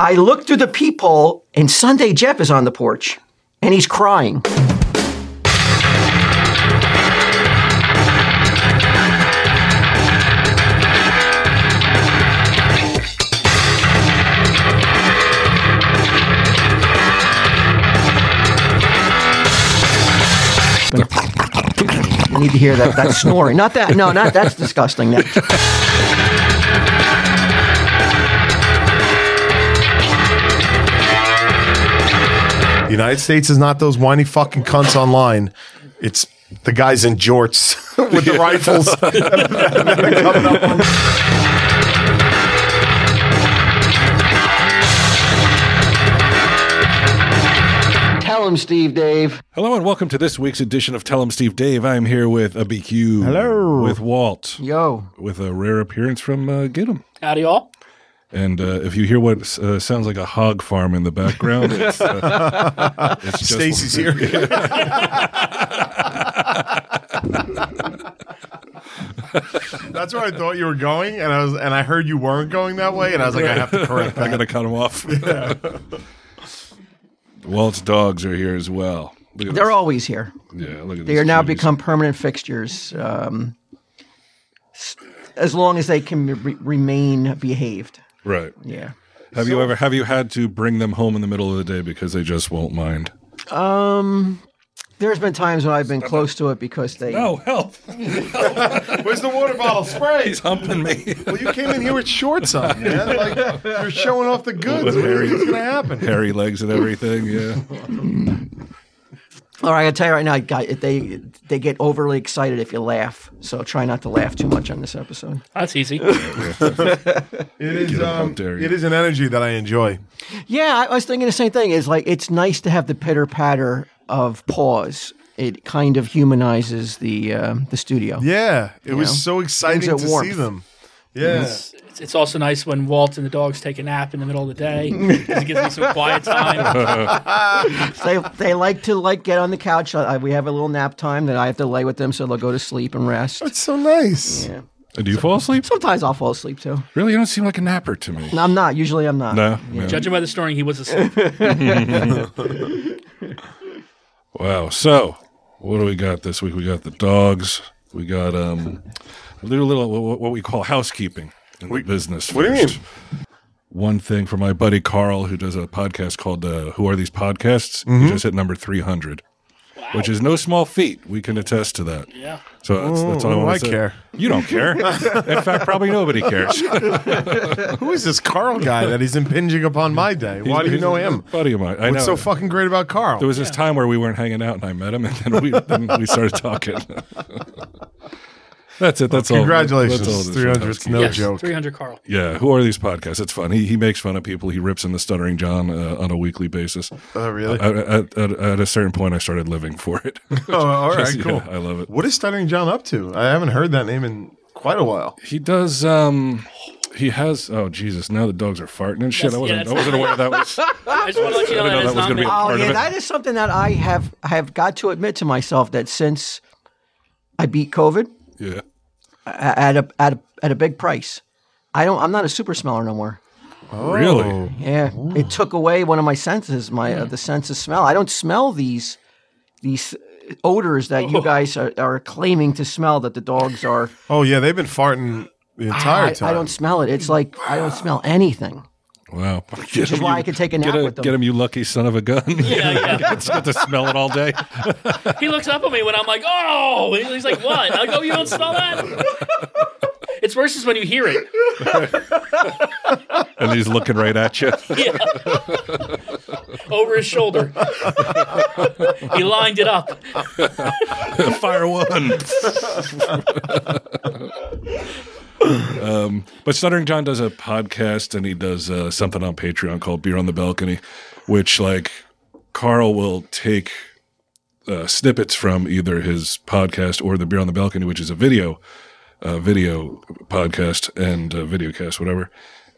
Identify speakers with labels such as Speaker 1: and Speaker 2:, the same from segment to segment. Speaker 1: I look through the peephole, and Sunday Jeff is on the porch, and he's crying. You need to hear that, that snoring. Not that. No, not that's disgusting. That.
Speaker 2: The United States is not those whiny fucking cunts online. It's the guys in jorts with the rifles. Coming up on-
Speaker 1: Tell him, Steve, Dave.
Speaker 3: Hello and welcome to this week's edition of Tell 'em Steve Dave. I'm here with a BQ. Hello. With Walt.
Speaker 1: Yo.
Speaker 3: With a rare appearance from uh, Gidim.
Speaker 4: Howdy, all.
Speaker 3: And uh, if you hear what uh, sounds like a hog farm in the background, it's, uh, it's just-
Speaker 2: Stacy's here. That's where I thought you were going, and I was, and I heard you weren't going that way, and I was like, I have to correct
Speaker 3: I
Speaker 2: that.
Speaker 3: gotta cut him off. Walt's dogs are here as well. Look at
Speaker 1: They're
Speaker 3: this.
Speaker 1: always here.
Speaker 3: Yeah, look at
Speaker 1: They
Speaker 3: this
Speaker 1: are now
Speaker 3: cute.
Speaker 1: become permanent fixtures. Um, s- as long as they can re- remain behaved.
Speaker 3: right.
Speaker 1: Yeah.
Speaker 3: Have you ever have you had to bring them home in the middle of the day because they just won't mind?
Speaker 1: There's been times when I've been close to it because they.
Speaker 3: Oh help!
Speaker 2: Where's the water bottle? Spray.
Speaker 3: He's humping me.
Speaker 2: Well, you came in here with shorts on, man. Like you're showing off the goods. What do you think's gonna happen?
Speaker 3: Hairy legs and everything. Yeah.
Speaker 1: All right, I tell you right now, guy, they they get overly excited if you laugh. So try not to laugh too much on this episode.
Speaker 4: That's easy.
Speaker 2: It is.
Speaker 3: up, how
Speaker 2: Um,
Speaker 3: dare you.
Speaker 2: it is an energy that I enjoy.
Speaker 1: Yeah, I I was thinking the same thing. Is like it's nice to have the pitter patter of pause. It kind of humanizes the uh, the studio.
Speaker 2: Yeah, it was
Speaker 1: know?
Speaker 2: so exciting
Speaker 1: it
Speaker 2: to see
Speaker 1: warmth.
Speaker 2: them. Yeah.
Speaker 4: It's, it's also nice when Walt and the dogs take a nap in the middle of the day 'cause it gives me some quiet time.
Speaker 1: They they like to like get on the couch. I, we have a little nap time that I have to lay with them, so they'll go to sleep and rest.
Speaker 2: It's so nice.
Speaker 3: Uh, Do you fall asleep?
Speaker 1: Sometimes I'll fall asleep too.
Speaker 3: Really, you don't seem like a napper to me.
Speaker 1: No, I'm not. Usually I'm not.
Speaker 3: No. no.
Speaker 4: Judging by the snoring, he was asleep.
Speaker 3: Wow. So, what do we got this week? We got the dogs. We got um, a little, little what, what we call housekeeping in the business.
Speaker 2: what do you
Speaker 3: first. One thing for my buddy Carl, who does a podcast called uh, "Who Are These Podcasts."
Speaker 2: Mm-hmm.
Speaker 3: He just hit number three hundred, which is no small feat. We can attest to that.
Speaker 4: Yeah.
Speaker 3: So that's, that's all I
Speaker 2: Oh,
Speaker 3: want
Speaker 2: I
Speaker 3: to say.
Speaker 2: care.
Speaker 3: You don't care. in fact, probably nobody cares.
Speaker 2: Who is this Carl guy that he's impinging upon my day? Why do you
Speaker 3: He's
Speaker 2: know
Speaker 3: a
Speaker 2: him?
Speaker 3: Buddy of mine. I
Speaker 2: What's
Speaker 3: know.
Speaker 2: so fucking great about Carl?
Speaker 3: There was this time where we weren't hanging out, and I met him, and then we then we started talking. that's it. That's all.
Speaker 2: Congratulations,
Speaker 3: That's all this
Speaker 2: 300.
Speaker 3: housekeeping.
Speaker 2: No
Speaker 4: yes,
Speaker 2: joke.
Speaker 4: 300 Carl.
Speaker 3: Yeah, who are these podcasts? It's fun. He, he makes fun of people. He rips in the stuttering John uh, on a weekly basis.
Speaker 2: Oh, really?
Speaker 3: At, at, at, at a certain point, I started living for it.
Speaker 2: Oh, all right,
Speaker 3: Yeah,
Speaker 2: cool.
Speaker 3: I love it.
Speaker 2: What is Stuttering John up to? I haven't heard that name in quite a while.
Speaker 3: He does. Um, he has. Oh Jesus! Now the dogs are farting and shit. I wasn't.
Speaker 4: yeah,
Speaker 3: I wasn't aware that was.
Speaker 4: I just want to let you know
Speaker 3: I didn't
Speaker 4: that
Speaker 3: know
Speaker 4: is
Speaker 3: that was
Speaker 4: not
Speaker 3: gonna
Speaker 4: me.
Speaker 3: be-
Speaker 1: Oh
Speaker 3: Part of
Speaker 1: yeah,
Speaker 3: it.
Speaker 1: that is something that I have I have got to admit to myself that since I beat COVID
Speaker 3: Yeah.
Speaker 1: a- at a at a, at a big price, I don't. I'm not a super smeller no more.
Speaker 3: Really?
Speaker 1: Yeah, it took away one of my senses, my
Speaker 3: Hmm.
Speaker 1: uh, the sense of smell. I don't smell these these odors that
Speaker 3: Oh.
Speaker 1: you guys are, are claiming to smell that the dogs are.
Speaker 2: Oh yeah, they've been farting the
Speaker 3: Ah,
Speaker 2: entire
Speaker 1: I,
Speaker 2: time.
Speaker 1: I don't smell it. It's like I don't smell anything.
Speaker 3: Wow. Get
Speaker 1: is
Speaker 3: him,
Speaker 1: why
Speaker 3: you-
Speaker 1: I could take a nap
Speaker 3: get
Speaker 1: with them.
Speaker 3: Get him, you lucky son of a gun. Yeah,
Speaker 4: yeah.
Speaker 3: It's good to smell it all day.
Speaker 4: He looks up at me when I'm like, oh, And he's like, what? I go, you don't smell that? It's worse is when you hear it.
Speaker 3: And he's looking right at you.
Speaker 4: Yeah. Over his shoulder. he lined it up.
Speaker 3: Fire one. um, but Stuttering John does a podcast and he does uh, something on Patreon called Beer on the Balcony, which like Carl will take uh, snippets from either his podcast or the Beer on the Balcony, which is a video, uh, video podcast and uh, video cast, whatever,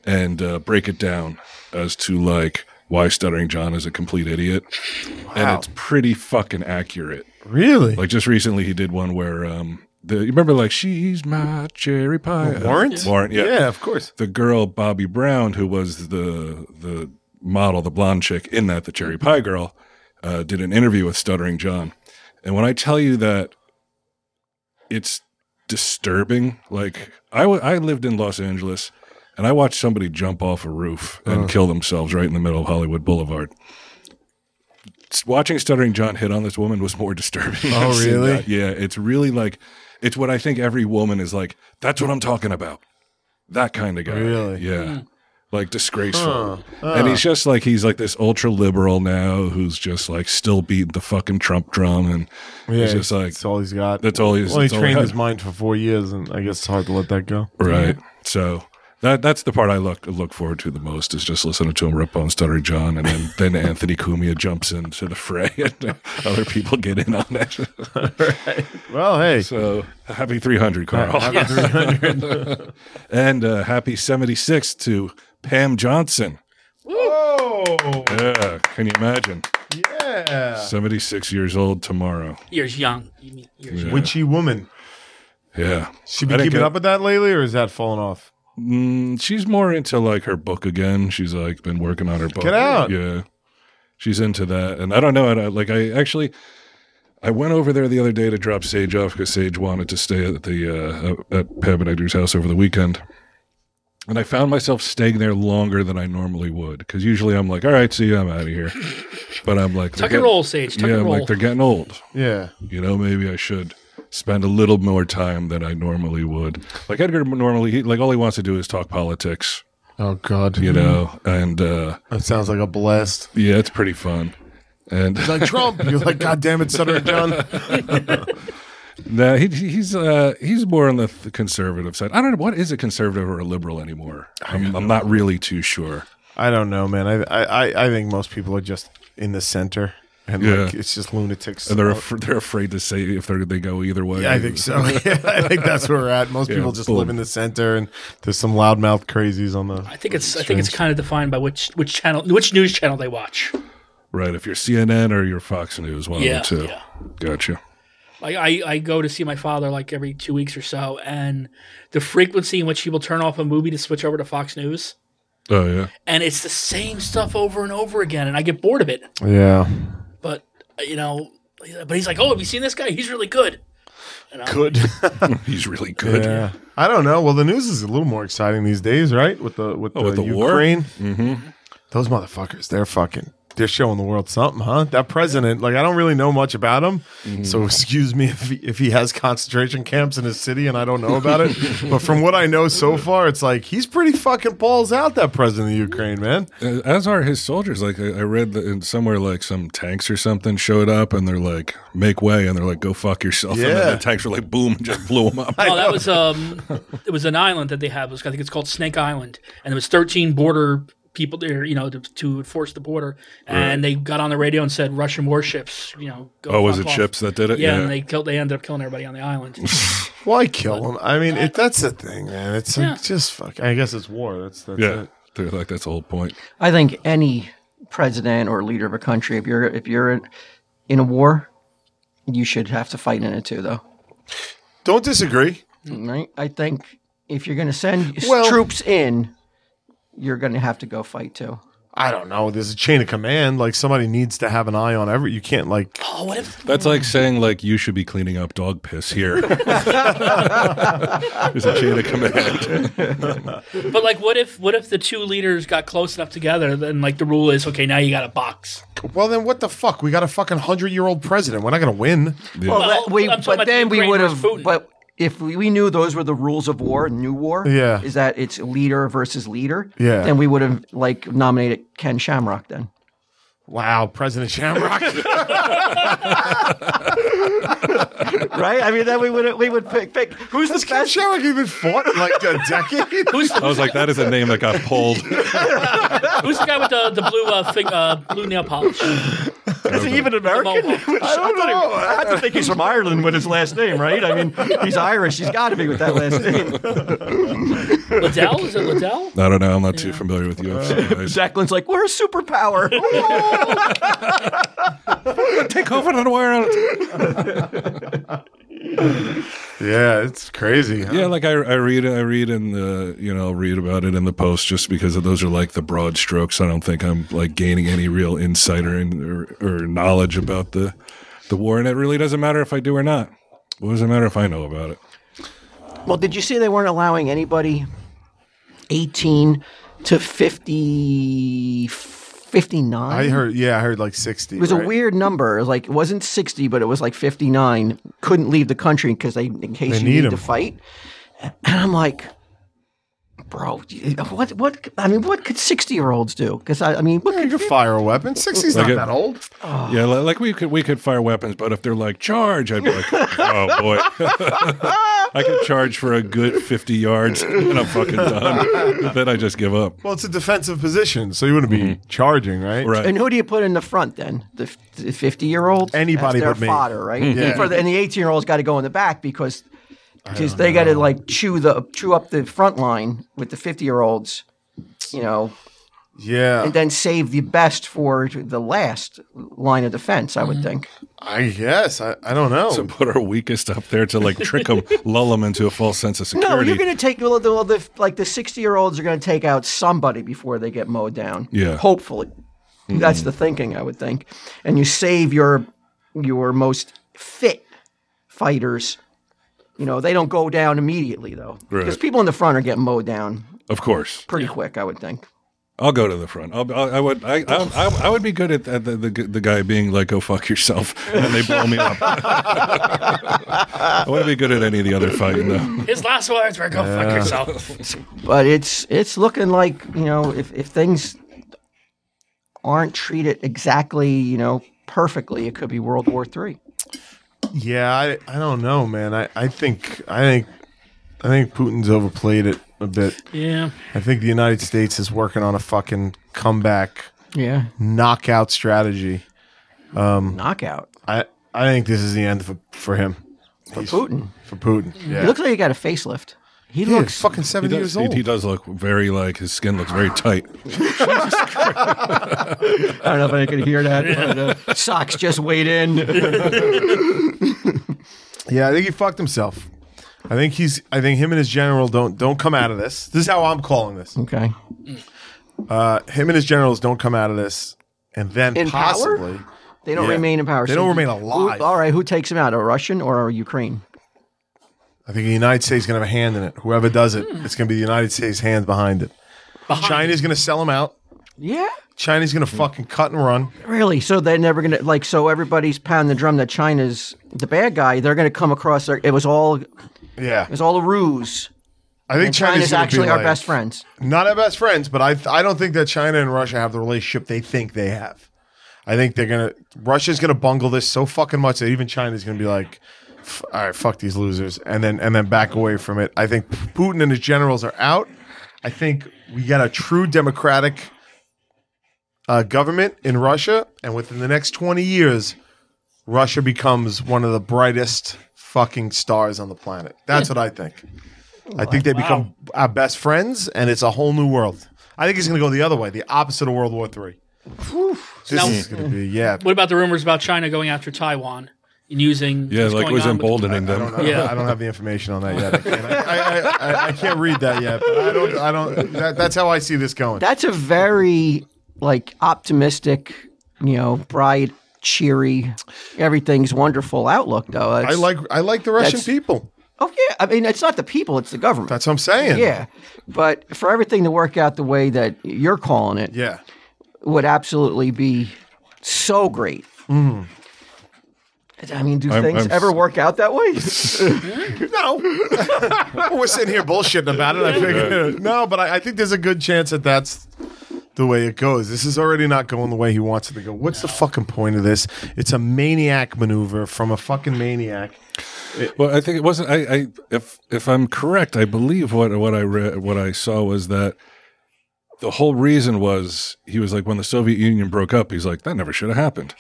Speaker 3: and uh, break it down as to like why Stuttering John is a complete idiot, and it's pretty fucking accurate.
Speaker 2: really.
Speaker 3: Like just recently, he did one where um, The, you remember, like, she's my cherry pie.
Speaker 2: Warrant?
Speaker 3: Warrant, yeah.
Speaker 2: Yeah, of course.
Speaker 3: The girl, Bobby Brown, who was the the model, the blonde chick in that, the cherry pie girl, uh, did an interview with Stuttering John. And when I tell you that it's disturbing, like, I, w- I lived in Los Angeles and I watched somebody jump off a roof and
Speaker 2: Uh.
Speaker 3: kill themselves right in the middle of Hollywood Boulevard. S- Watching Stuttering John hit on this woman was more disturbing.
Speaker 2: Oh,
Speaker 3: I've seen
Speaker 2: really?
Speaker 3: that. Yeah, it's really like it's what I think every woman is like. That's what I'm talking about. That kind of guy.
Speaker 2: Really?
Speaker 3: Yeah. Like disgraceful.
Speaker 2: Huh.
Speaker 3: And he's just like he's like this ultra liberal now who's just like still beating the fucking Trump drum and
Speaker 2: Yeah,
Speaker 3: it's just like
Speaker 2: that's all he's got.
Speaker 3: that's all he's
Speaker 2: well, he
Speaker 3: that's all
Speaker 2: trained
Speaker 3: had.
Speaker 2: his mind for four years, and I guess it's hard to let that go.
Speaker 3: Right. So that that's the part I look look forward to the most is just listening to him rip on Stuttering John, and then then Anthony Cumia jumps into the fray, and other people get in on it.
Speaker 2: Well, hey,
Speaker 3: So happy 300, Carl,
Speaker 4: Yes.
Speaker 3: and uh, happy 76 to Pam Johnson.
Speaker 2: oh
Speaker 3: Yeah, can you imagine?
Speaker 2: yeah,
Speaker 3: 76 years old tomorrow.
Speaker 4: You're young. You mean you're young.
Speaker 2: witchy woman.
Speaker 3: Yeah,
Speaker 2: She
Speaker 3: I
Speaker 2: been
Speaker 3: didn't
Speaker 2: keeping
Speaker 3: get-
Speaker 2: up with that lately, or is that falling off?
Speaker 3: Mm, she's more into like her book again. She's like been working on her book.
Speaker 2: Get out.
Speaker 3: Yeah, she's into that, and I don't know. I, don't- like I actually, I went over there the other day to drop Sage off because Sage wanted to stay at the uh, at Peb and Edgar's house over the weekend, and I found myself staying there longer than I normally would because usually I'm like, all right, see, ya, I'm out of here, but I'm like, they're
Speaker 4: Tuck and
Speaker 3: getting-
Speaker 4: roll, Sage. Tuck
Speaker 3: Yeah,
Speaker 4: and
Speaker 3: I'm
Speaker 4: roll.
Speaker 3: like they're getting old.
Speaker 2: Yeah,
Speaker 3: You know, maybe I should spend a little more time than I normally would. Like Edgar normally, he, like all he wants to do is talk politics
Speaker 2: Oh God,
Speaker 3: you know and uh
Speaker 2: that sounds like a blast.
Speaker 3: yeah it's pretty fun and
Speaker 2: Like Trump, you're like, God damn it, Senator John.
Speaker 3: no, he, he's uh he's more on the th- conservative side i don't know what is a conservative or a liberal anymore i'm, I'm not really too sure
Speaker 2: I don't know, man. I I I- I think most people are just in the center, and like
Speaker 3: Yeah.
Speaker 2: it's just lunatics.
Speaker 3: and they're af- they're afraid to say if they're, they go either way
Speaker 2: Uh, Yeah, I think so. Yeah, I think that's where we're at. Most people just live
Speaker 3: boom.
Speaker 2: in the center, and there's some loudmouth crazies on the.
Speaker 4: I think it's I think it's kind of defined by which which channel which news channel they watch.
Speaker 3: right if you're cnn or you're fox news one
Speaker 4: Yeah,
Speaker 3: or two
Speaker 4: yeah.
Speaker 3: gotcha
Speaker 4: Like I, I go to see my father like every two weeks or so, and the frequency in which he will turn off a movie to switch over to Fox News,
Speaker 3: oh yeah
Speaker 4: and it's the same stuff over and over again, and I get bored of it.
Speaker 2: Yeah,
Speaker 4: But you know, but he's like, "Oh, have you seen this guy? He's really good."
Speaker 2: good.
Speaker 3: he's really good
Speaker 2: Yeah, I don't know. Well, the news is a little more exciting these days, right? With the with,
Speaker 3: Oh,
Speaker 2: the,
Speaker 3: with the war?
Speaker 2: Ukraine, Mm-hmm. those motherfuckers, they're fucking. They're showing the world something, huh? That president, like, I don't really know much about him, so
Speaker 3: Mm-hmm.
Speaker 2: excuse me if he, if he has concentration camps in his city and I don't know about it. but from what I know so far, it's like he's pretty fucking balls out. That president of Ukraine, man.
Speaker 3: Uh, As are his soldiers. Like I I read that in somewhere, like some tanks or something showed up, and they're like, "Make way!" and they're like, "Go fuck yourself!" And
Speaker 2: Yeah.
Speaker 3: then the tanks were like, "Boom!" and just blew them up.
Speaker 4: Oh, that was um, it was an island that they had. It was I think it's called Snake Island, and there was thirteen border people there, you know, to, to enforce the border, and they got on the radio and said Russian warships, you know. Go
Speaker 3: oh, was
Speaker 4: fuck
Speaker 3: it
Speaker 4: off."
Speaker 3: ships that did it?
Speaker 4: Yeah, and they killed. They ended up killing everybody on the island.
Speaker 2: Why kill him? I mean, it, that's the thing, man. It's like,
Speaker 4: Yeah.
Speaker 2: just fuck. I guess it's war. That's that's
Speaker 3: yeah.
Speaker 2: it.
Speaker 3: They're like, "That's the whole point."
Speaker 1: I think any president or leader of a country, if you're if you're in, in a war, you should have to fight in it too, though.
Speaker 2: Don't disagree.
Speaker 1: Right? I think if you're going to send s-
Speaker 2: Well-
Speaker 1: troops in, you're going to have to go fight too.
Speaker 2: I don't know. There's a chain of command. Like somebody needs to have an eye on every. You can't like.
Speaker 4: oh, what if
Speaker 3: That's like saying, "Like you should be cleaning up dog piss here." There's a chain of command.
Speaker 4: But like, what if what if the two leaders got close enough together? Then like the rule is okay. Now you got a box.
Speaker 2: Well, then what the fuck? We got a fucking hundred year old president. We're not gonna win.
Speaker 1: Well, that-
Speaker 4: Well,
Speaker 1: we,
Speaker 4: I'm talking
Speaker 1: but
Speaker 4: about
Speaker 1: then we
Speaker 4: Ukraine
Speaker 1: would have.
Speaker 4: versus Putin.
Speaker 1: But if we, we knew those were the rules of war, new war,
Speaker 2: Yeah.
Speaker 1: is that it's leader versus leader,
Speaker 2: Yeah.
Speaker 1: then we would have like nominated Ken Shamrock then.
Speaker 2: Wow, President Shamrock.
Speaker 1: right? I mean, then we would we would pick pick who's the
Speaker 2: Has
Speaker 1: best.
Speaker 2: Shamrock even fought in like a decade?
Speaker 4: Who's
Speaker 3: I
Speaker 4: the,
Speaker 3: was like, "That is a name that got pulled."
Speaker 4: who's the guy with the, the blue uh, fig, uh, blue nail polish?
Speaker 1: Is he even American?
Speaker 4: The Mohawk.
Speaker 1: I don't know. I have to think he's from Ireland with his last name, right? I mean, he's Irish. He's got to be with that last name.
Speaker 4: Liddell is it Liddell?
Speaker 3: I don't know. I'm not too familiar with UFC. guys.
Speaker 1: Declan's like, we're a superpower.
Speaker 3: Take over the world.
Speaker 2: Yeah, it's crazy. huh?
Speaker 3: Yeah, like I, I read I read in the you know I'll read about it in the post just because those are like the broad strokes. I don't think I'm like gaining any real insight or in, or, or knowledge about the the war, and it really doesn't matter if I do or not. What does it matter if I know about it?
Speaker 1: Well, did you see they weren't allowing anybody 18 to 50, 59?
Speaker 2: I heard. Yeah, I heard like sixty.
Speaker 1: It was a weird number. It was like it wasn't 60, but it was like 59. Couldn't leave the country because they, in case
Speaker 2: They
Speaker 1: you
Speaker 2: need
Speaker 1: need to
Speaker 2: 'em.
Speaker 1: fight. And I'm like, bro, what? What? I mean, what could 60 year olds do? Because I, I mean, what
Speaker 2: You
Speaker 1: could
Speaker 2: could fire a weapon. 60's
Speaker 3: Like
Speaker 2: not
Speaker 3: a-
Speaker 2: that old.
Speaker 3: Yeah, li- like we could we could fire weapons, but if they're like charge, I'd be like, oh boy, I could charge for a good fifty yards, and I'm fucking done. then I just give up.
Speaker 2: Well, it's a defensive position, so you wouldn't be charging, right?
Speaker 3: Right.
Speaker 1: And who do you put in the front then? The f- the fifty-year-old?
Speaker 2: Anybody
Speaker 1: That's
Speaker 2: but
Speaker 1: their
Speaker 2: me.
Speaker 1: fodder, right?
Speaker 2: Yeah.
Speaker 1: For the, and the eighteen-year-old's got to go in the back because because they got to like chew the chew up the front line with the fifty-year-olds, you know,
Speaker 2: Yeah.
Speaker 1: and then save the best for the last line of defense. I would
Speaker 3: Mm-hmm.
Speaker 1: think.
Speaker 2: I guess. I, I don't know.
Speaker 3: to put our weakest up there to like trick them, lull them into a false sense of security.
Speaker 1: No, you're going to take well, the, well, the like the sixty-year-olds are going to take out somebody before they get mowed down.
Speaker 3: Yeah. Mm-hmm.
Speaker 1: hopefully, that's the thinking I would think, and you save your your most fit fighters. You know, they don't go down immediately though, because
Speaker 3: Right.
Speaker 1: people in the front are getting mowed down
Speaker 3: of course,
Speaker 1: pretty quick. I would think.
Speaker 3: I'll go to the front. I'll, I'll, I would. I, I, I would be good at the, the, the the guy being like, "Go fuck yourself," and they blow me up. I wouldn't be good at any of the other fighting though.
Speaker 4: His last words were "Go fuck yourself."
Speaker 1: But it's it's looking like you know if if things aren't treated exactly you know perfectly, it could be World War Three.
Speaker 2: yeah, I, I don't know, man. I, I think I think I think Putin's overplayed it a bit.
Speaker 4: yeah,
Speaker 2: I think the United States is working on a fucking comeback
Speaker 1: Yeah,
Speaker 2: knockout strategy.
Speaker 1: knockout
Speaker 2: I I think this is the end for, for him.
Speaker 1: for Putin.
Speaker 2: For Putin. Yeah.
Speaker 1: He looks like he got a facelift. He
Speaker 2: He
Speaker 1: looks
Speaker 2: looks fucking
Speaker 3: He
Speaker 2: 70
Speaker 3: does,
Speaker 2: years
Speaker 3: he-
Speaker 2: old.
Speaker 3: he does look very like his skin looks very tight.
Speaker 1: I don't know if I could hear that. but, uh, Socks just weighed in.
Speaker 2: Yeah, I think he fucked himself. I think he's. I think him and his general don't don't come out of this. This is how I'm calling this.
Speaker 1: Okay.
Speaker 2: Uh, him and his generals don't come out of this, and then
Speaker 1: In power?
Speaker 2: possibly
Speaker 1: They don't
Speaker 2: Yeah.
Speaker 1: remain in power.
Speaker 2: They don't remain
Speaker 1: who-
Speaker 2: alive.
Speaker 1: all right, who takes him out? A Russian or a Ukraine?
Speaker 2: I think the United States is going to have a hand in it. Whoever does it, it's going to be the United States' hands Hmm. behind it. Hmm. China's going to sell them out.
Speaker 1: Yeah.
Speaker 2: China's going to fucking cut and run.
Speaker 1: Really? So they're never gonna like. So everybody's pounding the drum that China's the bad guy. They're gonna come across. Their, it was all. It
Speaker 2: Yeah,
Speaker 1: was all a ruse.
Speaker 2: I think
Speaker 1: And China's,
Speaker 2: gonna be
Speaker 1: actually our
Speaker 2: like-
Speaker 1: best friends.
Speaker 2: Not our best friends, but I I don't think that China and Russia have the relationship they think they have. I think they're gonna Russia's gonna bungle this so fucking much that even China's gonna be like, "F- all right, fuck these losers, and then and then back away from it. I think Putin and his generals are out. I think we got a true democratic uh, government in Russia, and within the next twenty years, Russia becomes one of the brightest fucking stars on the planet. That's what I think. I think they become our best friends, and it's a whole new world. I think it's going to go the other way, the opposite of World War Three. This
Speaker 4: Now-
Speaker 2: is going to be yeah.
Speaker 4: What about the rumors about China going after Taiwan and using?
Speaker 3: Yeah,
Speaker 4: what's
Speaker 3: like
Speaker 4: going
Speaker 3: was
Speaker 4: on with-
Speaker 3: emboldening
Speaker 2: I don't,
Speaker 3: them.
Speaker 2: know.
Speaker 4: Yeah.
Speaker 2: I don't have the information on that yet. I can't, I, I, I, I can't read that yet. But I don't. I don't. That, that's how I see this going.
Speaker 1: That's a very like optimistic, you know, bright, cheery, everything's wonderful outlook. Though
Speaker 2: I
Speaker 1: It's-
Speaker 2: like. I like the Russian
Speaker 1: That's-
Speaker 2: people.
Speaker 1: Oh yeah, I mean it's not the people, it's the government.
Speaker 2: That's what I'm saying.
Speaker 1: yeah, but for everything to work out the way that you're calling it,
Speaker 2: Yeah.
Speaker 1: would absolutely be so great.
Speaker 2: Mm.
Speaker 1: I mean, do
Speaker 3: I'm-
Speaker 1: things
Speaker 3: I'm
Speaker 1: ever
Speaker 3: s-
Speaker 1: work out that way?
Speaker 2: No, we're sitting here bullshitting about it. I figured no, but I, I think there's a good chance that that's the way it goes. This is already not going the way he wants it to go. What's the fucking point of this? It's a maniac maneuver from a fucking maniac.
Speaker 3: Well, I think it wasn't. I, I if if I'm correct, I believe what what I read, what I saw was that the whole reason was he was like when the Soviet Union broke up, he's like that never should have happened.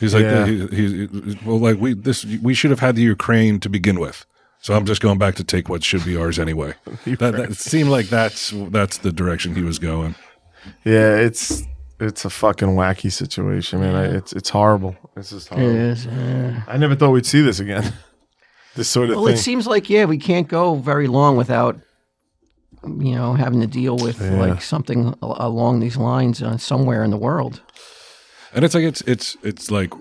Speaker 3: He's like
Speaker 2: Yeah.
Speaker 3: he, he, he- well, like we this we should have had the Ukraine to begin with. So I'm just going back to take what should be ours anyway. that, that it seemed like that's that's the direction he was going.
Speaker 2: Yeah, it's it's a fucking wacky situation, man. I, it's it's horrible. It's just horrible.
Speaker 1: is.
Speaker 2: I never thought we'd see this again. this sort of
Speaker 1: Well,
Speaker 2: thing.
Speaker 1: it seems like yeah, we can't go very long without you know having to deal with like something a- along these lines uh, somewhere in the world.
Speaker 3: And it's like it's it's it's like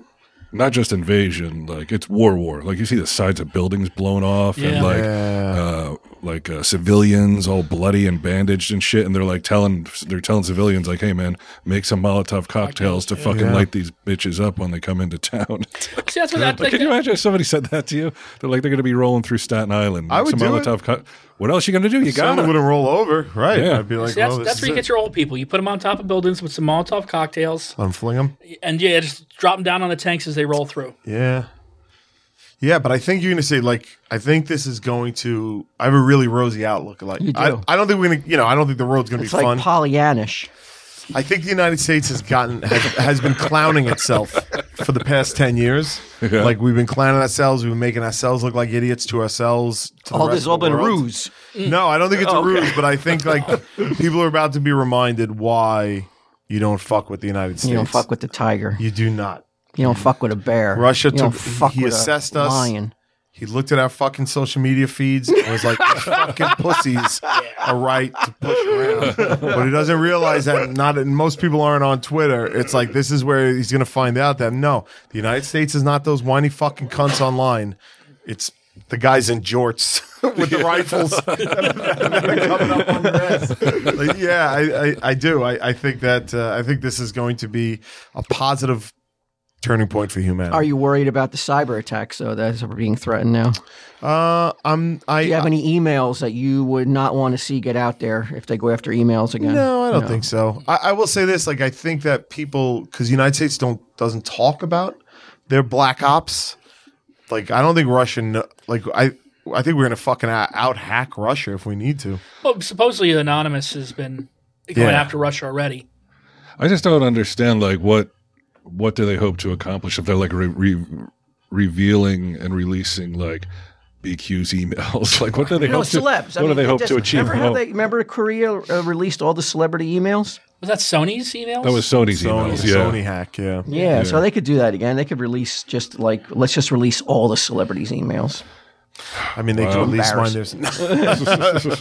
Speaker 3: not just invasion, like it's war war. Like you see the sides of buildings blown off
Speaker 4: Yeah.
Speaker 3: and like uh like uh, civilians all bloody and bandaged and shit and they're like telling they're telling civilians like, "Hey man, make some Molotov cocktails to fucking light these bitches up when they come into town."
Speaker 4: See, that's what that,
Speaker 3: Like,
Speaker 4: like,
Speaker 3: can you imagine if somebody said that to you? They're like, they're going to be rolling through Staten Island.
Speaker 2: I
Speaker 3: Make
Speaker 2: would
Speaker 3: some
Speaker 2: do it.
Speaker 3: Molotov co- What else you going to do? You got
Speaker 2: Someone
Speaker 3: to.
Speaker 2: wouldn't roll over, right?
Speaker 3: Yeah.
Speaker 2: I'd be like,
Speaker 4: See, that's,
Speaker 2: well, this
Speaker 4: that's
Speaker 2: is
Speaker 4: where you
Speaker 2: it.
Speaker 4: get your old people. You put them on top of buildings with some Molotov cocktails,
Speaker 2: Unfling 'em.
Speaker 4: and yeah, just drop them down on the tanks as they roll through.
Speaker 2: Yeah. Yeah, but I think you're gonna say like I think this is going to. I have a really rosy outlook. Like
Speaker 1: You
Speaker 2: I,
Speaker 1: do.
Speaker 2: I don't think we're gonna. You know, I don't think the road's gonna
Speaker 1: It's
Speaker 2: be
Speaker 1: like
Speaker 2: fun.
Speaker 1: Pollyannish.
Speaker 2: I think the United States has gotten has, has been clowning itself for the past ten years.
Speaker 3: Yeah.
Speaker 2: Like we've been clowning ourselves. We've been making ourselves look like idiots to ourselves. To the
Speaker 1: All
Speaker 2: rest
Speaker 1: this
Speaker 2: of
Speaker 1: has all
Speaker 2: the
Speaker 1: been a
Speaker 2: world.
Speaker 1: ruse. Mm. Oh,
Speaker 2: No, I don't think it's a
Speaker 1: Okay.
Speaker 2: ruse, but I think like people are about to be reminded why you don't fuck with the United States.
Speaker 1: You don't fuck with the tiger.
Speaker 2: You do not.
Speaker 1: You don't fuck with a bear.
Speaker 2: Russia
Speaker 1: you don't
Speaker 2: took-
Speaker 1: fuck
Speaker 2: he
Speaker 1: with
Speaker 2: assessed
Speaker 1: a
Speaker 2: us.
Speaker 1: lion.
Speaker 2: He looked at our fucking social media feeds and was like, "These fucking pussies are right to push around. But he doesn't realize that not and most people aren't on Twitter. It's like this is where he's gonna find out that no, the United States is not those whiny fucking cunts online. It's the guys in jorts with the rifles Like, yeah, I, I, I do. I, I think that uh, I think this is going to be a positive turning point for humanity.
Speaker 1: Are you worried about the cyber attacks though that's being threatened now?
Speaker 2: Uh, I'm. I.
Speaker 1: Do you have any emails that you would not want to see get out there if they go after emails again?
Speaker 2: No, I don't think so. I, I will say this: like, I think that people, because United States don't doesn't talk about their black ops. Like, I don't think Russian. Like, I I think we're gonna fucking out hack Russia if we need to.
Speaker 4: Well, supposedly Anonymous has been going
Speaker 2: Yeah.
Speaker 4: after Russia already.
Speaker 3: I just don't understand like what what do they hope to accomplish if they're like re- re- revealing and releasing like BQ's emails? like what do they
Speaker 1: You know,
Speaker 3: hope to
Speaker 1: celebs.
Speaker 3: what do they hope to achieve?
Speaker 1: Remember, how
Speaker 3: Oh,
Speaker 1: they, remember Korea uh, released all the celebrity emails?
Speaker 4: Was that Sony's emails?
Speaker 3: that was Sony's
Speaker 2: Sony,
Speaker 3: emails. Yeah.
Speaker 2: Sony hack. Yeah.
Speaker 1: Yeah, so they could do that again. They could release just like let's just release all the celebrities' emails.
Speaker 2: I mean, they could at least find there's
Speaker 4: does,
Speaker 2: the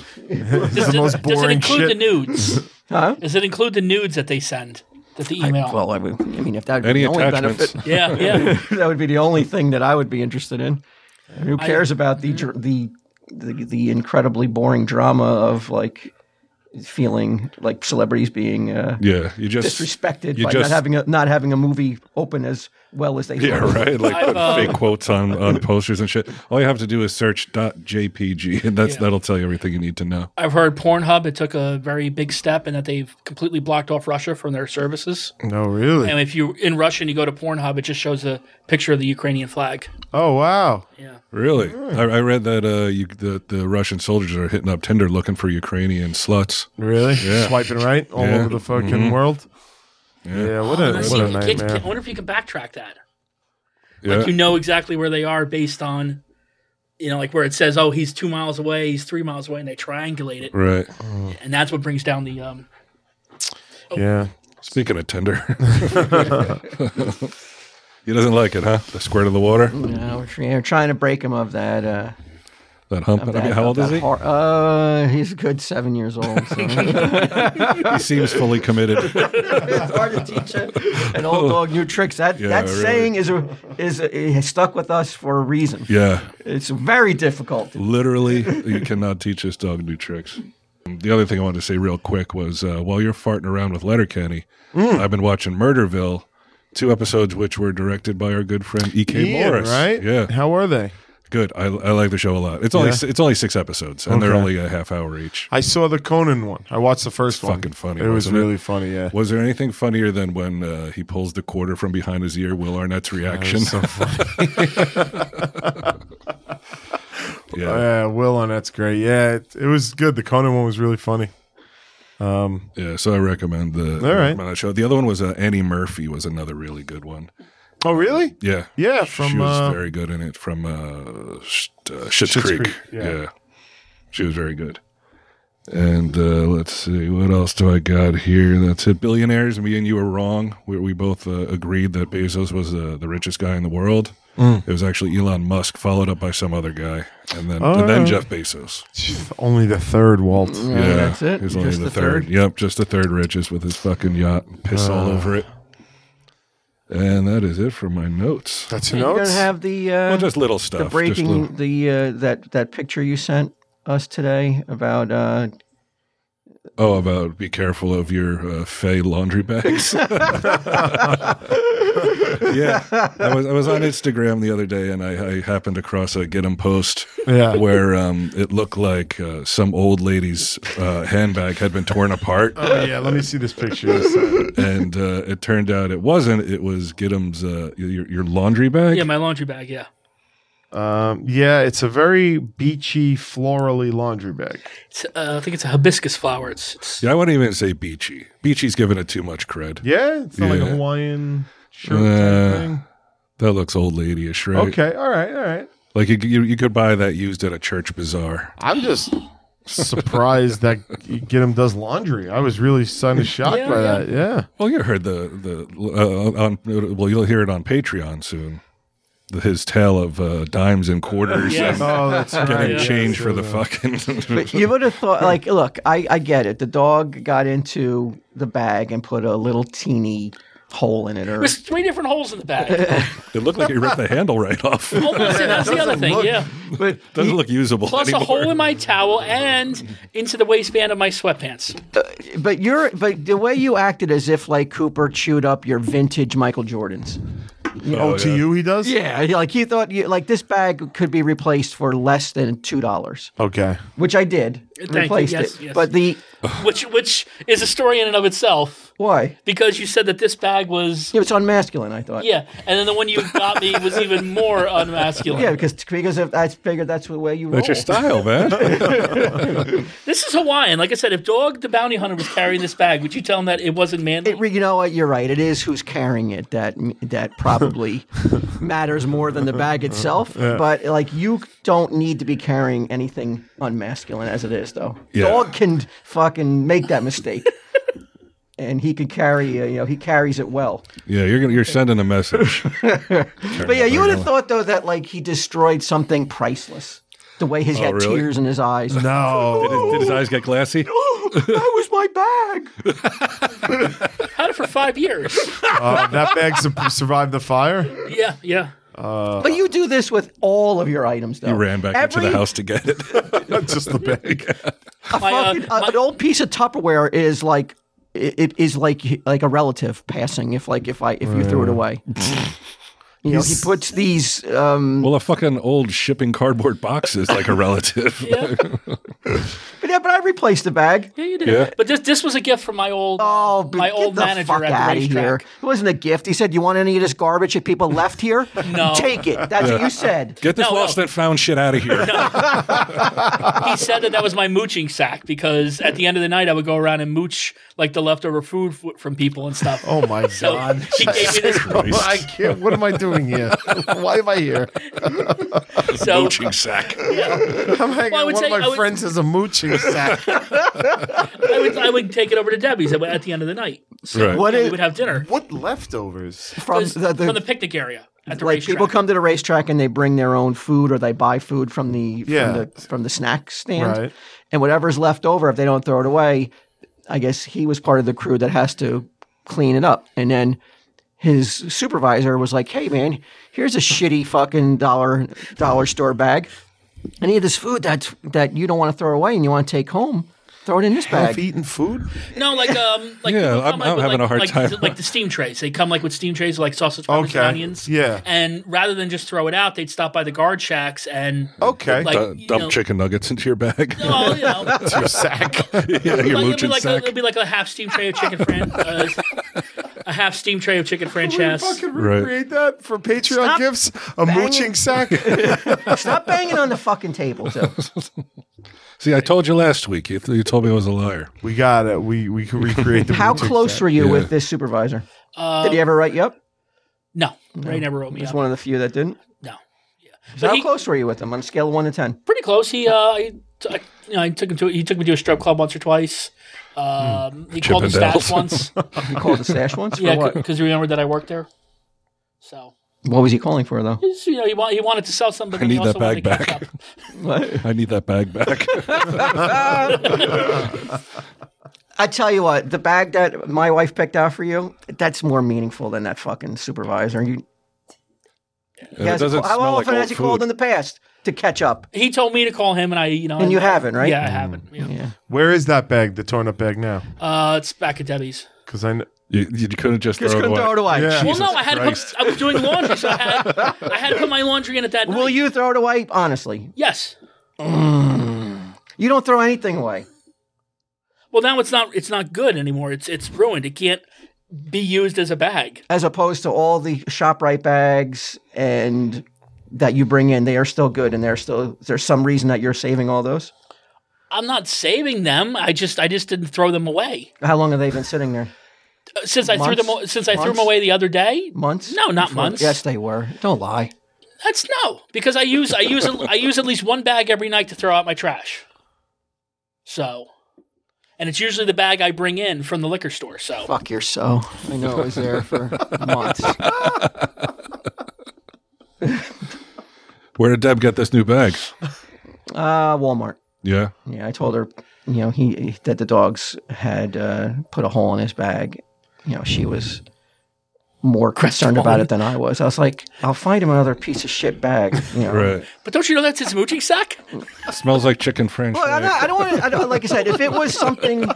Speaker 2: most
Speaker 4: Does it
Speaker 2: boring
Speaker 4: include
Speaker 2: shit.
Speaker 4: the nudes? Does it include the nudes that they send? That the email?
Speaker 1: Well, I mean, I mean if that would
Speaker 3: Any
Speaker 1: be the only
Speaker 3: attachments?
Speaker 1: benefit,
Speaker 4: yeah, yeah.
Speaker 1: that would be the only thing that I would be interested in. And who cares about the, dr- the the the incredibly boring drama of like feeling like celebrities being uh,
Speaker 3: Yeah, you just
Speaker 1: disrespected
Speaker 3: You
Speaker 1: by
Speaker 3: just-
Speaker 1: not having a not having a movie open as well as they
Speaker 3: yeah,
Speaker 1: thought.
Speaker 3: right. Like
Speaker 4: I've,
Speaker 3: put
Speaker 4: uh,
Speaker 3: fake quotes on, on posters and shit. All you have to do is search .jpg, and that's
Speaker 4: Yeah.
Speaker 3: that'll tell you everything you need to know.
Speaker 4: I've heard Pornhub. It took a very big step in that they've completely blocked off Russia from their services.
Speaker 2: no, really.
Speaker 4: And if you in Russian, you go to Pornhub, it just shows a picture of the Ukrainian flag.
Speaker 2: Oh wow.
Speaker 4: Yeah.
Speaker 3: Really, I, I read that uh, you, the the Russian soldiers are hitting up Tinder looking for Ukrainian sluts.
Speaker 2: Really? Swiping right all
Speaker 3: Yeah. Mm-hmm.
Speaker 2: over the fucking world. Yeah. Uh, What a
Speaker 4: Let's
Speaker 2: what a
Speaker 4: see, you can-
Speaker 2: nightmare.
Speaker 4: I wonder if you can backtrack that.
Speaker 3: Yeah,
Speaker 4: You know exactly where they are based on, you know, like where it says, "Oh, he's two miles away, he's three miles away," and they triangulate it,
Speaker 3: right.
Speaker 4: and that's what brings down the. Um,
Speaker 2: Yeah.
Speaker 3: Speaking of Tinder, he doesn't like it, huh? The squirt of the water,
Speaker 1: Yeah, we're, tr- yeah, we're trying to break him of that. Uh,
Speaker 3: that hump. I mean,
Speaker 1: that-
Speaker 3: how old
Speaker 1: that
Speaker 3: is he?
Speaker 1: hor- uh, he's a good seven years old. so
Speaker 3: He seems fully committed.
Speaker 1: it's hard to teach a- an old dog new tricks. That
Speaker 3: Oh. Yeah,
Speaker 1: that
Speaker 3: really.
Speaker 1: saying is a, is a, it has stuck with us for a reason.
Speaker 3: Yeah,
Speaker 1: It's very difficult.
Speaker 3: literally, you cannot teach this dog new tricks. The other thing I wanted to say real quick was uh, while you're farting around with Letterkenny,
Speaker 2: Mm.
Speaker 3: I've been watching Murderville, two episodes which were directed by our good friend E.K.
Speaker 2: Ian,
Speaker 3: Morris.
Speaker 2: right?
Speaker 3: Yeah.
Speaker 2: How are they?
Speaker 3: Good. I, I like the show a lot. It's only
Speaker 2: Yeah?
Speaker 3: it's only six episodes, and they're
Speaker 2: Okay.
Speaker 3: only a half hour each.
Speaker 2: I saw the Conan one. I watched the first one.
Speaker 3: fucking funny,
Speaker 2: It was
Speaker 3: wasn't it?
Speaker 2: really funny. Yeah.
Speaker 3: Was there anything funnier than when uh, he pulls the quarter from behind his ear? Will Arnett's reaction. yeah,
Speaker 2: Yeah, Will on that's great. Yeah, it, it was good. The Conan one was really funny.
Speaker 3: yeah. So I recommend the
Speaker 2: All right.
Speaker 3: recommend that show. The other one was uh, Annie Murphy was another really good one.
Speaker 2: Oh, really?
Speaker 3: Yeah,
Speaker 2: Yeah, from
Speaker 3: she was
Speaker 2: uh,
Speaker 3: very good in it. From uh, Sh- uh, Schitt's
Speaker 2: Schitt's
Speaker 3: Creek.
Speaker 2: Creek,
Speaker 3: Yeah.
Speaker 2: yeah.
Speaker 3: she was very good. And uh, let's see, what else do I got here? That's it. Billionaires. Me and you were wrong. We, we both uh, agreed that Bezos was uh, the richest guy in the world. It was actually Elon Musk, followed up by some other guy, and then and then
Speaker 2: right.
Speaker 3: Jeff Bezos.
Speaker 2: Only the third Walt.
Speaker 3: Oh,
Speaker 1: Yeah, that's it.
Speaker 3: He's only
Speaker 1: Just
Speaker 3: the,
Speaker 1: the
Speaker 3: third. Ah.
Speaker 1: third?
Speaker 3: Yep, just the third richest with his fucking yacht, and piss all over it. And that is it for my notes.
Speaker 2: That's your
Speaker 1: You're
Speaker 2: notes.
Speaker 1: gonna have the uh,
Speaker 3: Well, just little stuff.
Speaker 1: the
Speaker 3: just little,
Speaker 1: breaking the uh, that that picture you sent us today about uh,
Speaker 3: oh, about be careful of your uh, Fay laundry bags. yeah, I was I was on Instagram the other day, and I, I happened across a get 'em post.
Speaker 2: yeah.
Speaker 3: where um, it looked like uh, some old lady's uh, handbag had been torn apart,
Speaker 2: Oh, yeah. Let me see this picture.
Speaker 3: and uh, it turned out it wasn't. It was Gidim's uh, your, your laundry bag.
Speaker 4: Yeah, my laundry bag. Yeah,
Speaker 2: Um, yeah, it's a very beachy, florally laundry bag.
Speaker 4: it's, uh, I think it's a hibiscus flower. It's, it's
Speaker 3: Yeah, I wouldn't even say beachy. Beachy's given it too much cred.
Speaker 2: Yeah, it's not like a
Speaker 3: Yeah.
Speaker 2: Hawaiian shirt
Speaker 3: Uh,
Speaker 2: type thing.
Speaker 3: That looks old ladyish, right?
Speaker 2: Okay, all right, all right.
Speaker 3: Like you, you, you could buy that used at a church bazaar.
Speaker 2: I'm just surprised that get him does laundry. I was really kind of shocked
Speaker 4: Yeah,
Speaker 2: by
Speaker 4: yeah.
Speaker 2: that. Yeah.
Speaker 3: Well, you heard the the uh, on well, you'll hear it on Patreon soon. The- His tale of uh, dimes and quarters
Speaker 4: Yes.
Speaker 3: and
Speaker 2: Oh, that's right.
Speaker 3: getting
Speaker 4: yeah.
Speaker 3: change
Speaker 2: Yeah,
Speaker 3: for the
Speaker 2: so,
Speaker 3: fucking.
Speaker 1: But you would have thought, like, look, I, I get it. The dog got into the bag and put a little teeny hole in it, or
Speaker 4: there's three different holes in the bag.
Speaker 3: it looked like he ripped the handle right off.
Speaker 4: Oh, that's it, that's the other thing. Yeah,
Speaker 1: but
Speaker 3: Doesn't look usable
Speaker 4: plus
Speaker 3: anymore.
Speaker 4: a hole in my towel and into the waistband of my sweatpants.
Speaker 1: but you're but the way you acted as if like Cooper chewed up your vintage Michael Jordans.
Speaker 2: Oh, to you he does.
Speaker 1: Yeah, like he thought you like this bag could be replaced for less than two dollars,
Speaker 2: Okay.
Speaker 1: which I did
Speaker 4: Uh, you,
Speaker 1: replaced
Speaker 4: yes,
Speaker 1: it.
Speaker 4: yes.
Speaker 1: But the
Speaker 4: which which is a story in and of itself
Speaker 1: why
Speaker 4: because you said that this bag was
Speaker 1: it was unmasculine. I thought.
Speaker 4: yeah, and then the one you got me was even more unmasculine.
Speaker 1: Yeah, because because if I figured that's the way you roll.
Speaker 3: That's your style, man.
Speaker 4: This is Hawaiian. Like I said, if Dog the Bounty Hunter was carrying this bag, would you tell him that it wasn't manly?
Speaker 1: It, re- you know what? You're right. It is who's carrying it that that probably matters more than the bag itself. But like, you don't need to be carrying anything unmasculine as it is, though.
Speaker 3: Yeah.
Speaker 1: Dog can fucking make that mistake, and he can carry. Uh, you know, he carries it well.
Speaker 3: yeah, you're gonna, you're sending a message.
Speaker 1: But yeah, you would have thought though that like he destroyed something priceless. The way he's got
Speaker 3: Oh, really?
Speaker 1: tears in his eyes.
Speaker 2: No.
Speaker 3: Did, his- did his eyes get glassy?
Speaker 1: that was my bag.
Speaker 4: Had it for five years.
Speaker 2: Uh, that bag su- survived the fire.
Speaker 4: yeah, yeah.
Speaker 1: But you do this with all of your items, though.
Speaker 3: He ran back into
Speaker 1: Every-
Speaker 3: the house to get it.
Speaker 2: Just the bag.
Speaker 4: My, uh,
Speaker 1: fucking, uh, an old piece of Tupperware is like it, it is like like a relative passing. If like if I if you threw it away, you know he puts these. Um,
Speaker 3: well, a fucking old shipping cardboard box is like a relative.
Speaker 4: yeah,
Speaker 1: but yeah, but I replaced the bag.
Speaker 4: yeah, you did.
Speaker 3: Yeah.
Speaker 4: But this this was a gift from my old
Speaker 1: Oh, but
Speaker 4: my
Speaker 1: get
Speaker 4: old
Speaker 1: the
Speaker 4: manager
Speaker 1: fuck
Speaker 4: at
Speaker 1: outta
Speaker 4: the
Speaker 1: here!
Speaker 4: racetrack.
Speaker 1: It wasn't a gift. He said, "You want any of this garbage that people left here?
Speaker 4: No.
Speaker 1: take it." That's what you said.
Speaker 3: Get this
Speaker 4: No,
Speaker 3: lost
Speaker 4: no.
Speaker 3: and found shit out of here.
Speaker 4: He said that that was my mooching sack because at the end of the night I would go around and mooch like the leftover food f- from people and stuff.
Speaker 2: Oh my
Speaker 4: so
Speaker 2: god.
Speaker 4: he gave me this.
Speaker 2: I can't. What am I doing here? Why am I here?
Speaker 4: So
Speaker 3: Mooching sack.
Speaker 2: I'm hanging
Speaker 4: Well, I
Speaker 2: out one
Speaker 4: would
Speaker 2: of
Speaker 4: say-
Speaker 2: my
Speaker 4: I would-
Speaker 2: friends as a mooching sack.
Speaker 4: I would, I would take it over to Debbie's at, at the end of the night. So
Speaker 3: Right.
Speaker 1: What
Speaker 4: we
Speaker 1: is-
Speaker 4: would have dinner
Speaker 2: what leftovers?
Speaker 1: From
Speaker 4: This-
Speaker 1: the, the,
Speaker 4: from the picnic area at the
Speaker 1: like
Speaker 4: racetrack.
Speaker 1: people come to the racetrack and they bring their own food or they buy food from the
Speaker 2: Yeah.
Speaker 1: from the from the snack stand.
Speaker 2: Right.
Speaker 1: And whatever's left over, if they don't throw it away, I guess he was part of the crew that has to clean it up. And then his supervisor was like, "Hey man, here's a shitty fucking dollar dollar store bag. Any of this food that's that you don't want to throw away and you want to take home, throw it in this bag."
Speaker 2: Half-eaten food.
Speaker 4: No, like um, like
Speaker 3: Yeah, I'm-
Speaker 4: people come, like,
Speaker 3: I'm
Speaker 4: with,
Speaker 3: having
Speaker 4: like-
Speaker 3: a hard
Speaker 4: like,
Speaker 3: time.
Speaker 4: The, like the steam trays, they come like with steam trays, like sausage, peppers,
Speaker 2: Okay,
Speaker 4: and onions.
Speaker 2: yeah.
Speaker 4: and rather than just throw it out, they'd stop by the guard shacks and
Speaker 2: Okay.
Speaker 4: like
Speaker 3: Uh,
Speaker 4: you
Speaker 3: dump
Speaker 4: know,
Speaker 3: chicken nuggets into your bag.
Speaker 4: Well, you know, like,
Speaker 2: Your sack.
Speaker 3: yeah, your
Speaker 4: it'd be
Speaker 3: mooching
Speaker 4: like a,
Speaker 3: sack.
Speaker 4: it'd be like a half steam tray of chicken fran, uh, a half steam tray of chicken franchise.
Speaker 2: fucking
Speaker 3: Right.
Speaker 2: recreate that for Patreon
Speaker 1: Stop
Speaker 2: gifts? A
Speaker 1: banging.
Speaker 2: mooching sack?
Speaker 1: Stop banging on the fucking table. too.
Speaker 3: See, I told you last week. You, you told me I was a liar.
Speaker 2: we got it. We we can recreate the.
Speaker 1: How
Speaker 2: mooching
Speaker 1: close
Speaker 2: sack.
Speaker 1: were you
Speaker 3: Yeah.
Speaker 1: with this supervisor?
Speaker 4: Uh,
Speaker 1: Did he ever write you up?
Speaker 4: No, Ray never wrote me
Speaker 1: He's
Speaker 4: up.
Speaker 1: one of the few that didn't.
Speaker 4: No, yeah,
Speaker 1: So
Speaker 4: but
Speaker 1: how
Speaker 4: he,
Speaker 1: close were you with him on a scale of one to ten?
Speaker 4: pretty close. He, uh, I, t- I- you know, I took him to he took me to a strip club once or twice. Um, he called the
Speaker 3: and
Speaker 4: staff
Speaker 3: Dale's.
Speaker 4: once.
Speaker 1: You called the stash once for
Speaker 4: yeah,
Speaker 1: what?
Speaker 4: because remember that I worked there. So
Speaker 1: What was he calling for though?
Speaker 4: He's, You know, he, wa- he wanted to sell something. but
Speaker 3: need
Speaker 4: he also
Speaker 3: that bag
Speaker 4: wanted to
Speaker 3: back.
Speaker 4: catch up.
Speaker 1: What?
Speaker 3: I need that bag back.
Speaker 1: I tell you what, the bag that my wife picked out for you, that's more meaningful than that fucking supervisor. You,
Speaker 3: And it doesn't
Speaker 1: how
Speaker 3: smell like
Speaker 1: often
Speaker 3: old
Speaker 1: has he called
Speaker 3: food.
Speaker 1: in the past to catch up?
Speaker 4: He told me to call him, and I, you know,
Speaker 1: And you haven't, right?
Speaker 4: Yeah, I haven't. Yeah.
Speaker 1: Hmm.
Speaker 2: Where is that bag, the torn up bag now?
Speaker 4: Uh, it's back at Debbie's.
Speaker 2: Because I know.
Speaker 3: You, you couldn't just throw
Speaker 1: Just
Speaker 3: it
Speaker 1: couldn't
Speaker 3: away.
Speaker 1: throw it away.
Speaker 2: Yeah.
Speaker 4: well,
Speaker 2: Jesus
Speaker 4: no, I had
Speaker 2: Christ.
Speaker 4: to put, I was doing laundry, so I had, I had to put my laundry in at that.
Speaker 1: Will
Speaker 4: night.
Speaker 1: you throw it away? Honestly,
Speaker 4: Yes.
Speaker 1: you don't throw anything away.
Speaker 4: Well, now it's not it's not good anymore. It's it's ruined. It can't be used as a bag.
Speaker 1: As opposed to all the Shoprite bags and that you bring in, they are still good, and they're still there's some reason that you're saving all those.
Speaker 4: I'm not saving them. I just I just didn't throw them away.
Speaker 1: How long have they been sitting there?
Speaker 4: Uh, Since I threw them
Speaker 1: Months?
Speaker 4: o- since I threw them
Speaker 1: Months?
Speaker 4: away the other day.
Speaker 1: Months?
Speaker 4: No, not
Speaker 1: Before-
Speaker 4: months.
Speaker 1: Yes, they were. Don't lie.
Speaker 4: That's no, because I use I use I use at least one bag every night to throw out my trash. So, and it's usually the bag I bring in from the liquor store. So
Speaker 1: Fuck your so. I know it was there for months.
Speaker 3: Where did Deb get this new bag?
Speaker 1: Uh, Walmart.
Speaker 3: Yeah.
Speaker 1: Yeah, I told her, you know, he, he- that the dogs had uh, put a hole in his bag. You know, she was more concerned about it than I was. I was like, I'll find him another piece of shit bag. You know.
Speaker 3: Right.
Speaker 4: but don't you know that's his moochie sack?
Speaker 3: Smells like chicken French.
Speaker 1: Look, I'm
Speaker 3: fry.
Speaker 1: not, I don't want to. I don't, like I said, if it was something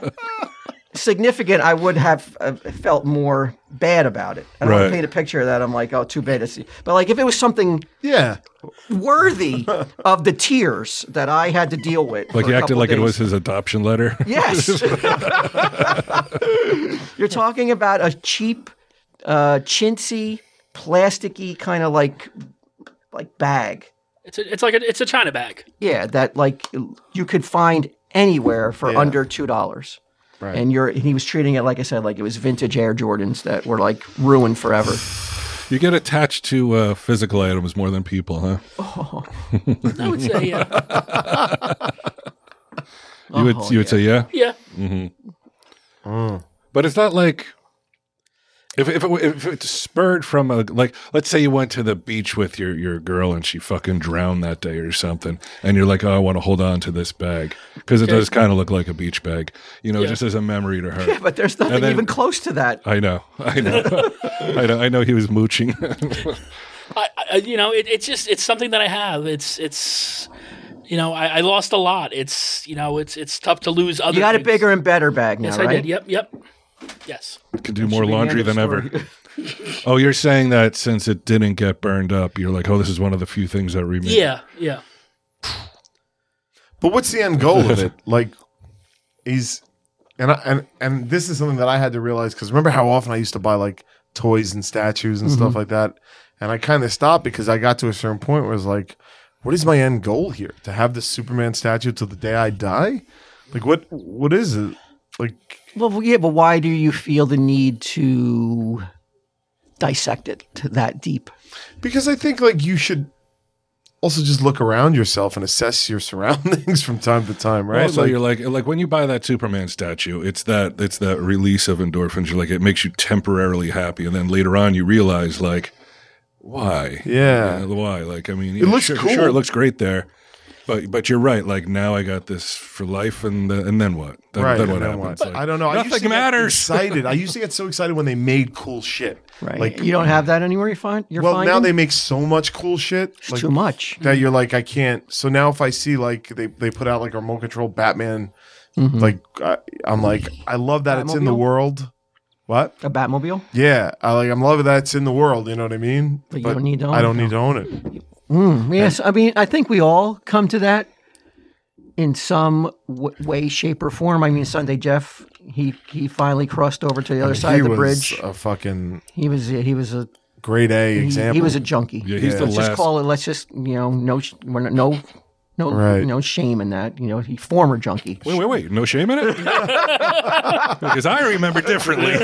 Speaker 1: significant, I would have uh, felt more bad about it. I don't
Speaker 3: Right.
Speaker 1: want to paint a picture of that. I'm like, oh, too bad. It's, but like, if it was something
Speaker 2: Yeah.
Speaker 1: worthy of the tears that I had to deal with,
Speaker 3: like
Speaker 1: for
Speaker 3: he
Speaker 1: a
Speaker 3: acted
Speaker 1: couple
Speaker 3: like it
Speaker 1: days.
Speaker 3: was his adoption letter.
Speaker 1: Yes. You're talking about a cheap, uh, chintzy, plasticky kind of like like bag.
Speaker 4: It's a, it's like a, it's a china bag.
Speaker 1: Yeah, that like you could find anywhere for
Speaker 2: Yeah.
Speaker 1: under two dollars. Right. And you're and he was treating it like I said, like it was vintage Air Jordans that were like ruined forever.
Speaker 3: You get attached to uh, physical items more than people, huh?
Speaker 4: I would say yeah,
Speaker 3: You would you would say yeah,
Speaker 4: Oh, yeah.
Speaker 3: but it's not like if if it, if it's spurred from a like let's say you went to the beach with your your girl and she fucking drowned that day or something, and you're like, oh, I want to hold on to this bag because it does kind of look like a beach bag, you know, just as a memory to her.
Speaker 1: But there's nothing
Speaker 3: then- Uh,
Speaker 1: even close to that.
Speaker 3: I know, I know, I know, I know. He was mooching.
Speaker 4: I, I, you know, it, it's just it's something that I have. It's it's you know I, I lost a lot. It's you know it's it's tough to lose other.
Speaker 1: You got it
Speaker 4: things.
Speaker 1: bigger and better bag now,
Speaker 4: Yes,
Speaker 1: right?
Speaker 4: I did. Yep, yep. Yes.
Speaker 3: Could do more
Speaker 1: be the
Speaker 3: laundry
Speaker 1: end of
Speaker 3: than ever.
Speaker 1: story.
Speaker 3: oh, you're saying that since it didn't get burned up, you're like, oh, this is one of the few things that remain.
Speaker 4: Yeah, yeah.
Speaker 2: But what's the end goal of it? Like, he's and I, and and this is something that I had to realize because remember how often I used to buy like toys and statues and
Speaker 3: Mm-hmm.
Speaker 2: stuff like that, and I kind of stopped because I got to a certain point where it's like, what is my end goal here? To have the Superman statue till the day I die? Like, what what is it? Like,
Speaker 1: Well, yeah, but why do you feel the need to dissect it to that deep?
Speaker 2: because I think like you should. Also, just look around yourself and assess your surroundings from time to time, right?
Speaker 3: Also,
Speaker 2: Like-
Speaker 3: Oh, you're like like when you buy that Superman statue, it's that it's that release of endorphins. You're like it makes you temporarily happy, and then later on you realize like why,
Speaker 2: Yeah.
Speaker 3: You know, why? Like I mean, it
Speaker 2: looks
Speaker 3: sure,
Speaker 2: cool.
Speaker 3: Sure, it looks great there, but but you're right. Like now I got this for life, and the, and then what? Then,
Speaker 2: Right.
Speaker 3: Then
Speaker 2: and
Speaker 3: what
Speaker 2: then
Speaker 3: happens?
Speaker 2: what?
Speaker 3: Like,
Speaker 2: I don't know. I used
Speaker 3: Nothing
Speaker 2: to get
Speaker 3: matters.
Speaker 2: Excited. I used to get so excited when they made cool shit.
Speaker 1: Right.
Speaker 2: Like
Speaker 1: you don't have that anywhere. You find you're
Speaker 2: well,
Speaker 1: finding?
Speaker 2: now they make so much cool shit.
Speaker 1: It's
Speaker 2: like,
Speaker 1: too much.
Speaker 2: that you're like I can't. So now if I see like they they put out like a remote control Batman, like I, I'm like I love that it's in the
Speaker 1: Mm-hmm. Batmobile?
Speaker 2: world. What?
Speaker 1: A Batmobile.
Speaker 2: Yeah, I like I'm loving that it's in the world. You know what I mean?
Speaker 1: But you don't need to own
Speaker 2: I don't
Speaker 1: it,
Speaker 2: need to own it.
Speaker 1: Mm, yes, I mean I think we all come to that in some w- way, shape, or form. I mean Sunday Jeff, he he finally crossed over to the other side
Speaker 2: he
Speaker 1: of the
Speaker 2: was uh,
Speaker 1: bridge.
Speaker 2: a fucking
Speaker 1: He was he was a
Speaker 2: grade A
Speaker 1: he,
Speaker 2: example.
Speaker 1: he was a junkie.
Speaker 3: Yeah, he's the
Speaker 1: let's
Speaker 3: last-
Speaker 1: just call it. Let's just you know no sh- we're not, no no
Speaker 2: Right.
Speaker 1: no shame in that. You know he former junkie.
Speaker 3: Wait, wait, wait! No shame in it, because I remember differently.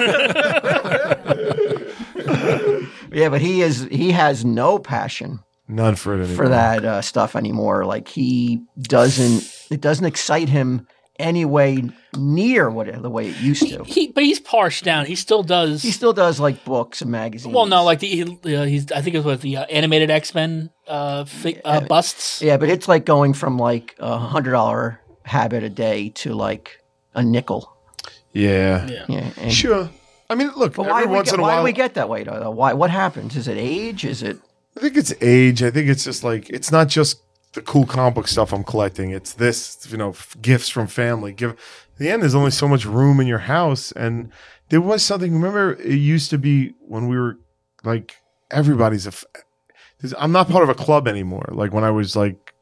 Speaker 1: Yeah, but he is he has no passion
Speaker 2: none for it anymore.
Speaker 1: for that uh, stuff anymore. Like he doesn't it doesn't excite him any way near what it- the way it used to.
Speaker 4: He, but he's parsed down. He still does.
Speaker 1: He still does like books and magazines.
Speaker 4: well, no, like the he, uh, he's. I think it was what, the uh, animated X Men uh, fi- uh, busts.
Speaker 1: yeah, but it's like going from like a hundred dollar habit a day to like a nickel.
Speaker 2: Yeah.
Speaker 4: Yeah.
Speaker 1: Yeah, and-
Speaker 2: Sure. I mean, look,
Speaker 1: But
Speaker 2: every
Speaker 1: why, do we,
Speaker 2: once
Speaker 1: get,
Speaker 2: in a
Speaker 1: why do
Speaker 2: while,
Speaker 1: we get that way? Though? though? Why? What happens? Is it age? Is it?
Speaker 2: I think it's age. I think it's just like it's not just the cool comic book stuff I'm collecting. It's this, you know, f- gifts from family. Give at the end. There's only so much room in your house, and there was something. Remember, it used to be when we were like everybody's a. F- there's- I'm not part of a club anymore. Like when I was like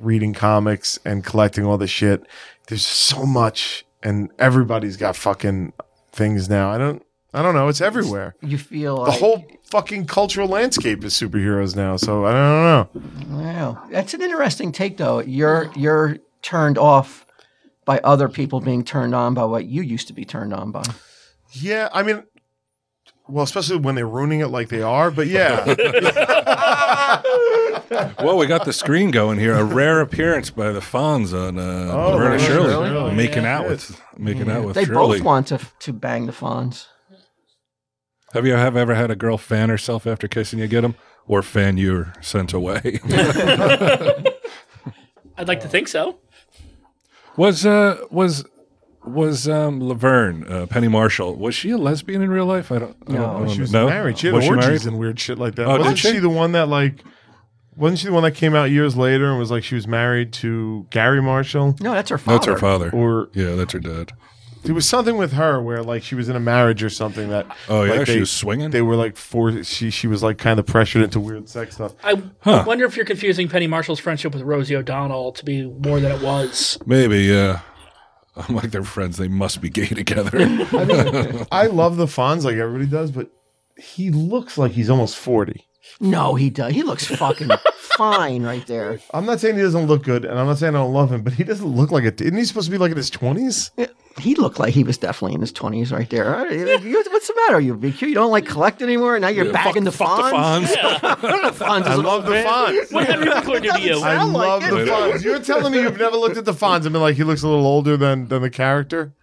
Speaker 2: reading comics and collecting all this shit. There's so much, and everybody's got fucking things now. I don't. I don't know. It's everywhere
Speaker 1: You feel
Speaker 2: the
Speaker 1: like,
Speaker 2: whole fucking cultural landscape is superheroes now. So I don't know.
Speaker 1: Wow, that's an interesting take, though. You're you're turned off by other people being turned on by what you used to be turned on by.
Speaker 2: Yeah, I mean, well, especially when they're ruining it like they are. But yeah,
Speaker 3: Well, we got the screen going here. A rare appearance by the Fonz on uh,
Speaker 2: Oh,
Speaker 3: Laverne and
Speaker 2: really?
Speaker 3: Shirley,
Speaker 2: Really?
Speaker 3: making
Speaker 2: Yeah. Mm-hmm.
Speaker 3: out with making out with
Speaker 1: they
Speaker 3: Shirley.
Speaker 1: both want to to bang the Fonz.
Speaker 3: Have you have ever had a girl fan herself after kissing you get them, or fan you or sent away?
Speaker 4: I'd like to think so.
Speaker 3: was uh was was um Laverne uh, Penny Marshall was she a lesbian in real life? I don't. No, I don't, I don't
Speaker 2: she was
Speaker 3: know.
Speaker 2: married. She had
Speaker 3: was she
Speaker 2: orgies
Speaker 3: married?
Speaker 2: and weird shit like that.
Speaker 3: Oh, did
Speaker 2: wasn't she?
Speaker 3: she?
Speaker 2: the one that like? Wasn't she the one that came out years later and was like she was married to Gary Marshall?
Speaker 1: No, that's her father.
Speaker 3: That's her father.
Speaker 2: Or
Speaker 3: yeah, that's her dad.
Speaker 2: there was something with her where like she was in a marriage or something that
Speaker 3: Oh, yeah,
Speaker 2: like,
Speaker 3: she was swinging?
Speaker 2: They were like for she she was like kind of pressured into weird sex stuff.
Speaker 4: I wonder if you're confusing Penny Marshall's friendship with Rosie O'Donnell to be more than it was.
Speaker 3: Maybe. Yeah. I'm like they're friends. They must be gay together.
Speaker 2: I love the Fonz like everybody does, but he looks like he's almost forty.
Speaker 1: No, he does. He looks fucking fine right there.
Speaker 2: I'm not saying he doesn't look good, and I'm not saying I don't love him, but he doesn't look like it. Isn't he supposed to be like in his 20s?
Speaker 1: He looked like he was definitely in his twenties right there. I- you- What's the matter, you BQ? You don't like collect anymore, and now you're back in the Fonz.
Speaker 3: Fonz.
Speaker 1: Fonz is an old man.
Speaker 2: Fonz.
Speaker 4: What Henry McClure did to you?
Speaker 2: I
Speaker 1: Sound like
Speaker 2: love
Speaker 1: it.
Speaker 2: the Fonz. You're telling me you've never looked at the Fonz and been like, he looks a little older than than the character.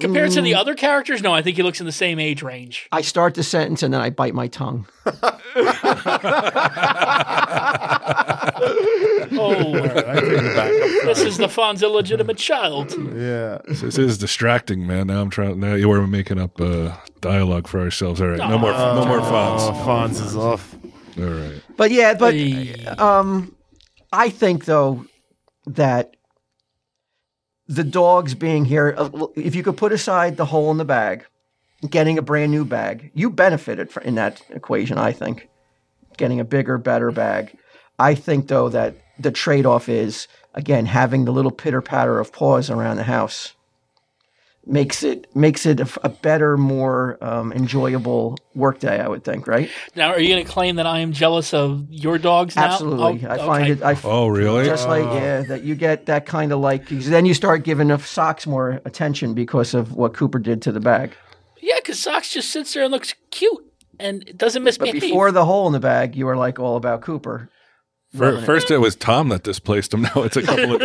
Speaker 4: Compared to
Speaker 1: Mm.
Speaker 4: the other characters, no, I think he looks in the same age range.
Speaker 1: I start the sentence and then I bite my tongue.
Speaker 4: Oh,
Speaker 2: I take it back.
Speaker 4: this is the Fon's illegitimate child.
Speaker 2: Yeah,
Speaker 3: This is distracting, man. Now I'm trying. Now you were making up uh, dialogue for ourselves. All right, no more, no more
Speaker 2: oh,
Speaker 3: fonts.
Speaker 2: Fonz is off.
Speaker 3: All right,
Speaker 1: But yeah, but
Speaker 4: Hey.
Speaker 1: um, I think though that the dogs being here, uh, l- if you could put aside the hole in the bag, getting a brand new bag, you benefited fr in that equation. I think getting a bigger, better bag. I think though that the trade-off is again having the little pitter-patter of paws around the house makes it makes it a, f- a better, more um, enjoyable workday. I would think, right?
Speaker 4: Now, are you going to claim that I am jealous of your dogs now?
Speaker 1: Absolutely.
Speaker 4: Oh,
Speaker 1: I find
Speaker 4: okay.
Speaker 1: it. I
Speaker 3: Oh, really?
Speaker 1: Just like yeah, that you get that kind of like 'cause then you start giving the socks more attention because of what Cooper did to the bag.
Speaker 4: Yeah, because Socks just sits there and looks cute and doesn't miss
Speaker 1: But before the hole in the bag, you were like all about Cooper.
Speaker 3: Fir first it was Tom that displaced him. Now it's a couple of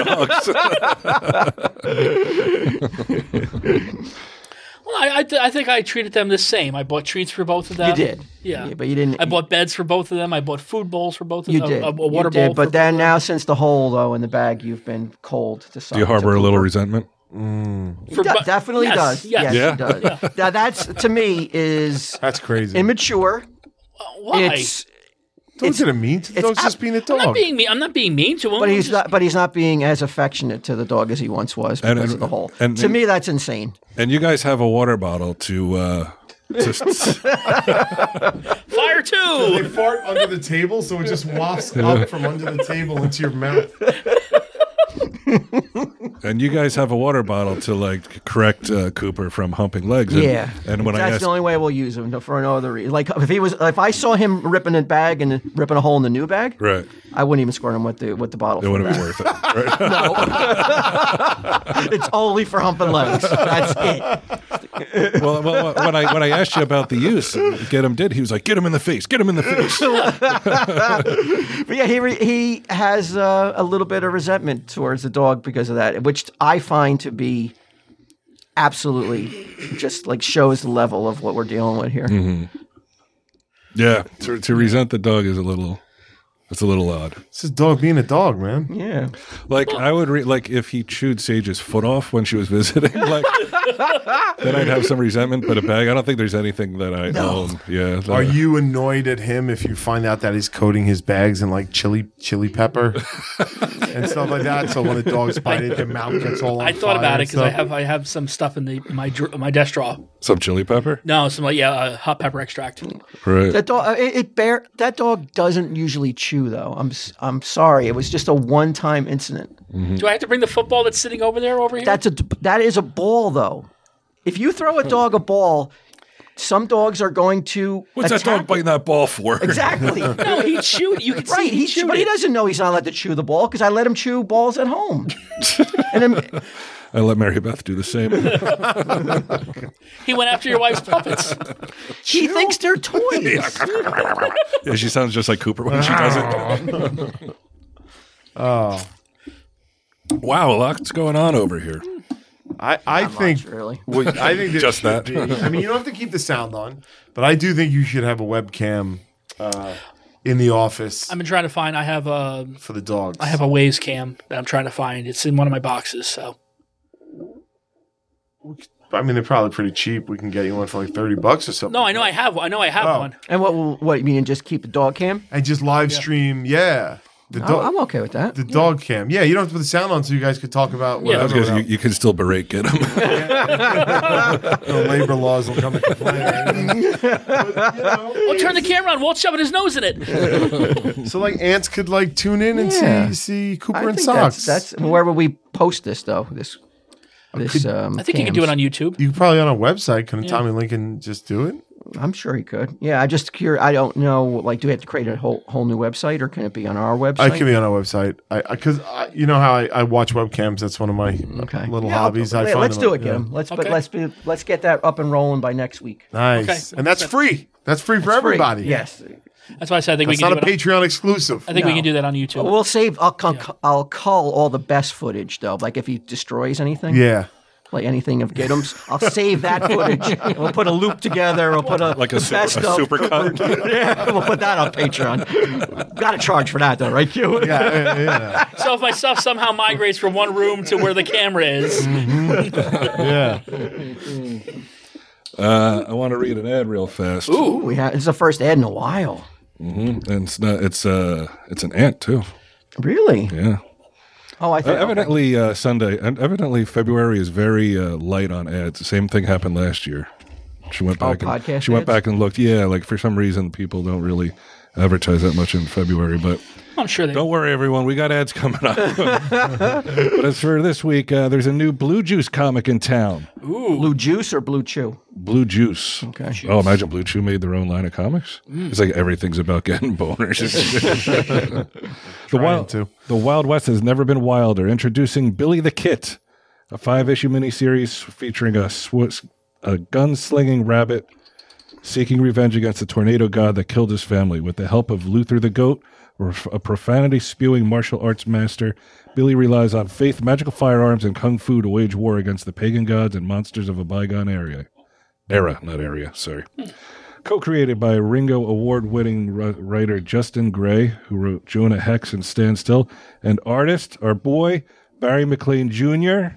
Speaker 3: dogs.
Speaker 4: Well, I, I, th- I think I treated them the same. I bought treats for both of them.
Speaker 1: You did.
Speaker 4: Yeah.
Speaker 1: Um, but you didn't.
Speaker 4: I bought beds for both of them. I bought food bowls for both of
Speaker 1: you
Speaker 4: them.
Speaker 1: did.
Speaker 4: A, a
Speaker 1: You
Speaker 4: water
Speaker 1: did,
Speaker 4: bowl.
Speaker 1: But
Speaker 4: for-
Speaker 1: then now, since the hole though in the bag, you've been cold to some.
Speaker 3: Do you harbor
Speaker 1: to
Speaker 3: a little resentment?
Speaker 4: for
Speaker 1: Cooper.
Speaker 4: bu-
Speaker 1: De- definitely
Speaker 4: Yes,
Speaker 1: does.
Speaker 4: Yes.
Speaker 1: Yes,
Speaker 3: Yeah.
Speaker 1: it does. Now that's to me is
Speaker 2: That's crazy.
Speaker 1: immature.
Speaker 4: Why?
Speaker 1: It's
Speaker 2: Don't get him mean to the
Speaker 1: it's
Speaker 2: dog's
Speaker 1: ab-
Speaker 2: just being a
Speaker 4: I'm not
Speaker 2: dog.
Speaker 4: being mean. I'm not being mean to him.
Speaker 1: but
Speaker 4: I'm
Speaker 1: he's
Speaker 4: just-
Speaker 1: not. But he's not being as affectionate to the dog as he once was because
Speaker 3: And-
Speaker 1: of the hole.
Speaker 3: and-
Speaker 1: to me, that's insane.
Speaker 3: And you guys have a water bottle to. Uh, to
Speaker 4: fire
Speaker 2: They
Speaker 4: too.
Speaker 2: fart under the table, so it just wafts up from under the table into your mouth.
Speaker 3: and you guys have a water bottle to like correct uh, Cooper from humping legs. And,
Speaker 1: Yeah,
Speaker 3: And when
Speaker 1: that's
Speaker 3: I
Speaker 1: the
Speaker 3: asked,
Speaker 1: only way we'll use him no- for no other reason. Like if he was, if I saw him ripping a bag and ripping a hole in the new bag,
Speaker 3: right,
Speaker 1: I wouldn't even squirt him with the with the bottle.
Speaker 3: it
Speaker 1: from
Speaker 3: wouldn't
Speaker 1: the
Speaker 3: be worth it. Right?
Speaker 1: bag. it's only for humping legs. That's it.
Speaker 3: well, well, when I when I asked you about the use, get him did. He was like, get him in the face, get him in the face.
Speaker 1: But yeah, he re- he has uh, a little bit of resentment towards the dog because of that, which I find to be absolutely just like shows the level of what we're dealing with here.
Speaker 3: Mm-hmm. yeah, to, to resent the dog is a little. It's a little odd.
Speaker 2: This is dog being a dog, man.
Speaker 1: Yeah,
Speaker 3: Like I would re- like if he chewed Sage's foot off when she was visiting, like then I'd have some resentment. But a bag, I don't think there's anything that I own. Yeah,
Speaker 2: Are
Speaker 3: that-
Speaker 2: you annoyed at him if you find out that he's coating his bags in like chili chili pepper and stuff like that? So when the dogs bite it, their mouth gets all on
Speaker 4: I thought
Speaker 2: fire
Speaker 4: about it
Speaker 2: and
Speaker 4: because I
Speaker 2: stuff?
Speaker 4: have I have some stuff in the in my dr- my desk drawer.
Speaker 3: some chili pepper?
Speaker 4: No, some like yeah, uh, hot pepper extract.
Speaker 3: Right.
Speaker 1: that dog. uh, It, it bear that dog doesn't usually chew though. I'm s- I'm sorry. It was just a one time incident.
Speaker 4: Do I have to bring the football that's sitting over there over here?
Speaker 1: That's a that is a ball though. If you throw a dog a ball, some dogs are going to
Speaker 3: What's that
Speaker 1: attack
Speaker 3: dog biting that ball for?
Speaker 1: Exactly.
Speaker 4: no, he chewed. You can see
Speaker 1: Right,
Speaker 4: he
Speaker 1: he,
Speaker 4: chewed.
Speaker 1: but he
Speaker 4: it.
Speaker 1: doesn't know he's not allowed to chew the ball because I let him chew balls at home. and then,
Speaker 3: I let Mary Beth do the same.
Speaker 4: He went after your wife's puppets.
Speaker 1: he thinks they're toys.
Speaker 3: Yeah, she sounds just like Cooper when she does it. Oh. Wow, a lot's going on over here.
Speaker 2: I, I think
Speaker 1: much, really.
Speaker 2: well, I think there
Speaker 3: Just
Speaker 2: should
Speaker 3: that.
Speaker 2: be- I mean, you don't have to keep the sound on, but I do think you should have a webcam uh, in the office
Speaker 4: I've been trying to find. I have a
Speaker 2: for the dogs.
Speaker 4: I have a Waze cam that I'm trying to find. It's in one of my boxes. So
Speaker 2: I mean, they're probably pretty cheap. We can get you one for like thirty bucks or something.
Speaker 4: no, I know I have. one. I know I have
Speaker 2: Oh.
Speaker 4: one.
Speaker 1: And what will- what you mean? Just keep the dog cam?
Speaker 2: and just live stream. Yeah, the
Speaker 1: I'm,
Speaker 2: dog,
Speaker 1: I'm okay with that.
Speaker 2: the dog cam. Yeah, you don't have to put the sound on, so you guys could talk about
Speaker 4: Yeah. I
Speaker 3: That's
Speaker 2: whatever.
Speaker 3: 'cause you, you can still berate get him.
Speaker 2: no labor laws will come to complain. or anything.
Speaker 4: Oh, turn the camera on. Walt's shoving his nose in it.
Speaker 2: so like ants could like tune in and
Speaker 1: Yeah.
Speaker 2: see see Cooper
Speaker 1: I
Speaker 2: and
Speaker 1: think
Speaker 2: socks.
Speaker 1: That's, that's where would we post this though? This this um,
Speaker 4: I think you can do it on YouTube.
Speaker 2: you could probably on a website. Couldn't Tommy Lincoln just do it?
Speaker 1: I'm sure he could. Yeah, I just cur I don't know. Like, do we have to create a whole whole new website, or can it be on our website?
Speaker 2: I could be on a website. I because I, you know how I, I watch webcams. That's one of my
Speaker 1: okay.
Speaker 2: little
Speaker 1: Yeah,
Speaker 2: hobbies. I
Speaker 1: let-
Speaker 2: find
Speaker 1: let's
Speaker 2: them,
Speaker 1: do it,
Speaker 2: yeah.
Speaker 1: get him. Let's but
Speaker 4: Okay.
Speaker 1: let's be let's get that up and rolling by next week.
Speaker 2: Nice,
Speaker 4: Okay.
Speaker 2: and that's free. That's free for
Speaker 1: Free.
Speaker 2: everybody.
Speaker 1: Yes.
Speaker 4: That's why I said I think
Speaker 2: It's
Speaker 4: we can.
Speaker 2: not a
Speaker 4: do it on-
Speaker 2: Patreon exclusive.
Speaker 4: I think we
Speaker 1: No.
Speaker 4: can do that on YouTube.
Speaker 1: We'll save. I'll con- I'll cull all the best footage though. Like if he destroys anything,
Speaker 2: yeah.
Speaker 1: like anything of Giddim's, I'll save that footage. and we'll put a loop together. We'll put a
Speaker 3: Like a super, a
Speaker 1: best of-
Speaker 3: super cut.
Speaker 1: yeah, we'll put that on Patreon. Got to charge for that though, right, Q?
Speaker 2: Yeah, yeah, yeah.
Speaker 4: so if my stuff somehow migrates from one room to where the camera is,
Speaker 2: Yeah.
Speaker 3: Uh, I want to read an ad real fast.
Speaker 1: Ooh, we have. It's the first ad in a while.
Speaker 3: And it's not, it's uh it's an ant too.
Speaker 1: Really?
Speaker 3: Yeah.
Speaker 1: Oh, I
Speaker 3: Uh,
Speaker 1: think.
Speaker 3: evidently uh, Sunday and evidently February is very uh, light on ads. The same thing happened last year. She went
Speaker 1: Oh,
Speaker 3: back and
Speaker 1: podcast
Speaker 3: she went
Speaker 1: ads?
Speaker 3: back and looked. Yeah, like for some reason people don't really advertise that much in February, but
Speaker 4: I'm sure they.
Speaker 3: Don't worry, everyone. We got ads coming up. but as for this week, uh, there's a new Blue Juice comic in town.
Speaker 1: Blue juice or blue chew?
Speaker 3: Blue Juice.
Speaker 1: Okay. Hmm.
Speaker 3: Oh, imagine Blue Chew made their own line of comics. It's like everything's about getting boners. the wild,
Speaker 2: to.
Speaker 3: the Wild West has never been wilder. Introducing Billy the Kit, a five-issue miniseries featuring a sw- a gun-slinging rabbit seeking revenge against the tornado god that killed his family. With the help of Luther the Goat, ref- a profanity spewing martial arts master, Billy relies on faith, magical firearms, and kung fu to wage war against the pagan gods and monsters of a bygone area. Era, not area, sorry. Co created by Ringo Award winning writer Justin Gray, who wrote Jonah Hex and Stand Still, and artist, our boy, Barry McLean Jr.,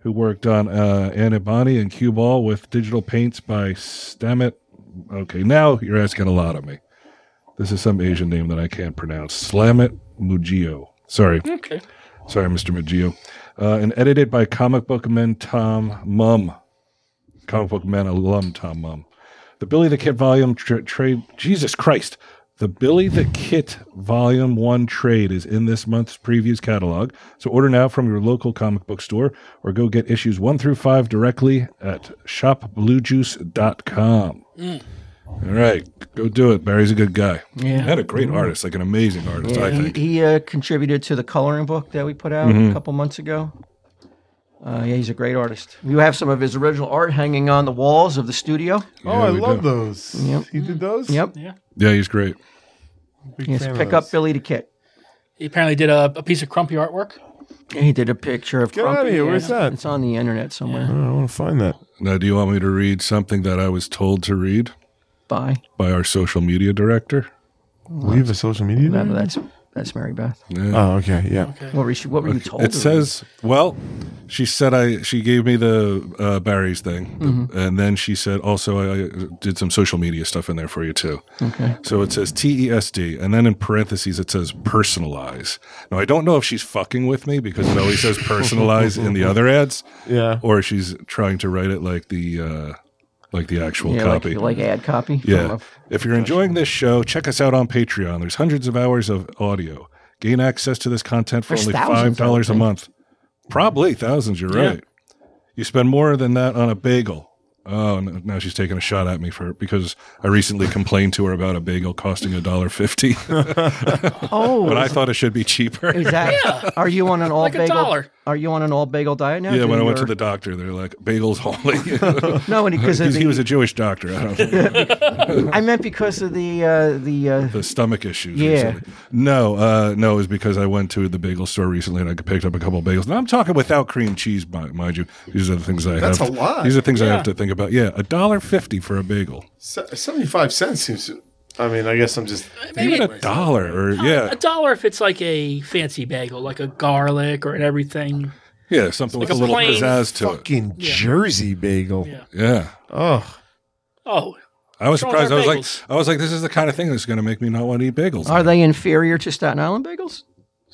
Speaker 3: who worked on uh, Anibani and Cue Ball with digital paints by Stamet. Okay, now you're asking a lot of me. This is some Asian name that I can't pronounce. Slamet Mugio. Sorry.
Speaker 4: Okay.
Speaker 3: Sorry, Mr. Mugio. Uh, and edited by comic book man Tom Mum. Comic book man alum Tom Mum. The Billy the Kit volume tra- trade. Jesus Christ. The Billy the Kit Volume 1 trade is in this month's previews catalog. So order now from your local comic book store or go get issues 1 through 5 directly at shopbluejuice.com. All right, go do it. Barry's a good guy. Yeah. Had a great artist, like an amazing artist, I
Speaker 1: He,
Speaker 3: think. Mm-hmm.
Speaker 1: he uh, contributed to the coloring book that we put out a couple months ago. Uh, yeah, he's a great artist. You have some of his original art hanging on the walls of the studio.
Speaker 2: Oh, I
Speaker 3: we
Speaker 2: love
Speaker 3: do.
Speaker 2: those.
Speaker 1: Yep.
Speaker 2: He did those.
Speaker 1: Yep.
Speaker 4: Yeah.
Speaker 3: Yeah, he's great.
Speaker 2: Big
Speaker 1: Yes,
Speaker 2: fan of
Speaker 1: pick up
Speaker 2: those.
Speaker 1: Billy the Kid.
Speaker 4: He apparently did a, a piece of crumpy artwork.
Speaker 1: He did a picture of
Speaker 2: Get
Speaker 1: Crumpy.
Speaker 2: out of here.
Speaker 1: Yeah,
Speaker 2: Where's that?
Speaker 1: It's on the internet somewhere.
Speaker 2: Oh, I want to find that.
Speaker 3: Now, do you want me to read something that I was told to read
Speaker 1: Bye.
Speaker 3: by our social media director?
Speaker 2: We have a social media.
Speaker 1: No,
Speaker 2: now?
Speaker 1: no, that's that's Mary Beth.
Speaker 3: Yeah.
Speaker 2: Oh, okay. Yeah.
Speaker 1: What were you, what were you told?
Speaker 3: It
Speaker 1: to
Speaker 3: says, well, she said I she gave me the uh, Barry's thing,
Speaker 1: Mm-hmm.
Speaker 3: and then she said also I, I did some social media stuff in there for you too. Okay. So it says TESD, and then in parentheses it says personalize. Now I don't know if she's fucking with me because it always says personalize in the other ads,
Speaker 2: Yeah.
Speaker 3: or she's trying to write it like the uh, like the actual
Speaker 1: read? yeah,
Speaker 3: copy.
Speaker 1: Like, like ad copy. from
Speaker 3: Yeah.
Speaker 1: a-
Speaker 3: If you're enjoying this show, check us out on Patreon. There's hundreds of hours of audio. Gain access to this content for
Speaker 1: There's
Speaker 3: only
Speaker 1: thousands, I would
Speaker 3: $5 a
Speaker 1: think.
Speaker 3: month. Probably thousands, you're right. You spend more than that on a bagel. Oh, n- now she's taking a shot at me for because I recently complained to her about a bagel costing a dollar fifty,
Speaker 1: Oh,
Speaker 3: but I thought it should be cheaper.
Speaker 1: is that? Are you on an all
Speaker 4: Like a
Speaker 1: bagel?
Speaker 4: dollar.
Speaker 1: Are you on an all bagel diet now?
Speaker 3: Yeah, when I went to
Speaker 1: You're-
Speaker 3: the doctor, they're like bagels only
Speaker 1: no, because of
Speaker 3: because
Speaker 1: the,
Speaker 3: he was a Jewish doctor. I don't know.
Speaker 1: I meant because of the uh, the uh,
Speaker 3: the stomach issues.
Speaker 1: Yeah.
Speaker 3: Recently. No, uh, no, it was because I went to the bagel store recently and I picked up a couple of bagels. Now I'm talking without cream cheese, mi- mind you. These are the things I
Speaker 2: That's
Speaker 3: have.
Speaker 2: a lot.
Speaker 3: These are things I have to think about. Yeah, a dollar fifty for a bagel.
Speaker 2: Se- Seventy-five cents seems. I mean, I guess I'm
Speaker 1: Uh,
Speaker 2: just.
Speaker 4: Maybe
Speaker 3: Even a dollar, or yeah,
Speaker 4: a dollar if it's like a fancy bagel, like a garlic or an everything.
Speaker 3: yeah, something with
Speaker 4: like
Speaker 3: a
Speaker 4: a
Speaker 3: little
Speaker 4: plain
Speaker 3: pizzazz to it.
Speaker 2: Fucking Jersey bagel.
Speaker 4: Yeah.
Speaker 3: Yeah.
Speaker 2: Oh,
Speaker 4: Oh,
Speaker 3: I was
Speaker 4: Throw
Speaker 3: surprised. I
Speaker 4: their
Speaker 3: was like,
Speaker 4: bagels.
Speaker 3: I was like, this is the kind of thing that's going to make me not want to eat bagels.
Speaker 1: are they inferior to Staten Island bagels?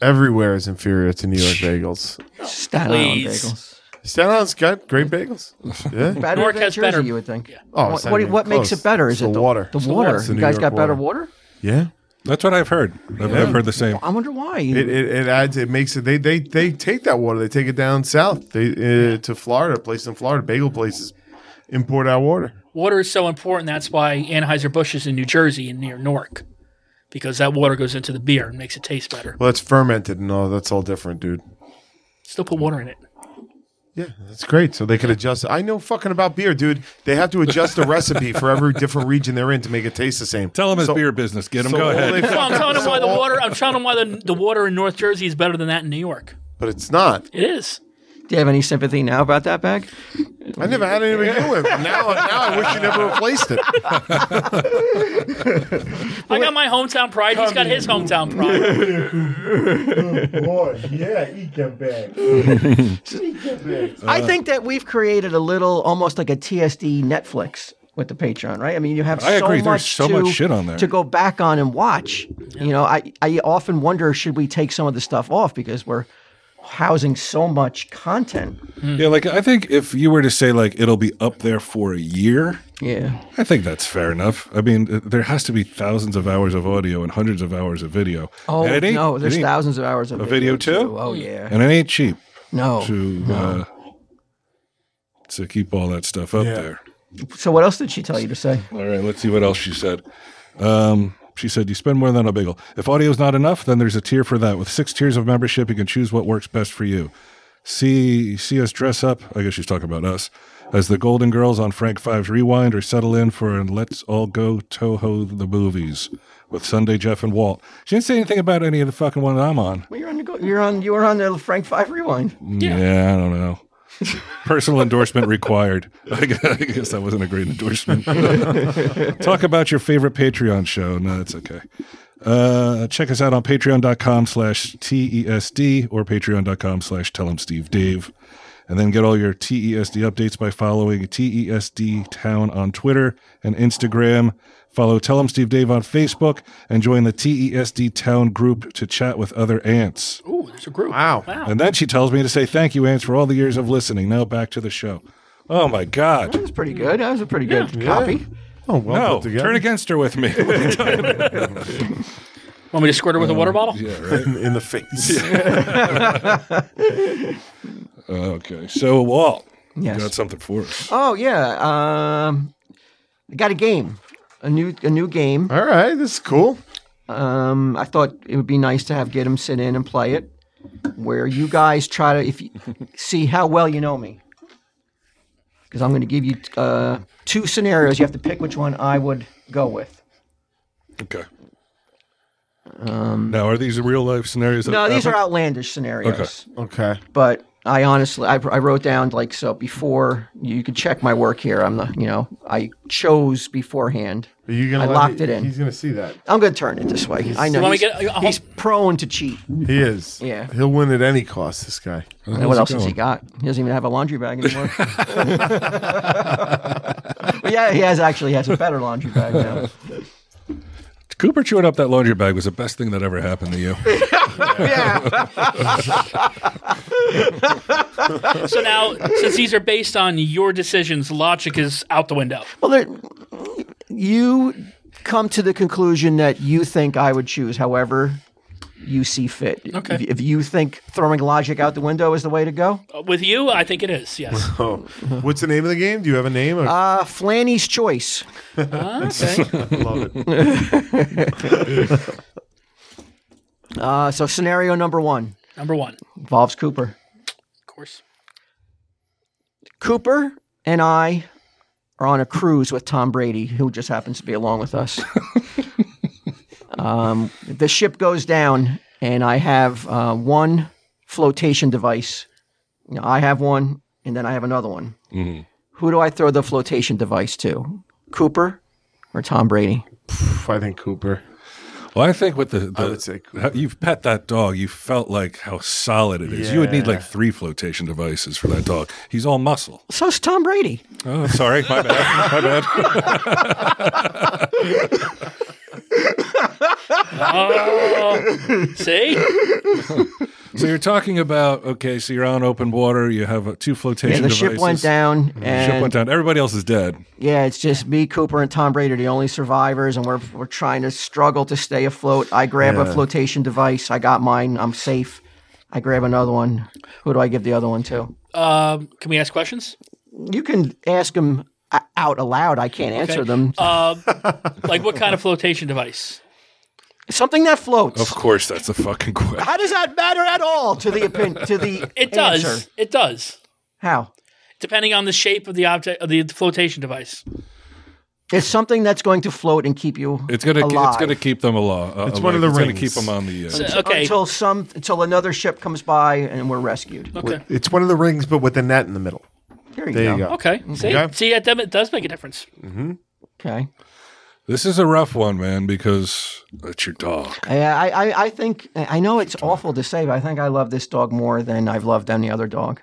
Speaker 2: everywhere is inferior to New York bagels.
Speaker 1: Staten
Speaker 4: please.
Speaker 1: Island bagels.
Speaker 2: Staten Island's got great bagels. Yeah.
Speaker 1: Better
Speaker 4: Newark
Speaker 1: than
Speaker 4: has
Speaker 1: Jersey,
Speaker 4: better-
Speaker 1: you would think.
Speaker 2: Oh,
Speaker 1: What,
Speaker 2: it's not
Speaker 1: what,
Speaker 2: even
Speaker 1: what makes
Speaker 2: close.
Speaker 1: it better? Is
Speaker 2: It's the
Speaker 1: it the
Speaker 2: water.
Speaker 1: The
Speaker 2: It's the
Speaker 1: water.
Speaker 2: water. It's the
Speaker 1: you
Speaker 2: New
Speaker 1: guys
Speaker 2: York
Speaker 1: got better
Speaker 2: water.
Speaker 1: water?
Speaker 2: Yeah.
Speaker 3: That's what I've heard. I've, I've heard the same.
Speaker 1: I wonder why.
Speaker 2: It, it, it adds. It makes it. They they they take that water. They take it down south. They uh, to Florida. Places in Florida, bagel places import our water.
Speaker 4: water is so important. That's why Anheuser-Busch is in New Jersey and near Newark because that water goes into the beer and makes it taste better.
Speaker 2: Well, it's fermented and all. That's all different, dude.
Speaker 4: Still put water in it.
Speaker 2: Yeah, that's great. So they could adjust. I know fucking about beer, dude. They have to adjust the recipe for every different region they're in to make it taste the same.
Speaker 3: Tell them it's
Speaker 2: So-
Speaker 3: beer business. Get them.
Speaker 2: so
Speaker 3: Go
Speaker 2: all
Speaker 3: ahead.
Speaker 2: they-
Speaker 4: No, I'm telling them why the water. I'm telling them why the, the water in North Jersey is better than that in New York.
Speaker 2: but it's not.
Speaker 4: It is.
Speaker 1: Do you have any sympathy now about that bag?
Speaker 2: I never had any to begin with. Now, now I wish you never replaced it.
Speaker 4: I got my hometown pride. He's got his hometown pride.
Speaker 5: Boy, yeah, eat them back. eat them back.
Speaker 1: I think that we've created a little, almost like a TSD Netflix with the Patreon, right? I mean, you have
Speaker 3: I
Speaker 1: so
Speaker 3: agree. There's
Speaker 1: much
Speaker 3: so
Speaker 1: to,
Speaker 3: much shit on there.
Speaker 1: to go back on and watch. You know, I I often wonder should we take some of the stuff off because we're housing so much content.
Speaker 3: Yeah, like I think if you were to say like it'll be up there for a year,
Speaker 1: Yeah,
Speaker 3: I think that's fair enough. I mean, th- there has to be thousands of hours of audio and hundreds of hours of video.
Speaker 1: Oh
Speaker 3: and it ain't-
Speaker 1: no,
Speaker 3: it
Speaker 1: there's
Speaker 3: ain't-
Speaker 1: thousands of hours of
Speaker 3: A video too?
Speaker 1: Oh yeah,
Speaker 3: And it ain't cheap
Speaker 1: no.
Speaker 3: to uh, to keep all that stuff up there.
Speaker 1: So what else did she tell you to say?
Speaker 3: All right, let's see what else she said. Um, she said, "You spend more than a bagel. If audio's not enough, then there's a tier for that. With six tiers of membership, you can choose what works best for you. See, see us dress up. I guess she's talking about us as the Golden Girls on Frank Five's Rewind, or settle in for and let's all go Toho the movies with Sunday Jeff and Walt. She didn't say anything about any of the fucking one I'm on.
Speaker 1: Well, you're on the go- you're on you were on the Frank Five Rewind.
Speaker 3: Yeah, I don't know." Personal endorsement required. I guess, I guess that wasn't a great endorsement. Talk about your favorite Patreon show. No, that's okay. Uh, check us out on patreon.com slash TESD or patreon.com slash tell 'em Steve Dave. And then get all your TESD updates by following TESD Town on Twitter and Instagram. Follow Tell 'em Steve Dave on Facebook and join the TESD Town group to chat with other ants.
Speaker 4: Ooh, there's a group.
Speaker 2: Wow.
Speaker 4: Wow.
Speaker 3: And then she tells me to say thank you, Ants, for all the years of listening. Now back to the show. Oh my God.
Speaker 1: That was pretty good. That was a pretty good copy.
Speaker 2: Oh, well
Speaker 3: No,
Speaker 2: put together.
Speaker 3: turn against her with me.
Speaker 4: Want me to squirt her with a water bottle?
Speaker 3: Um, yeah, right.
Speaker 2: in, in the face.
Speaker 3: Okay. So, Walt, you
Speaker 1: Yes.
Speaker 3: got something for us.
Speaker 1: Oh yeah, um, I got a game, a new a new game.
Speaker 2: All right, this is cool.
Speaker 1: Um, I thought it would be nice to have get him sit in and play it. where you guys try to if you, see how well you know me. Because I'm going to give you uh, two scenarios. You have to pick which one I would go with.
Speaker 3: Okay.
Speaker 2: Um,
Speaker 3: now, are these real life scenarios? that
Speaker 1: No, these are
Speaker 3: happen?
Speaker 1: outlandish scenarios.
Speaker 2: Okay.
Speaker 1: But I honestly, I, I wrote down like so before you could check my work here. I'm the, you know, I chose beforehand.
Speaker 2: Are you gonna
Speaker 1: I
Speaker 2: let
Speaker 1: locked
Speaker 2: me-
Speaker 1: it in.
Speaker 2: He's gonna see that.
Speaker 1: I'm going to turn it this way. I know.
Speaker 4: You want me
Speaker 1: he's,
Speaker 4: to get- I'll-
Speaker 1: he's prone to cheat.
Speaker 2: He is.
Speaker 1: Yeah.
Speaker 2: He'll win at any cost. This guy.
Speaker 1: And what else has he got? He doesn't even have a laundry bag anymore. Well, yeah, he has actually has a better laundry bag now.
Speaker 3: Cooper chewing up that laundry bag was the best thing that ever happened to you.
Speaker 4: So now, since these are based on your decisions, logic is out the window.
Speaker 1: Well, there, you come to the conclusion that you think I would choose, however you see fit.
Speaker 4: Okay.
Speaker 1: If, if you think throwing logic out the window is the way to go,
Speaker 4: Uh, With you, I think it is. Yes.
Speaker 2: Oh, what's the name of the game? Do you have a name? I
Speaker 1: uh, Flanny's choice.
Speaker 4: Okay.
Speaker 2: love it.
Speaker 1: Uh, so scenario number one
Speaker 4: Number one, of
Speaker 1: involves Cooper.
Speaker 4: course.
Speaker 1: Cooper and I are on a cruise with Tom Brady, who just happens to be along with us. um, the ship goes down, and I have uh, one flotation device. You know, I have one, and then I have another one.
Speaker 3: Mm-hmm.
Speaker 1: Who do I throw the flotation device to? Cooper or Tom Brady?
Speaker 2: I think Cooper.
Speaker 3: Well, I think with the, the
Speaker 2: I would say Cooper.
Speaker 3: how- you've pet that dog, you felt like how solid it is. You would need
Speaker 2: Yeah.
Speaker 3: like three flotation devices for that dog. He's all muscle.
Speaker 1: So's Tom Brady.
Speaker 3: Oh, sorry, my bad, my bad.
Speaker 4: Oh, see,
Speaker 3: So you're talking about okay, so you're on open water. You have uh, two
Speaker 1: Yeah,
Speaker 3: flotation.
Speaker 1: the ship
Speaker 3: devices.
Speaker 1: went down,
Speaker 3: The
Speaker 1: and
Speaker 3: ship went down. Everybody else is dead.
Speaker 1: Yeah, it's just me, Cooper, and Tom Brady are the only survivors, and we're we're trying to struggle to stay afloat. I grab a flotation device. I got mine. I'm safe. I grab another one. Who do I give the other one to?
Speaker 4: um, can we ask questions?
Speaker 1: You can ask them out aloud. I can't answer them.
Speaker 4: Uh, like what kind of flotation device?
Speaker 1: Something that floats.
Speaker 3: Of course, that's a fucking question.
Speaker 1: How does that matter at all to the opinion to the
Speaker 4: It does.
Speaker 1: answer?
Speaker 4: It does.
Speaker 1: How?
Speaker 4: Depending on the shape of the object of the flotation device.
Speaker 1: It's something that's going to float and keep you.
Speaker 3: It's gonna
Speaker 1: alive
Speaker 3: it's gonna keep them alive. Uh,
Speaker 2: It's one of the
Speaker 3: it's
Speaker 2: rings.
Speaker 3: gonna keep them on the. Uh,
Speaker 4: So, okay.
Speaker 1: until some until another ship comes by and we're rescued.
Speaker 4: okay.
Speaker 2: It's one of the rings, but with a net in the middle.
Speaker 1: There you
Speaker 2: There
Speaker 1: go.
Speaker 2: you go.
Speaker 4: Okay. See,
Speaker 2: Okay.
Speaker 4: see, that it does make a difference.
Speaker 1: Okay.
Speaker 3: This is a rough one, man, because it's your dog.
Speaker 1: Yeah, I, I, I think I know it's awful to say, but I think I love this dog more than I've loved any other dog.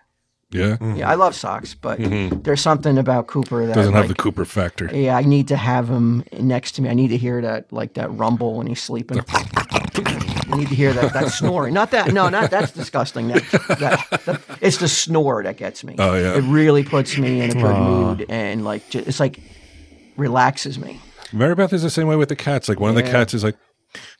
Speaker 3: Yeah,
Speaker 2: Mm.
Speaker 1: Yeah, I love socks, but there's something about Cooper that
Speaker 3: Mm-hmm. doesn't have the
Speaker 1: like,
Speaker 3: Cooper factor.
Speaker 1: yeah, I need to have him next to me. I need to hear that like that rumble when he's sleeping. I need to hear that that snoring. Not that no, not that's disgusting. That, that, that- it's the snore that gets me.
Speaker 3: Oh, yeah.
Speaker 1: it really puts me in a good mood and like ju- it's like relaxes me.
Speaker 3: Mary Beth is the same way with the cats. Like one of the cats is like,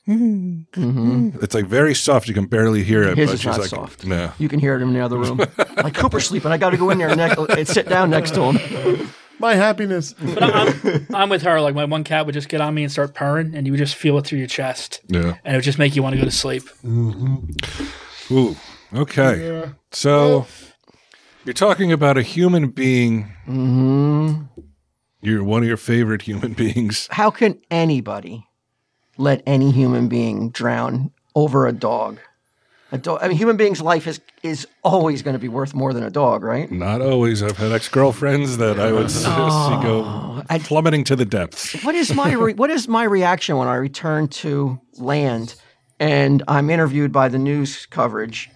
Speaker 3: it's like very soft. You can barely hear it.
Speaker 1: Mm-hmm. His
Speaker 3: but
Speaker 1: is
Speaker 3: she's
Speaker 1: not
Speaker 3: like,
Speaker 1: soft.
Speaker 3: No.
Speaker 1: You can hear it in the other room. like Cooper's sleeping. I got to go in there next, and sit down next to him.
Speaker 2: My happiness.
Speaker 4: But I'm, I'm with her. Like my one cat would just get on me and start purring, and you would just feel it through your chest,
Speaker 3: Yeah.
Speaker 4: and it would just make you want to go to sleep.
Speaker 3: Ooh. Okay. So you're talking about a human being.
Speaker 1: Mm-hmm.
Speaker 3: You're one of your favorite human beings.
Speaker 1: how can anybody let any human being drown over a dog? A dog. I mean, human being's life is is always going to be worth more than a dog, right?
Speaker 3: Not always. I've had ex girlfriends that I would s- see go
Speaker 1: Oh, I-
Speaker 3: plummeting to the depths.
Speaker 1: What is my re- what is my reaction when I return to land and I'm interviewed by the news coverage,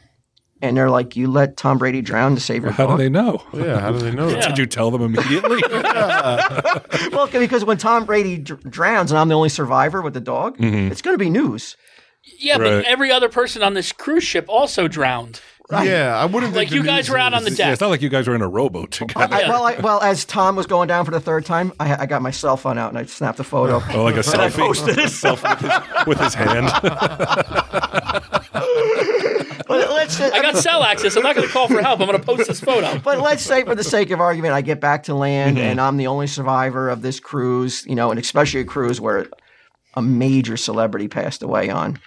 Speaker 1: and they're like, "You let Tom Brady drown to save your
Speaker 3: How do
Speaker 1: dog."
Speaker 3: they know?
Speaker 2: Yeah. How do they know that?
Speaker 3: Did you tell them immediately?
Speaker 1: well, because when Tom Brady dr- drowns and I'm the only survivor with the dog,
Speaker 2: Mm-hmm.
Speaker 1: it's going to be news.
Speaker 4: Yeah,
Speaker 3: Right.
Speaker 4: but every other person on this cruise ship also drowned.
Speaker 2: Yeah. I wouldn't. think
Speaker 4: Like
Speaker 2: the
Speaker 4: you guys
Speaker 2: news
Speaker 4: were out
Speaker 2: is-
Speaker 4: on the
Speaker 3: Yeah,
Speaker 4: deck.
Speaker 3: it's not like you guys were in a rowboat together.
Speaker 1: I, well, I, well, as Tom was going down for the third time, I, I got my cell phone out and I snapped a photo.
Speaker 3: Oh, like a
Speaker 1: I
Speaker 3: selfie.
Speaker 1: posted it.
Speaker 3: Selfie with his, with his hand.
Speaker 1: But let's say,
Speaker 4: I got cell access. I'm not going to call for help. I'm going to post this photo.
Speaker 1: but let's say for the sake of argument, I get back to land
Speaker 2: Mm-hmm.
Speaker 1: and I'm the only survivor of this cruise, you know, and especially a cruise where
Speaker 2: Mm-hmm.
Speaker 1: a major celebrity passed away on.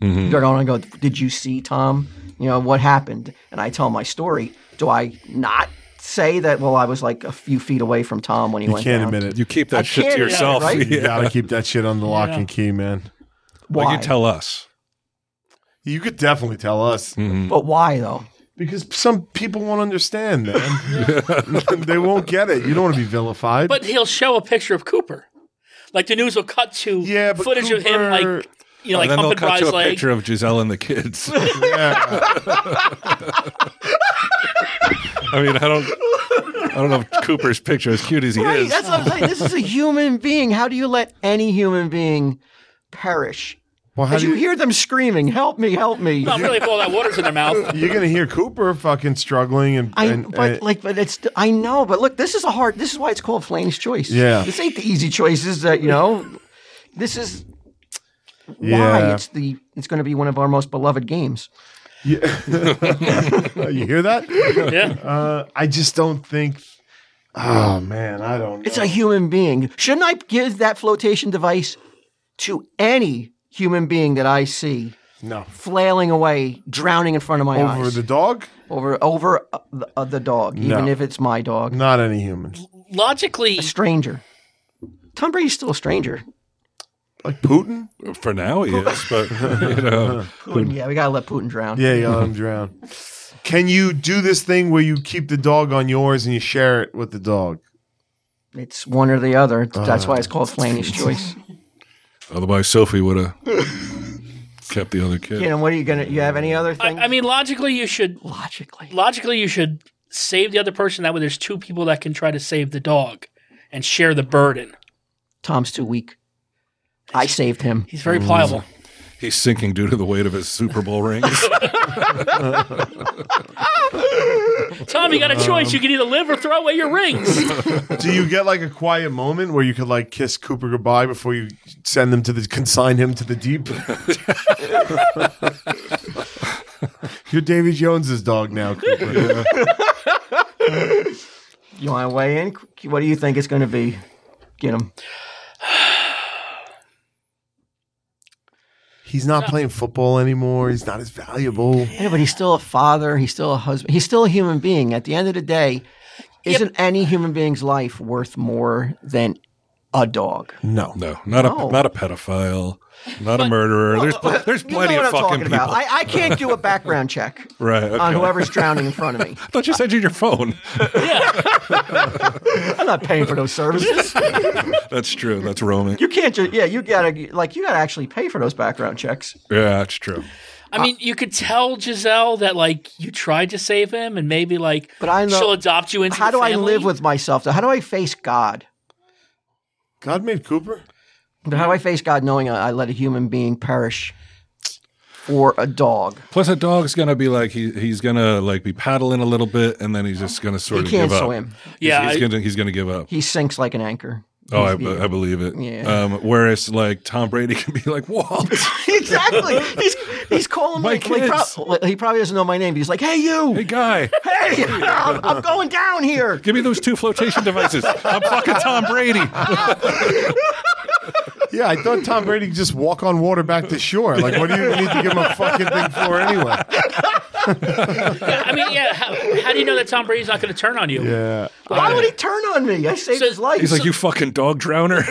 Speaker 1: They're going to go, did you see Tom? you know, what happened, and I tell my story, do I not say that? Well, I was like a few feet away from Tom when he
Speaker 2: You
Speaker 1: went
Speaker 2: can't
Speaker 1: down?
Speaker 2: admit it.
Speaker 3: You
Speaker 2: You,
Speaker 3: keep that shit
Speaker 1: can't,
Speaker 3: to
Speaker 1: yeah,
Speaker 3: yourself.
Speaker 1: right?
Speaker 3: Yeah.
Speaker 2: gotta keep that shit on the lock
Speaker 4: Yeah.
Speaker 2: and key, man.
Speaker 1: Why?
Speaker 3: Like you tell us.
Speaker 2: You could definitely tell us
Speaker 1: but why though?
Speaker 2: because some people won't understand, man. they won't get it. You don't want to be vilified.
Speaker 4: But he'll show a picture of Cooper. Like the news will cut to
Speaker 2: yeah, but
Speaker 4: footage of him,
Speaker 2: Cooper-
Speaker 4: like you know, like
Speaker 3: and Oh, then they'll
Speaker 4: humping
Speaker 3: cut to
Speaker 4: Bry's
Speaker 3: a
Speaker 4: leg.
Speaker 3: picture of Giselle and the kids.
Speaker 2: Yeah.
Speaker 3: I mean, I don't, I don't know if Cooper's picture, as cute as he
Speaker 1: Right,
Speaker 3: is,
Speaker 1: that's what I'm saying. This is a human being. How do you let any human being perish?
Speaker 2: Well, how
Speaker 1: As
Speaker 2: do
Speaker 1: you
Speaker 2: you,
Speaker 1: hear them screaming, "Help me! Help me!"
Speaker 4: Not really if all that water's in their mouth.
Speaker 2: you're gonna hear Cooper fucking struggling and,
Speaker 1: I
Speaker 2: and-
Speaker 1: but
Speaker 2: and-
Speaker 1: like but it's I know but look this is a hard this is why it's called Flames Choice.
Speaker 2: Yeah.
Speaker 1: this ain't the easy choices that you know. This is why
Speaker 2: Yeah.
Speaker 1: it's the it's going to be one of our most beloved games.
Speaker 2: Yeah. uh, you hear that?
Speaker 4: Yeah.
Speaker 2: Uh, I just don't think. Oh man, I don't. Know.
Speaker 1: It's a human being. Shouldn't I give that flotation device to any human being that I see
Speaker 2: no
Speaker 1: flailing away, drowning in front of my
Speaker 2: over
Speaker 1: eyes
Speaker 2: the dog.
Speaker 1: over over uh, the, uh, the dog, even
Speaker 2: No.
Speaker 1: if it's my dog,
Speaker 2: Not any humans.
Speaker 4: Logically,
Speaker 1: a stranger. Tom Brady's still a stranger.
Speaker 2: Like Putin.
Speaker 3: for now he is. But you know,
Speaker 1: Putin, yeah, we gotta let Putin drown.
Speaker 2: Yeah, you let him drown. Can you do this thing where you keep the dog on yours and you share it with the dog?
Speaker 1: It's one or the other. That's why it's called Flaney's Choice.
Speaker 3: otherwise Sophie would have kept the other kid.
Speaker 1: You know, what are you gonna? You have any other
Speaker 4: I,
Speaker 1: thing?
Speaker 4: I mean, logically, you should
Speaker 1: Logically,
Speaker 4: logically you should save the other person. That way, there's two people that can try to save the dog and share the burden.
Speaker 1: Tom's too weak. I saved him.
Speaker 4: He's
Speaker 3: Mm.
Speaker 4: very pliable.
Speaker 3: He's sinking due to the weight of his Super Bowl rings.
Speaker 4: Tom, you got
Speaker 3: Um,
Speaker 4: a choice. You can either live or throw away your rings.
Speaker 2: Do you get like a quiet moment where you could like kiss Cooper goodbye before you send them to the consign him to the deep? You're Davy Jones's dog now, Cooper.
Speaker 1: You want to weigh in? What do you think it's going to be? Get him.
Speaker 2: He's not playing football anymore. He's not as valuable.
Speaker 1: Yeah, but he's still a father. He's still a husband. He's still a human being. At the end of the day, isn't any human being's life worth more than a dog?
Speaker 2: No.
Speaker 3: No, not a
Speaker 1: No.
Speaker 3: not a pedophile, not a murderer. There's pl- there's
Speaker 1: You know what
Speaker 3: plenty of
Speaker 1: I'm
Speaker 3: fucking
Speaker 1: talking
Speaker 3: people.
Speaker 1: about. I, I can't do a background check
Speaker 3: right. Okay.
Speaker 1: on whoever's drowning in front of me.
Speaker 3: I thought you said you had your phone.
Speaker 1: I'm not paying for those services.
Speaker 3: that's true. That's roaming.
Speaker 1: You can't just yeah. You gotta like you gotta actually pay for those background checks.
Speaker 3: Yeah, that's true.
Speaker 4: I mean, you could tell Giselle that like you tried to save him, and maybe like
Speaker 1: But I know-
Speaker 4: she'll adopt you into.
Speaker 1: How
Speaker 4: the
Speaker 1: do I
Speaker 4: family.
Speaker 1: live with myself? Though? How do I face God?
Speaker 2: God made Cooper.
Speaker 1: But how do I face God knowing I I let a human being perish for a dog?
Speaker 3: Plus, a dog's gonna be like he, he's gonna like be paddling a little bit, and then he's just gonna sort
Speaker 1: He
Speaker 3: of
Speaker 1: can't
Speaker 3: give up.
Speaker 1: swim.
Speaker 3: He's-
Speaker 4: Yeah,
Speaker 3: he's,
Speaker 4: I-
Speaker 3: gonna he's gonna give up.
Speaker 1: He sinks like an anchor.
Speaker 3: Oh, I, be- I believe it.
Speaker 1: Yeah.
Speaker 3: Um, whereas, like Tom Brady can be like, "Walt,
Speaker 1: exactly. He's he's calling
Speaker 3: My
Speaker 1: me. He, prob-
Speaker 3: kids.
Speaker 1: he probably doesn't know my name. But he's like, "Hey,
Speaker 3: hey
Speaker 1: you!
Speaker 3: guy,
Speaker 1: Hey, I'm, I'm going down here."
Speaker 3: give me those two flotation devices. I'm fucking Tom Brady."
Speaker 2: Yeah, I thought Tom Brady could just walk on water back to shore. Like, what do you need to give him a fucking thing for anyway?
Speaker 4: I mean, yeah. How, how do you know that Tom Brady's not going to turn on you?
Speaker 2: Yeah.
Speaker 1: Why would he turn on me? I saved
Speaker 4: So-
Speaker 1: his life.
Speaker 3: He's like, "You fucking dog drowner."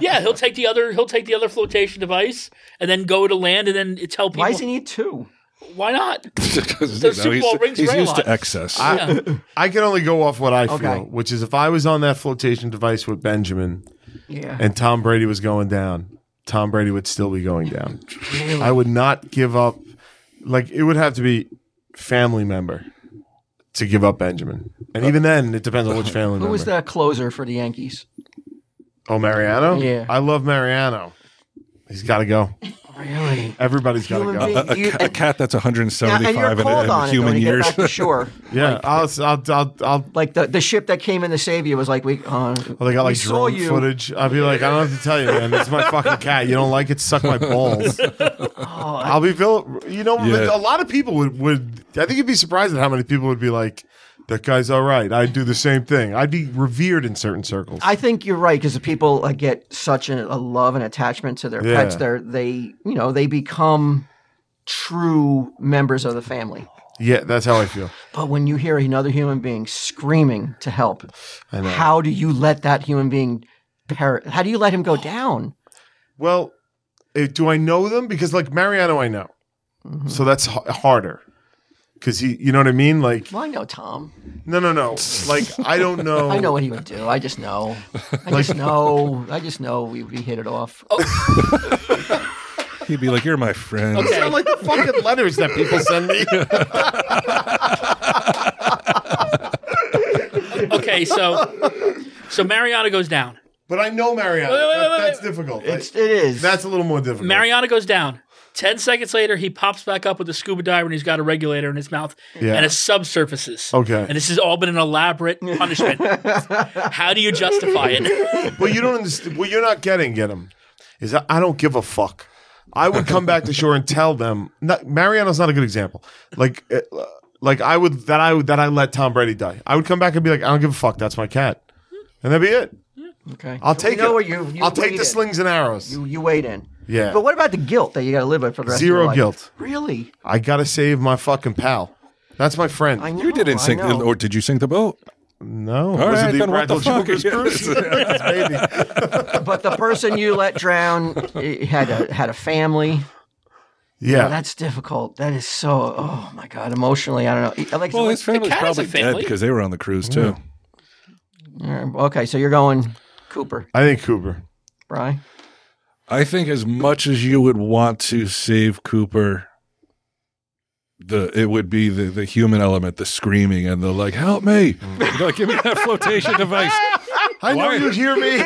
Speaker 4: Yeah, he'll take the other. He'll take the other flotation device and then go to land and then tell people.
Speaker 1: "Why does he need two?
Speaker 4: Why not?
Speaker 3: Because,
Speaker 4: Those Super Bowl
Speaker 3: he's
Speaker 4: rings
Speaker 3: he's
Speaker 4: ray
Speaker 3: used
Speaker 4: lot.
Speaker 3: to excess.
Speaker 2: I can only go off what I
Speaker 1: Okay.
Speaker 2: feel, which is if I was on that flotation device with Benjamin
Speaker 1: Yeah,
Speaker 2: and Tom Brady was going down, Tom Brady would still be going down. I would not give up. Like, it would have to be family member to give up Benjamin. And even then, it depends on which family member.
Speaker 1: who was the closer for the Yankees?
Speaker 2: Oh, Mariano?
Speaker 1: Yeah.
Speaker 2: I love Mariano. He's got to go.
Speaker 1: Really?
Speaker 2: Everybody's got to
Speaker 1: Human
Speaker 2: go.
Speaker 1: being.
Speaker 3: a, a
Speaker 1: You-
Speaker 3: ca- a cat that's
Speaker 1: Yeah,
Speaker 3: 175
Speaker 1: and you're
Speaker 3: in,
Speaker 1: called
Speaker 3: in
Speaker 1: on it
Speaker 3: human
Speaker 1: when you
Speaker 3: years.
Speaker 1: get back to shore.
Speaker 2: Yeah, I'll, I'll, I'll, I'll.
Speaker 1: Like the, the ship that came in to save you was like, we uh,
Speaker 2: Well, they got
Speaker 1: we
Speaker 2: like
Speaker 1: saw
Speaker 2: drone
Speaker 1: you.
Speaker 2: footage. I'll be like, I don't have to tell you, man. It's my fucking cat. You don't like it? Suck my balls.
Speaker 1: Oh,
Speaker 2: I'll be, vil- you know, a
Speaker 3: Yeah.
Speaker 2: lot of people would, would. I think you'd be surprised at how many people would be like, "That guy's all right." I'd do the same thing. I'd be revered in certain circles.
Speaker 1: I think you're right because the people uh, get such an, a love and attachment to their
Speaker 2: Yeah.
Speaker 1: pets. They're they you know they become true members of the family.
Speaker 2: Yeah, that's how I feel.
Speaker 1: But when you hear another human being screaming to help,
Speaker 2: I know.
Speaker 1: how do you let that human being per- how do you let him go down?
Speaker 2: Well, eh, do I know them? Because like Mariano, I know,
Speaker 1: Mm-hmm.
Speaker 2: so that's h- harder. Because he, you know what I mean? Like,
Speaker 1: Well, I know Tom.
Speaker 2: no, no, no. Like, I don't know.
Speaker 1: I know what he would do. I just know. I just know. I just know we, we hit it off.
Speaker 2: Oh,
Speaker 3: He'd be like, "You're my friend."
Speaker 2: You sound like the fucking letters that people send me.
Speaker 4: Okay, so so Mariana goes down.
Speaker 2: But I know Mariano.
Speaker 4: Wait, wait, wait,
Speaker 2: That-
Speaker 4: wait.
Speaker 2: that's difficult.
Speaker 1: It's it is.
Speaker 2: that's a little more difficult.
Speaker 4: Mariana goes down. Ten seconds later, he pops back up with a scuba diver and he's got a regulator in his mouth
Speaker 2: Yeah.
Speaker 4: and it subsurfaces.
Speaker 2: Okay.
Speaker 4: And this has all been an elaborate punishment. How do you justify it?
Speaker 2: Well, you don't understand. What you're not getting, get him, is that I don't give a fuck. I would come back to shore and tell them. Not, Mariano's not a good example. Like, uh, like I would that I would that I let Tom Brady die. I would come back and be like, I don't give a fuck. That's my cat, and that'd be it.
Speaker 1: okay.
Speaker 2: I'll take
Speaker 1: you know
Speaker 2: it.
Speaker 1: Where you, you
Speaker 2: I'll take
Speaker 1: weighed
Speaker 2: the
Speaker 1: in.
Speaker 2: slings and arrows.
Speaker 1: You, you weighed in.
Speaker 2: Yeah.
Speaker 1: But what about the guilt that you got to live with for the rest
Speaker 2: Zero
Speaker 1: of your life?
Speaker 2: guilt.
Speaker 1: Really?
Speaker 2: I gotta save my fucking pal. That's my friend.
Speaker 1: I know,
Speaker 3: You didn't
Speaker 1: I
Speaker 3: sink,
Speaker 1: know.
Speaker 3: or did you sink the boat?
Speaker 2: no,
Speaker 3: All
Speaker 2: was
Speaker 3: right,
Speaker 2: it the
Speaker 3: then what the
Speaker 2: Impractical
Speaker 3: fuck?
Speaker 2: Jokers cruise? Yes, maybe.
Speaker 1: but the person you let drown eh, had a had a family.
Speaker 2: Yeah,
Speaker 1: Oh, that's difficult. That is so. Oh my god, emotionally, I don't know. Like,
Speaker 3: Well, his family's
Speaker 4: cat has a
Speaker 3: probably dead
Speaker 4: family.
Speaker 3: because they were on the cruise too.
Speaker 1: okay, so you're going Cooper,
Speaker 2: I think Cooper.
Speaker 1: right?
Speaker 3: I think as much as you would want to save Cooper, the it would be the, the human element, the screaming and the like, help me. Like, give me that flotation device.
Speaker 2: I know
Speaker 3: Why-
Speaker 2: you hear me.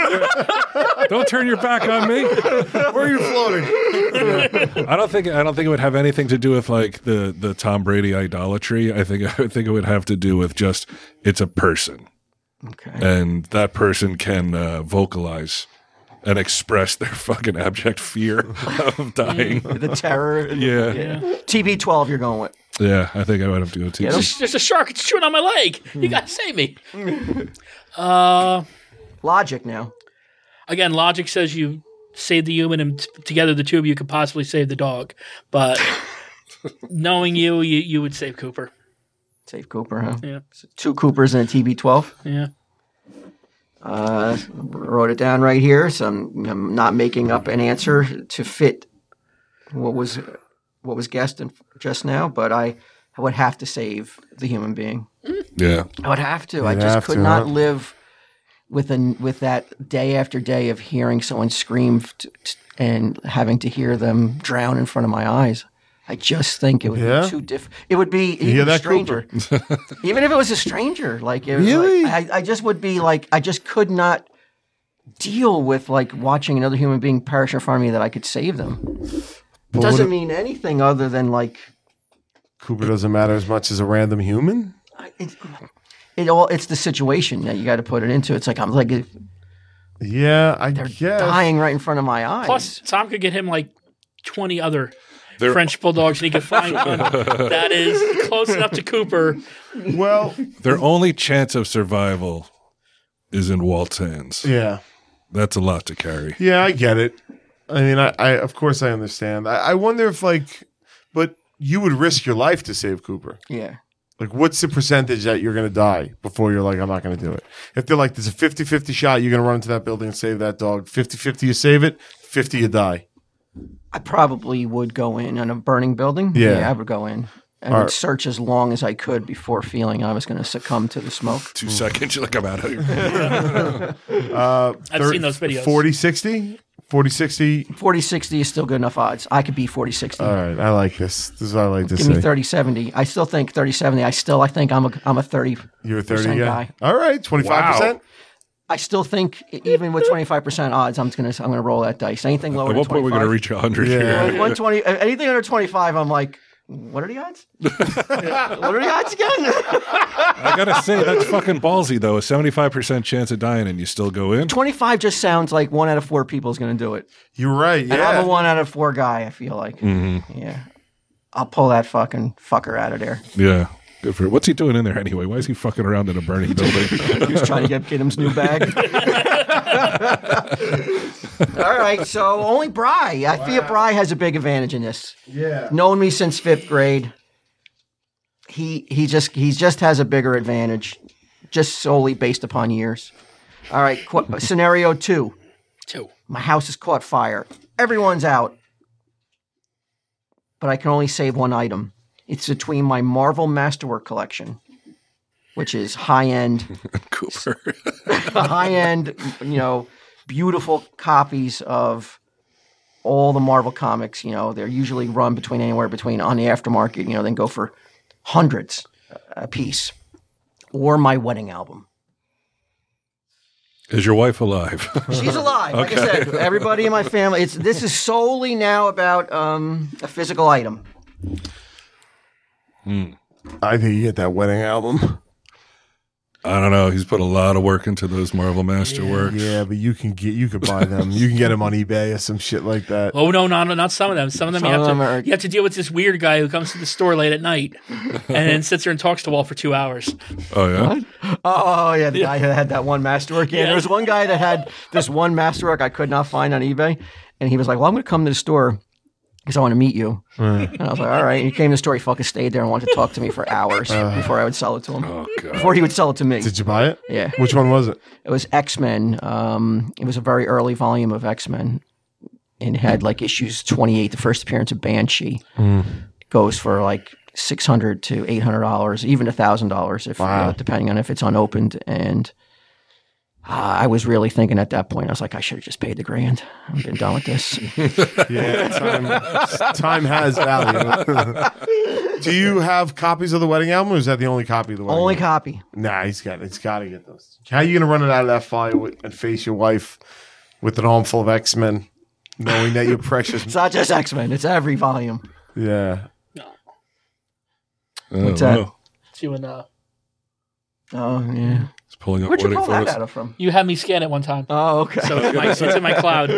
Speaker 3: Don't turn your back on me.
Speaker 2: Where are you floating?
Speaker 3: I don't think I don't think it would have anything to do with like the the Tom Brady idolatry. I think I think it would have to do with just it's a person.
Speaker 1: Okay.
Speaker 3: and that person can uh, vocalize and express their fucking abject fear of dying.
Speaker 1: The terror.
Speaker 3: yeah. yeah,
Speaker 4: Yeah.
Speaker 1: TB12, you're going with.
Speaker 3: I think I would have to go to.
Speaker 1: Yeah.
Speaker 4: There's a shark. It's chewing on my leg.
Speaker 2: Hmm.
Speaker 4: You got to save me. Uh,
Speaker 1: Logic now.
Speaker 4: again, logic says you save the human and t- together the two of you could possibly save the dog. But knowing you, you, you would save Cooper.
Speaker 1: Save Cooper, huh?
Speaker 4: Yeah.
Speaker 1: So two Coopers and a TB12.
Speaker 4: Yeah.
Speaker 1: Uh, wrote it down right here, so I'm, I'm not making up an answer to fit what was what was guessed in, just now. But I, I would have to save the human being.
Speaker 3: yeah,
Speaker 1: I would have to. I
Speaker 2: You'd
Speaker 1: just
Speaker 2: have
Speaker 1: could
Speaker 2: to,
Speaker 1: not
Speaker 2: huh?
Speaker 1: live with an with that day after day of hearing someone scream t- t- and having to hear them drown in front of my eyes. I just think it would
Speaker 2: Yeah?
Speaker 1: be too diff. It would be even
Speaker 2: hear
Speaker 1: a
Speaker 2: that,
Speaker 1: stranger. even if it was a stranger, like it was
Speaker 2: Really?
Speaker 1: like, I, I just would be like I just could not deal with like watching another human being perish in front of me that I could save them.
Speaker 2: But what
Speaker 1: Doesn't
Speaker 2: if-
Speaker 1: mean anything other than like
Speaker 2: Cooper doesn't matter as much as a random human.
Speaker 1: I- it, it all. It's the situation that you got to put it into. It's like I'm like. If,
Speaker 2: Yeah, I
Speaker 1: They're
Speaker 2: guess.
Speaker 1: dying right in front of my eyes.
Speaker 4: Plus, Tom could get him like 20 other
Speaker 3: They're-
Speaker 4: French bulldogs, and he could find one that is close enough to Cooper.
Speaker 2: Well,
Speaker 3: their only chance of survival is in Walt's hands.
Speaker 2: yeah,
Speaker 3: That's a lot to carry.
Speaker 2: yeah, I get it. I mean, I, I of course I understand. I, I wonder if like, but you would risk your life to save Cooper.
Speaker 1: yeah.
Speaker 2: Like, what's the percentage that you're going to die before you're like, I'm not going to do it? If they're like, there's a 50 50 shot, you're going to run into that building and save that dog. 50 50, you save it, 50, you die.
Speaker 1: I probably would go in on a burning building.
Speaker 2: Yeah.
Speaker 1: I would go in. I
Speaker 2: All
Speaker 1: would
Speaker 2: right.
Speaker 1: search as long as I could before feeling I was going to succumb to the smoke.
Speaker 3: Two seconds, you're like, I'm out of here.
Speaker 2: Uh,
Speaker 4: I've seen those videos.
Speaker 2: 40 60? 40 60.
Speaker 1: 40 60 is still good enough odds. I could be 40 60.
Speaker 2: All right, I like this. This is what I like to
Speaker 1: Give
Speaker 2: say.
Speaker 1: me 30 70. I still think 30 70. I still I think I'm a I'm a 30.
Speaker 2: You're a 30
Speaker 1: percent
Speaker 2: guy. All right, 25%.
Speaker 1: I still think e- even with 25% odds I'm going to I'm going to roll that dice. Anything lower
Speaker 3: At
Speaker 1: than
Speaker 3: what point are we going to
Speaker 1: 25
Speaker 3: reach 100
Speaker 2: Yeah.
Speaker 3: here?
Speaker 1: Like 120 uh, anything under 25 I'm like what are the odds? what are the odds again?
Speaker 3: I gotta say, that's fucking ballsy though. A 75% chance of dying and you still go in.
Speaker 1: 25 just sounds like one out of 4 people is going to do it.
Speaker 2: You're right. Yeah.
Speaker 1: And I'm a one out of four guy, I feel like. Yeah. I'll pull that fucking fucker out of there.
Speaker 3: Yeah. Good for What's he doing in there anyway? Why is he fucking around in a burning building?
Speaker 1: He's trying to get Kidham's new bag. All right, so only Bry. I feel Bry has a big advantage in this.
Speaker 5: Yeah.
Speaker 1: Known me since fifth grade. He he just he just has a bigger advantage, just solely based upon years. All right, qu- scenario two.
Speaker 4: Two.
Speaker 1: My house has caught fire. Everyone's out. But I can only save one item. It's between my Marvel Masterwork collection, which is high end
Speaker 3: Cooper.
Speaker 1: the high end, you know, beautiful copies of all the Marvel comics. You know, they're usually run between anywhere between on the aftermarket, you know, then go for hundreds a piece. Or my wedding album.
Speaker 3: Is your wife alive?
Speaker 1: She's alive. Like I said, everybody in my family. It's this is solely now about um, a physical item.
Speaker 2: I think you get that wedding album.
Speaker 3: I don't know. He's put a lot of work into those Marvel Masterworks.
Speaker 2: Yeah, but you can get you could buy them. You can get them on eBay or some shit like that.
Speaker 4: Oh no, not not some of them. Some of them
Speaker 1: Some
Speaker 4: you have
Speaker 1: of them
Speaker 4: to
Speaker 1: are-
Speaker 4: you have to deal with this weird guy who comes to the store late at night and then sits there and talks to Wall for two hours.
Speaker 3: Oh yeah.
Speaker 1: Oh yeah, the guy who had that one masterwork. Yeah, there was one guy that had this one masterwork I could not find on eBay, and he was like, "Well, I'm going to come to the store because I want to meet you." And I was like, "All right." And he came to the store. He fucking stayed there and wanted to talk to me for hours before I would sell it to him.
Speaker 3: Oh god.
Speaker 1: Before he would sell it to me.
Speaker 2: Did you buy it?
Speaker 1: Yeah.
Speaker 2: Which one was it?
Speaker 1: It was X Men. Um, it was a very early volume of X Men, and it had like issues 28, the first appearance of Banshee. Goes for like 600 to 800 dollars, even a thousand dollars if uh, depending on if it's unopened. And uh, I was really thinking at that point, I was like, I should have just paid the grand. I've been done with this.
Speaker 2: Yeah, time, time has value. Do you have copies of the wedding album, or is that the only copy of the wedding?
Speaker 1: Only
Speaker 2: album?
Speaker 1: copy.
Speaker 2: Nah, he's got. He's got to get those. How you gonna run it out of that fire with, and face your wife with an arm full of X Men, knowing that you're precious?
Speaker 1: It's not just X Men. It's every volume.
Speaker 2: yeah.
Speaker 3: Oh,
Speaker 1: What's that?
Speaker 3: wow.
Speaker 4: It's you and uh,
Speaker 1: Oh yeah.
Speaker 3: He's pulling up
Speaker 1: Where'd you
Speaker 3: wedding
Speaker 1: pull that
Speaker 3: photos.
Speaker 1: out of from?
Speaker 4: you had me scan it one time.
Speaker 1: Oh okay.
Speaker 4: So it's, in my, it's in my cloud.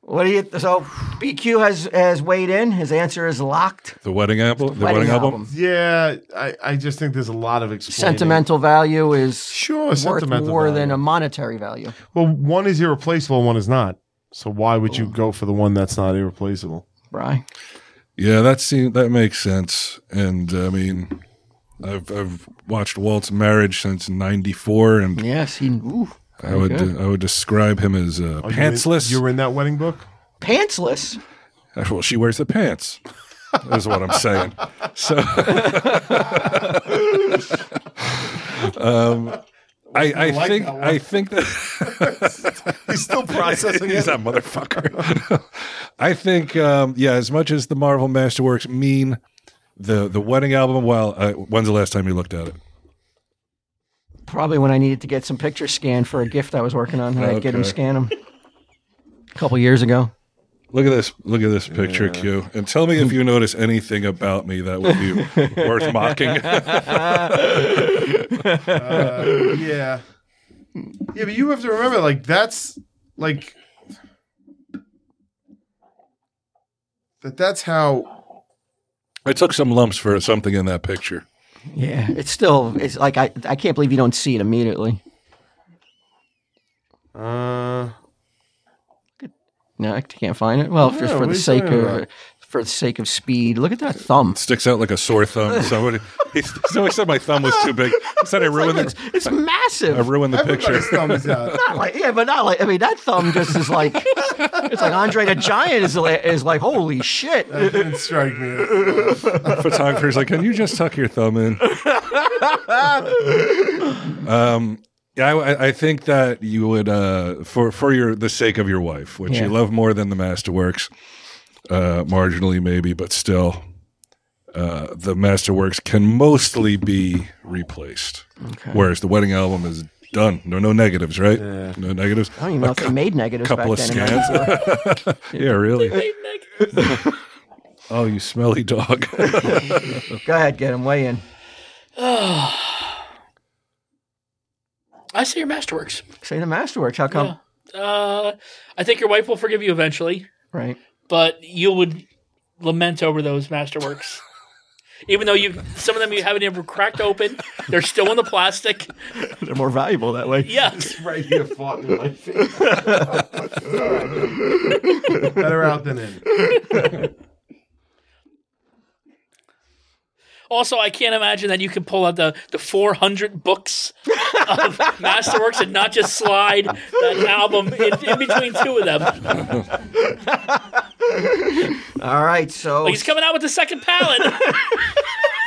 Speaker 1: what do you? So BQ has has weighed in. His answer is locked.
Speaker 3: The wedding apple. The wedding, album.
Speaker 2: Yeah, I, I just think there's a lot of explaining.
Speaker 1: Sentimental value is
Speaker 2: Sure,
Speaker 1: worth
Speaker 2: sentimental
Speaker 1: more
Speaker 2: value.
Speaker 1: than a monetary value.
Speaker 2: Well, one is irreplaceable, one is not. So why would you go for the one that's not irreplaceable?
Speaker 1: Bry.
Speaker 3: Yeah, that seems that makes sense. And uh, I mean, I've I've watched Walt's marriage since '94, and
Speaker 1: Yes, he ooh,
Speaker 3: I would uh,
Speaker 1: good.
Speaker 3: I would describe him as uh,
Speaker 2: Are you in-
Speaker 3: pantsless.
Speaker 2: You were in that wedding book.
Speaker 1: pantsless.
Speaker 3: Well, she wears the pants. is what I'm saying. So, um, um, I, I think I think that
Speaker 2: He's still processing
Speaker 3: he's that motherfucker. I think um, yeah. As much as the Marvel Masterworks mean the the wedding album, well, uh, when's the last time you looked at it?
Speaker 1: Probably when I needed to get some pictures scanned for a gift I was working on, I'd get him
Speaker 3: Okay.
Speaker 1: scan them. A couple years ago.
Speaker 3: Look at this. Look at this picture, Q. And tell me if you notice anything about me that would be worth mocking.
Speaker 2: yeah. Yeah, but you have to remember, like that's like that. That's how.
Speaker 3: I took some lumps for something in that picture.
Speaker 1: Yeah, it's still it's like I I can't believe you don't see it immediately.
Speaker 2: Uh,
Speaker 1: No, I can't find it. Well, for,
Speaker 2: Yeah,
Speaker 1: for
Speaker 2: what are
Speaker 1: the
Speaker 2: you
Speaker 1: sake
Speaker 2: talking
Speaker 1: of
Speaker 2: about?
Speaker 1: for the sake of speed, look at that thumb.
Speaker 3: Sticks out like a sore thumb. Somebody, he's, he's always said my thumb was too big. He said I ruined
Speaker 1: It's,
Speaker 3: the,
Speaker 1: it's
Speaker 3: I
Speaker 1: massive.
Speaker 3: ruined the picture.
Speaker 2: everybody's thumbs out.
Speaker 1: Not like yeah, but not like I mean that thumb just is like it's like Andre the Giant is like, is like holy shit.
Speaker 2: That didn't strike me.
Speaker 3: Photographer's like, can you just tuck your thumb in? um, yeah, I- I, I think that you would uh, for for your the sake of your wife, which you
Speaker 1: Yeah.
Speaker 3: love more than the masterworks, uh, marginally maybe, but still, uh, the masterworks can mostly be replaced. Whereas the wedding album is done. No, no negatives, right? No negatives.
Speaker 1: I don't even know if they made negatives
Speaker 3: couple
Speaker 1: back
Speaker 3: of
Speaker 1: then. in
Speaker 3: scans.
Speaker 1: 94.
Speaker 3: Yeah, really. Oh, you smelly dog.
Speaker 1: Go ahead, get him way in.
Speaker 4: I see your masterworks.
Speaker 1: Say the masterworks. How come?
Speaker 4: Uh, I think your wife will forgive you eventually,
Speaker 1: Right.
Speaker 4: but you would lament over those masterworks. even though you some of them you haven't even cracked open. They're still in the plastic.
Speaker 1: They're more valuable that way.
Speaker 4: Yeah,
Speaker 5: right here fought in my face.
Speaker 2: Better out than in.
Speaker 4: Also, I can't imagine that you can pull out the, the 400 books of Masterworks and not just slide that album in, in between two of them.
Speaker 1: All right, so
Speaker 4: He's coming out with the second palette.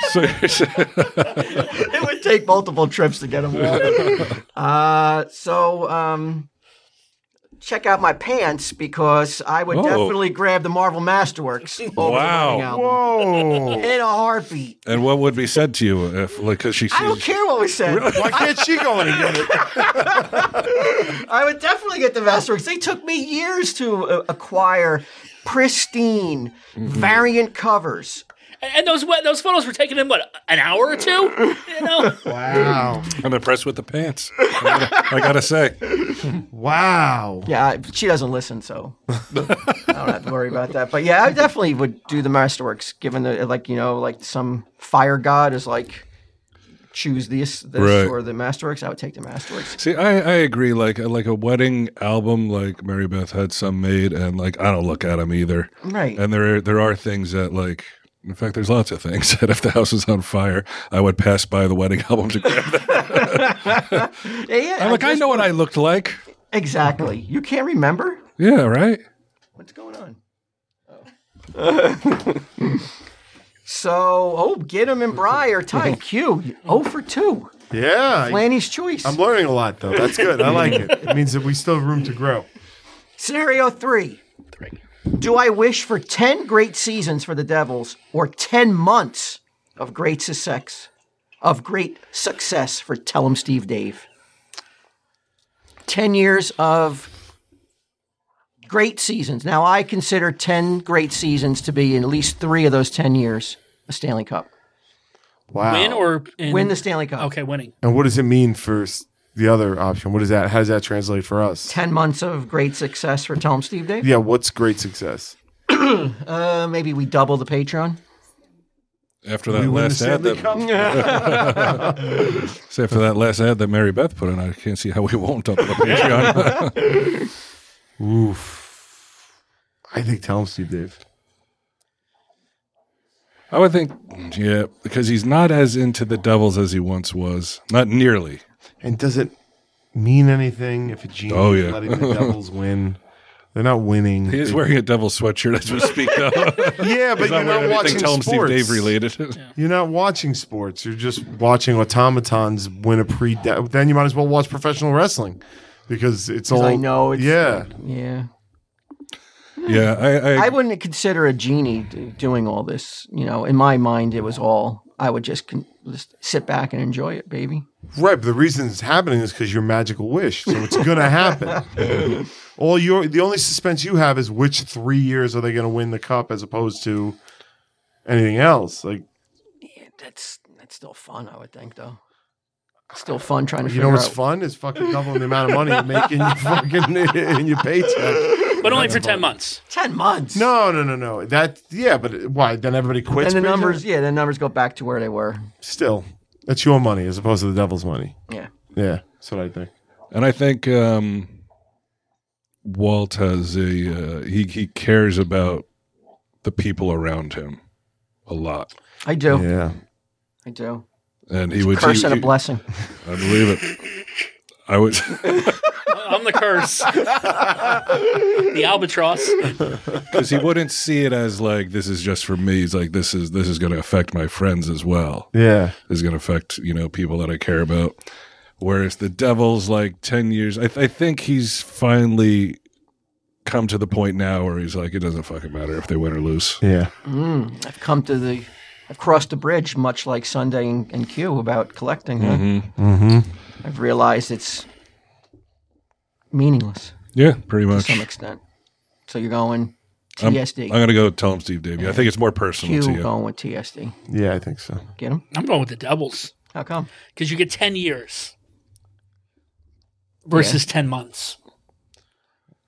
Speaker 3: So
Speaker 1: it would take multiple trips to get them all. uh, so um, check out my pants because I would
Speaker 3: Oh.
Speaker 1: definitely grab the Marvel Masterworks. over the
Speaker 3: Wow.
Speaker 1: Burning Album
Speaker 2: Whoa.
Speaker 1: In a heartbeat.
Speaker 3: and what would be said to you if like because she
Speaker 1: I don't
Speaker 3: sees-
Speaker 1: care what was said.
Speaker 2: Why can't she go in again?
Speaker 1: I would definitely get the Masterworks. They took me years to uh, acquire pristine variant covers.
Speaker 4: and those wet- those photos were taken in, what, an hour or two? You know?
Speaker 2: Wow.
Speaker 3: I'm impressed with the pants. I gotta, I gotta say,
Speaker 2: Wow.
Speaker 1: Yeah, I- she doesn't listen, so I don't have to worry about that. But yeah, I definitely would do the masterworks, given the like you know like some fire god is like choose this, this
Speaker 3: Right.
Speaker 1: or the masterworks. I would take the masterworks.
Speaker 3: see, I, I agree. Like uh, like a wedding album, like Mary Beth had some made, and like I don't look at them either.
Speaker 1: Right.
Speaker 3: And there there are things that like. In fact, there's lots of things that if the house is on fire, I would pass by the wedding album to grab that.
Speaker 1: Yeah, yeah,
Speaker 3: I'm like, I
Speaker 1: just-
Speaker 3: know what I looked like.
Speaker 1: exactly. You can't remember
Speaker 3: Yeah, right.
Speaker 1: what's going on. Oh. so oh, get him and Bry are tied. Q oh for two.
Speaker 2: Yeah. I-
Speaker 1: Lanny's choice.
Speaker 2: I'm learning a lot, though. That's good. I like it. It means that we still have room to grow.
Speaker 1: Scenario three. Do I wish for 10 great seasons for the Devils or 10 months of great success? Of great success for Tell 'em Steve Dave. 10 years of great seasons. Now, I consider 10 great seasons to be in at least three of those 10 years a Stanley Cup.
Speaker 2: Wow.
Speaker 4: Win or in,
Speaker 1: Win the Stanley Cup.
Speaker 4: Okay, winning.
Speaker 2: and what does it mean for s- the other option? What is that? How does that translate for us?
Speaker 1: 10 months of great success for Tell 'em Steve Dave.
Speaker 2: Yeah. What's great success?
Speaker 1: Uh, maybe we double the Patreon.
Speaker 3: After that last ad, that, so after that last ad that Mary Beth put in, I can't see how we won't up on the Patreon.
Speaker 2: Oof. I think tell him, Steve Dave.
Speaker 3: I would think, yeah, because he's not as into the Devils as he once was. Not nearly.
Speaker 2: And does it mean anything if a genie
Speaker 3: Oh,
Speaker 2: is
Speaker 3: yeah.
Speaker 2: letting the Devils win? They're not winning.
Speaker 3: He is wearing a devil sweatshirt as we speak, though.
Speaker 2: yeah, but you're not watching
Speaker 3: Tell him
Speaker 2: sports.
Speaker 3: Steve Dave related.
Speaker 2: You're not watching sports. You're just watching automatons win a pre. Then you might as well watch professional wrestling because it's all.
Speaker 1: I know it's-
Speaker 2: yeah.
Speaker 1: Yeah.
Speaker 3: Yeah, I, I,
Speaker 1: I wouldn't consider a genie d- doing all this. You know, in my mind, it was all I would just, con- just sit back and enjoy it, baby.
Speaker 2: Right, but the reason it's happening is because your magical wish, so it's going to happen. All your the only suspense you have is which three years are they going to win the cup as opposed to anything else. Like
Speaker 1: Yeah, that's that's still fun, I would think, though. Still fun trying to
Speaker 2: you
Speaker 1: figure
Speaker 2: know what's
Speaker 1: out.
Speaker 2: fun is fucking doubling the amount of money you make in your fucking in your paycheck.
Speaker 4: But only for 10 months.
Speaker 1: Ten months.
Speaker 2: No, no, no, no. That yeah, but why? Then everybody quits.
Speaker 1: And the
Speaker 2: Peter?
Speaker 1: numbers, yeah, the numbers go back to where they were.
Speaker 2: still that's your money as opposed to the devil's money.
Speaker 1: Yeah.
Speaker 2: Yeah, that's what I think.
Speaker 3: and I think um, Walt has a uh, he he cares about the people around him a lot,
Speaker 1: I do.
Speaker 2: Yeah,
Speaker 1: I do.
Speaker 3: and he would
Speaker 1: Curse
Speaker 3: he-
Speaker 1: and a
Speaker 3: he-
Speaker 1: blessing.
Speaker 3: I believe it. I would.
Speaker 4: I'm the curse. the albatross.
Speaker 3: because he wouldn't see it as like this is just for me. He's like this is this is going to affect my friends as well.
Speaker 2: yeah.
Speaker 3: This is going to affect you know people that I care about. Whereas the devil's like ten years. I, I think he's finally come to the point now where he's like it doesn't fucking matter if they win or lose.
Speaker 2: Yeah.
Speaker 1: I've come to the, I've crossed the bridge, much like Sunday and, and Q about collecting. huh?
Speaker 2: Mm-hmm.
Speaker 1: I've realized it's meaningless.
Speaker 3: Yeah, pretty
Speaker 1: to
Speaker 3: much.
Speaker 1: some extent. So you're going
Speaker 3: I'm,
Speaker 1: TSD.
Speaker 3: I'm gonna go tell him Steve Davey. I think it's more personal
Speaker 1: Q
Speaker 3: to you.
Speaker 1: going with TSD.
Speaker 2: Yeah, I think so.
Speaker 1: Get him?
Speaker 4: I'm going with the Devils
Speaker 1: How come?
Speaker 4: because you get 10 years versus 10 months.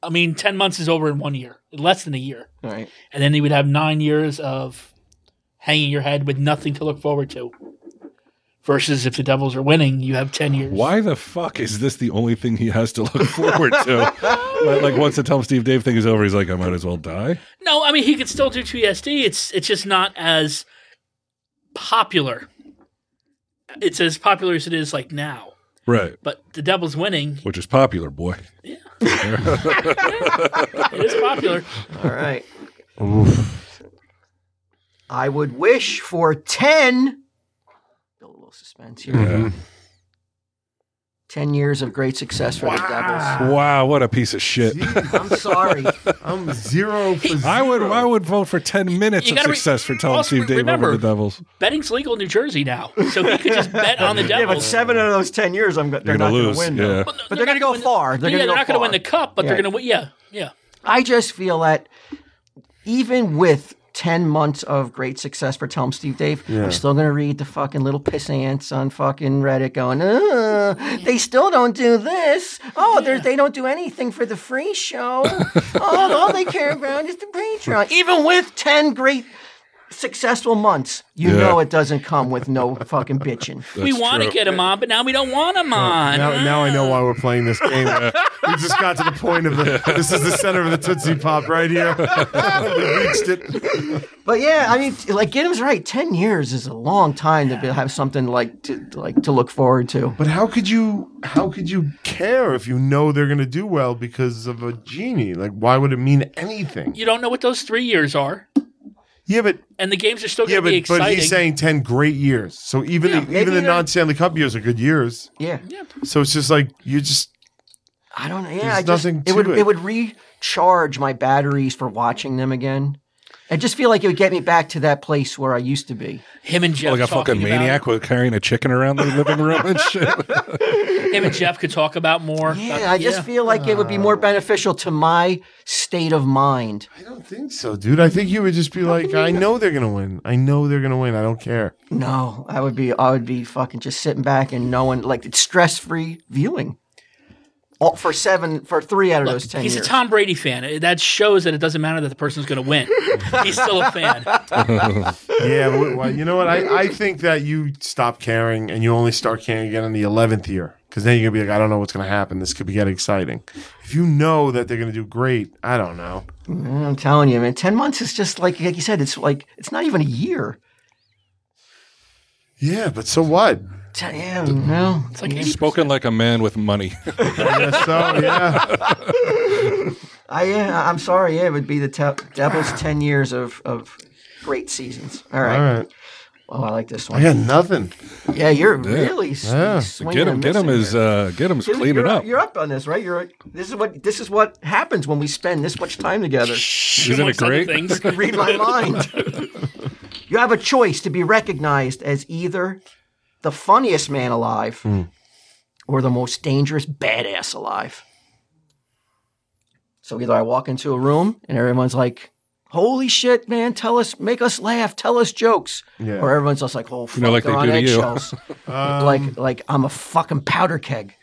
Speaker 4: I mean, 10 months is over in one year, less than a year.
Speaker 1: All right.
Speaker 4: And then he would have nine years of hanging your head with nothing to look forward to. Versus if the Devils are winning, you have 10 years.
Speaker 3: Why the fuck is this the only thing he has to look forward to? like, like once the Tell 'em Steve Dave thing is over, he's like, I might as well die.
Speaker 4: No, I mean, he could still do TSD. It's, it's just not as popular. It's as popular as it is like now.
Speaker 3: Right.
Speaker 4: But the Devils winning,
Speaker 3: Which is popular, boy.
Speaker 4: it is popular.
Speaker 1: All right. I would wish for 10. Build a little suspense here.
Speaker 3: Mm-hmm.
Speaker 1: 10 years of great success for the Devils.
Speaker 3: Wow, what a piece of shit.
Speaker 1: I'm sorry.
Speaker 2: I'm zero for zero.
Speaker 3: I would I would vote for ten minutes
Speaker 4: You
Speaker 3: of
Speaker 4: gotta re-
Speaker 3: success for Tom
Speaker 4: also
Speaker 3: Steve Dave over
Speaker 4: remember-
Speaker 3: the Devils.
Speaker 4: Betting's legal in New Jersey now, so he could just bet on the Devils.
Speaker 1: yeah, but seven out of those 10 years, I'm, go- they're
Speaker 3: You're
Speaker 1: not
Speaker 3: gonna
Speaker 1: going to
Speaker 3: lose.
Speaker 1: win. though.
Speaker 3: yeah.
Speaker 1: But they're going to go far. They're
Speaker 4: yeah,
Speaker 1: going to
Speaker 4: they're
Speaker 1: go
Speaker 4: not going to win
Speaker 1: far.
Speaker 4: the cup, but
Speaker 1: Yeah.
Speaker 4: they're going to win. Yeah, yeah.
Speaker 1: I just feel that even with 10 months of great success for Tom Steve Dave, I'm still going to read the fucking little piss ants on fucking Reddit going, "Ugh, they still don't do this. Oh, they're they don't do anything for the free show. oh, all they care about is the Patreon. Even with 10 great successful months, you
Speaker 3: Yeah.
Speaker 1: know it doesn't come with no fucking bitching.
Speaker 4: we want to get him on, but now we don't want him on.
Speaker 2: Now, now I know why we're playing this game. we just got to the point of the. This is the center of the Tootsie Pop right here. we reached it.
Speaker 1: But yeah, I mean, like, Giddim's right. 10 years is a long time to be, have something like to, like to look forward to.
Speaker 2: But how could you? How could you care if you know they're going to do well because of a genie? Like, why would it mean anything?
Speaker 4: you don't know what those three years are,
Speaker 2: Yeah, but
Speaker 4: and the games are still going
Speaker 2: yeah,
Speaker 4: to be
Speaker 2: but,
Speaker 4: exciting.
Speaker 2: but he's saying ten great years. So even the,
Speaker 1: maybe
Speaker 2: even the
Speaker 1: they're-
Speaker 2: non Stanley Cup years are good years.
Speaker 1: Yeah.
Speaker 2: So it's just like you just
Speaker 1: I don't know. Yeah,
Speaker 2: There's
Speaker 1: I just,
Speaker 2: nothing
Speaker 1: it
Speaker 2: to
Speaker 1: would
Speaker 2: it.
Speaker 1: it. would recharge my batteries for watching them again. I just feel like it would get me back to that place where I used to be.
Speaker 4: him and Jeff
Speaker 3: Like a
Speaker 4: talking
Speaker 3: fucking
Speaker 4: about
Speaker 3: maniac with carrying a chicken around the living room and shit.
Speaker 4: it. Him and Jeff could talk about more.
Speaker 1: Yeah, I just feel like it would be more beneficial to my state of mind.
Speaker 2: I don't think so, dude. I think you would just be like, I know they're gonna win. I know they're gonna win. I don't care.
Speaker 1: No, I would be I would be fucking just sitting back and knowing like it's stress free viewing. All, for seven, for three out of those ten
Speaker 4: He's
Speaker 1: years.
Speaker 4: a Tom Brady fan. That shows that it doesn't matter that the person's going to win. He's still a fan.
Speaker 2: Yeah, but well, you know what? I, I think that you stop caring and you only start caring again in the eleventh year because then you're gonna be like, I don't know what's gonna happen. This could be getting exciting. If you know that they're gonna do great, I don't know.
Speaker 1: I'm telling you, man. Ten months is just like like you said. It's like it's not even a year.
Speaker 2: Yeah, but so what?
Speaker 1: Ten, yeah, no. It's like
Speaker 3: Spoken like a man with money.
Speaker 2: I guess so yeah,
Speaker 1: I yeah, I'm sorry. Yeah, it would be the te- Devils' ten years of of great seasons. All right.
Speaker 2: all right.
Speaker 1: Oh, I like this
Speaker 2: I
Speaker 1: one.
Speaker 2: got nothing.
Speaker 1: Yeah, you're really s-
Speaker 2: Yeah.
Speaker 1: swinging.
Speaker 3: Get him,
Speaker 1: and
Speaker 3: get him
Speaker 1: missing
Speaker 3: is
Speaker 1: here.
Speaker 3: uh, get him's
Speaker 1: You're-
Speaker 3: cleaning
Speaker 1: you're
Speaker 3: up.
Speaker 1: You're up on this, right? You're this is what this is what happens when we spend this much time together.
Speaker 3: Isn't it
Speaker 4: Amongst other
Speaker 3: great?
Speaker 4: Things.
Speaker 1: Read my mind. you have a choice to be recognized as either the funniest man alive or the most dangerous badass alive. So either I walk into a room and everyone's like, "Holy shit, man! Tell us, make us laugh, tell us jokes,"
Speaker 2: Yeah.
Speaker 1: or everyone's just like, "Oh, fuck,
Speaker 3: know, like
Speaker 1: they're
Speaker 3: they
Speaker 1: on
Speaker 3: do to you."
Speaker 1: eggshells." like, like I'm a fucking powder keg,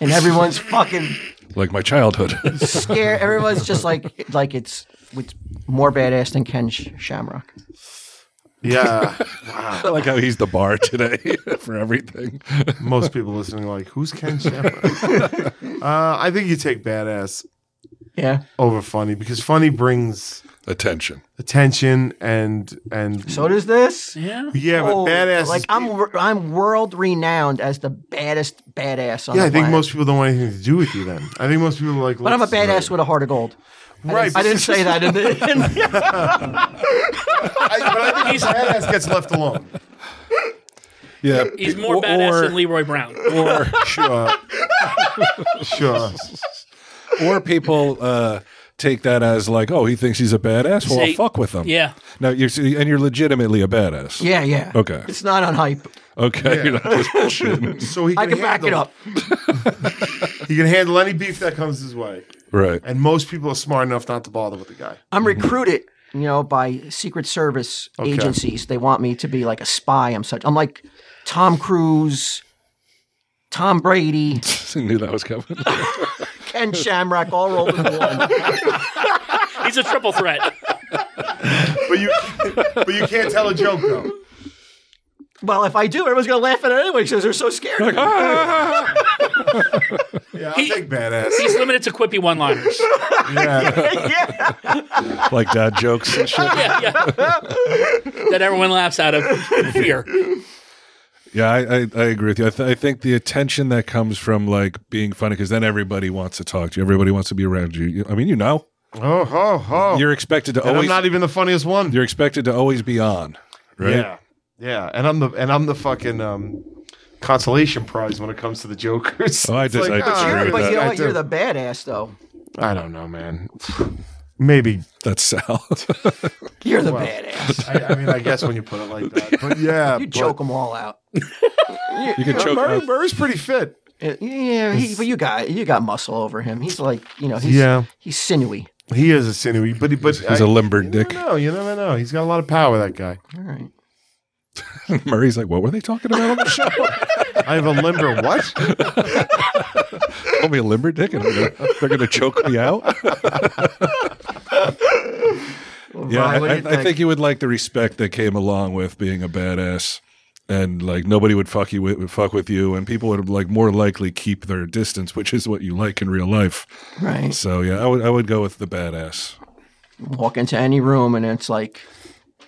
Speaker 1: and everyone's fucking
Speaker 3: Like my childhood.
Speaker 1: scared. Everyone's just like, like it's it's more badass than Ken Sh- Shamrock.
Speaker 2: Yeah,
Speaker 3: I like how he's the bar today for everything.
Speaker 2: most people listening are like, who's Ken Shepard? uh, I think you take badass
Speaker 1: Yeah.
Speaker 2: over funny because funny brings
Speaker 3: Attention.
Speaker 2: attention and and
Speaker 1: So does this.
Speaker 4: Yeah.
Speaker 2: yeah, but
Speaker 1: Oh,
Speaker 2: badass.
Speaker 1: Like
Speaker 2: is-
Speaker 1: I'm, I'm world renowned as the baddest badass on
Speaker 2: yeah,
Speaker 1: the
Speaker 2: I think
Speaker 1: planet.
Speaker 2: most people don't want anything to do with you. Then I think most people are like,
Speaker 1: But I'm a badass with a heart of gold.
Speaker 2: right?
Speaker 1: I didn't say that. In the,
Speaker 2: I, but I think badass gets left alone.
Speaker 3: Yeah.
Speaker 4: He's more
Speaker 3: Or-
Speaker 4: badass
Speaker 3: or-
Speaker 4: than Leroy Brown.
Speaker 3: or
Speaker 2: Sure, sure.
Speaker 3: or people uh, take that as like, oh, he thinks he's a badass. Well,
Speaker 4: See,
Speaker 3: I'll fuck with him.
Speaker 4: yeah.
Speaker 3: Now you're and you're legitimately a badass.
Speaker 1: yeah, yeah.
Speaker 3: Okay.
Speaker 1: It's not on hype.
Speaker 3: Okay. You're not just bullshitting.
Speaker 2: So he
Speaker 1: I
Speaker 2: can,
Speaker 1: can back it
Speaker 2: handle-
Speaker 1: up.
Speaker 2: He can handle any beef that comes his way,
Speaker 3: right.
Speaker 2: and most people are smart enough not to bother with the guy.
Speaker 1: I'm recruited, you know, by Secret Service agencies. They want me to be like a spy. I'm such. I'm like Tom Cruise, Tom Brady,
Speaker 3: I knew that was coming.
Speaker 1: Ken Shamrock, all rolled into one.
Speaker 4: He's a triple threat.
Speaker 2: but you but you can't tell a joke though.
Speaker 1: Well, if I do, everyone's gonna laugh at it anyway because they're so scared.
Speaker 2: Yeah, I'll
Speaker 4: He-
Speaker 2: take badass.
Speaker 4: He's limited to quippy one-liners.
Speaker 2: Yeah.
Speaker 1: yeah.
Speaker 6: like dad jokes and shit.
Speaker 4: yeah, yeah. that everyone laughs out of fear.
Speaker 3: Yeah, I, I, I agree with you. I, th- I think the attention that comes from like being funny, because then everybody wants to talk to you. Everybody wants to be around you. You- I mean, you know,
Speaker 2: Oh, oh, oh.
Speaker 3: you're expected to
Speaker 2: and
Speaker 3: always.
Speaker 2: I'm not even the funniest one.
Speaker 3: you're expected to always be on, right?
Speaker 2: Yeah. Yeah. And I'm the and I'm the fucking um consolation prize when it comes to the jokers.
Speaker 3: Oh, I
Speaker 2: It's
Speaker 3: dis- I
Speaker 2: ah,
Speaker 3: disagree with
Speaker 1: But
Speaker 3: that.
Speaker 1: you know
Speaker 2: I
Speaker 1: what? You're
Speaker 2: do.
Speaker 1: the badass, though.
Speaker 2: I don't know, man. Maybe
Speaker 3: That's Sal.
Speaker 1: You're the badass.
Speaker 2: I, I mean I guess when you put it like that. But yeah.
Speaker 1: You
Speaker 2: but-
Speaker 1: choke them all out.
Speaker 3: you can choke.
Speaker 2: Murray,
Speaker 3: Out.
Speaker 2: Murray's pretty fit.
Speaker 1: Uh, Yeah, he, but you got you got muscle over him. He's like you know he's
Speaker 2: Yeah.
Speaker 1: he's sinewy.
Speaker 2: He is a sinewy, but he but
Speaker 3: He's a limber
Speaker 2: you
Speaker 3: dick.
Speaker 2: never know, you never know. He's got a lot of power, that guy.
Speaker 1: All right.
Speaker 3: Murray's like, what were they talking about on the show?
Speaker 2: I have a limber what?
Speaker 3: Call me a limber dick, and I'm gonna, they're going to choke me out. Yeah,
Speaker 1: Ryan, what do
Speaker 3: I,
Speaker 1: you
Speaker 3: I, I think you would like the respect that came along with being a badass, and like nobody would fuck you with, would fuck with you, and people would like more likely keep their distance, which is what you like in real life.
Speaker 1: right.
Speaker 3: So yeah, I would I would go with the badass.
Speaker 1: Walk into any room and it's like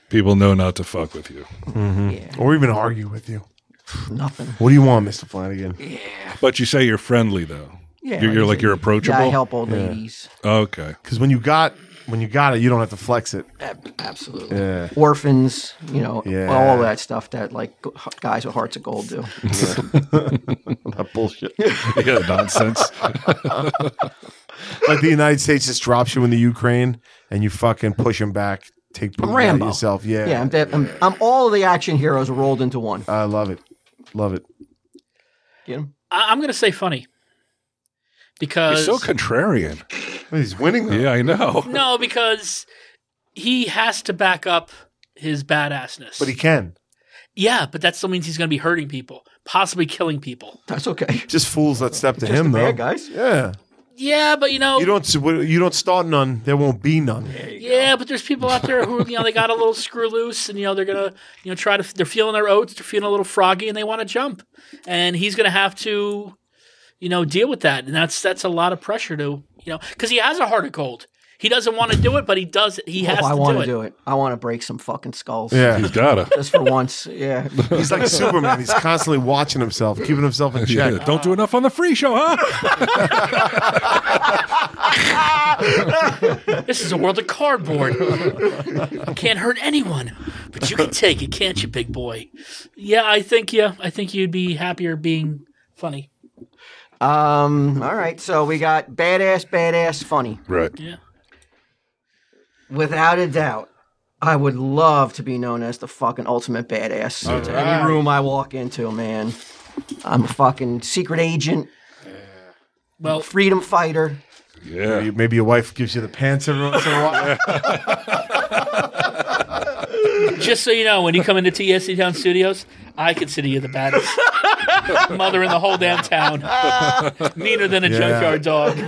Speaker 3: People know not to fuck with you,
Speaker 2: or even argue with you.
Speaker 1: nothing.
Speaker 2: What do you want, Mr. Flanagan?
Speaker 3: but you say you're friendly though.
Speaker 1: Yeah,
Speaker 3: you're, you're like you're
Speaker 1: Yeah,
Speaker 3: approachable.
Speaker 1: I help old ladies.
Speaker 3: Okay,
Speaker 2: Because when you got when you got it, you don't have to flex it.
Speaker 1: Ab- Absolutely.
Speaker 2: Yeah.
Speaker 1: Orphans, you know,
Speaker 2: Yeah.
Speaker 1: all that stuff that like g- guys with hearts of gold do.
Speaker 2: That bullshit.
Speaker 3: yeah, nonsense.
Speaker 2: like the United States just drops you in the Ukraine and you fucking push them back. Take Putin out
Speaker 1: Rambo.
Speaker 2: yourself. Yeah.
Speaker 1: Yeah, I'm, that, I'm, I'm all the action heroes rolled into one.
Speaker 2: I love it. Love it.
Speaker 1: Get 'em?
Speaker 4: I- I'm gonna say funny
Speaker 3: You're
Speaker 4: because
Speaker 3: so contrarian.
Speaker 2: He's winning.
Speaker 1: Uh,
Speaker 2: though.
Speaker 3: Yeah, I know.
Speaker 4: no, because he has to back up his badassness.
Speaker 2: But he can.
Speaker 4: yeah, but that still means he's gonna be hurting people, possibly killing people.
Speaker 1: That's okay.
Speaker 2: Just fools that step to
Speaker 1: Just
Speaker 2: him
Speaker 1: the
Speaker 2: though.
Speaker 1: bad guys.
Speaker 2: Yeah.
Speaker 4: Yeah, but you know,
Speaker 2: You don't you don't start none, there won't be none.
Speaker 4: yeah, but there's people out there who you know they got a little screw loose, and you know they're gonna you know try to they're feeling their oats, they're feeling a little froggy, and they want to jump, and he's gonna have to, you know, deal with that, and that's that's a lot of pressure to you know because he has a heart of gold. He doesn't want to do it, but he does. it. He has
Speaker 1: Oh, I
Speaker 4: to
Speaker 1: want to
Speaker 4: do it.
Speaker 1: do it. I want to break some fucking skulls.
Speaker 2: Yeah.
Speaker 3: He's gotta.
Speaker 1: Just for once. Yeah.
Speaker 2: He's like Superman. He's constantly watching himself, keeping himself in check.
Speaker 3: Yeah, don't do enough on the free show, huh?
Speaker 4: This is a world of cardboard. can't hurt anyone, but you can take it, can't you, big boy? Yeah, I think yeah, I think you'd be happier being funny.
Speaker 1: Um. All right. So we got badass, badass, funny.
Speaker 3: Right.
Speaker 4: Yeah.
Speaker 1: Without
Speaker 4: Without
Speaker 1: a doubt, I would love to be known as the fucking ultimate badass. To Any room I walk into, man, I'm a fucking secret agent,
Speaker 4: Well,
Speaker 1: freedom fighter.
Speaker 3: Yeah.
Speaker 2: Maybe- Maybe your wife gives you the pants every once in a while.
Speaker 4: just so you know, when you come into TSC Town Studios, I consider you the baddest mother in the whole damn town. Meaner than a junkyard dog.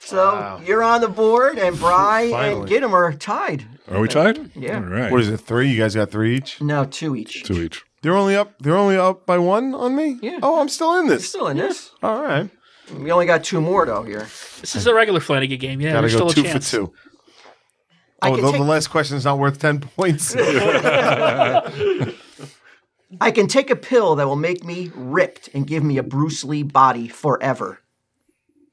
Speaker 1: So you're on the board, and Bry and
Speaker 2: Finally.
Speaker 1: Gidim are tied.
Speaker 3: Are we tied?
Speaker 1: Yeah.
Speaker 3: All right.
Speaker 2: What is it? Three? You guys got three each?
Speaker 1: No, two each.
Speaker 3: Two each.
Speaker 2: They're only up. They're only up by one on me.
Speaker 1: Yeah.
Speaker 2: Oh, I'm still in this.
Speaker 1: Still in this.
Speaker 2: All right.
Speaker 1: We only got two more though here.
Speaker 4: This is a regular Flanagan game. Yeah,
Speaker 2: Gotta
Speaker 4: there's
Speaker 2: go
Speaker 4: still
Speaker 2: two
Speaker 4: a
Speaker 2: for
Speaker 4: chance.
Speaker 2: two.
Speaker 1: I
Speaker 2: Oh,
Speaker 1: can
Speaker 2: the,
Speaker 1: take-
Speaker 2: the last question's not worth ten points.
Speaker 1: I can take a pill that will make me ripped and give me a Bruce Lee body forever.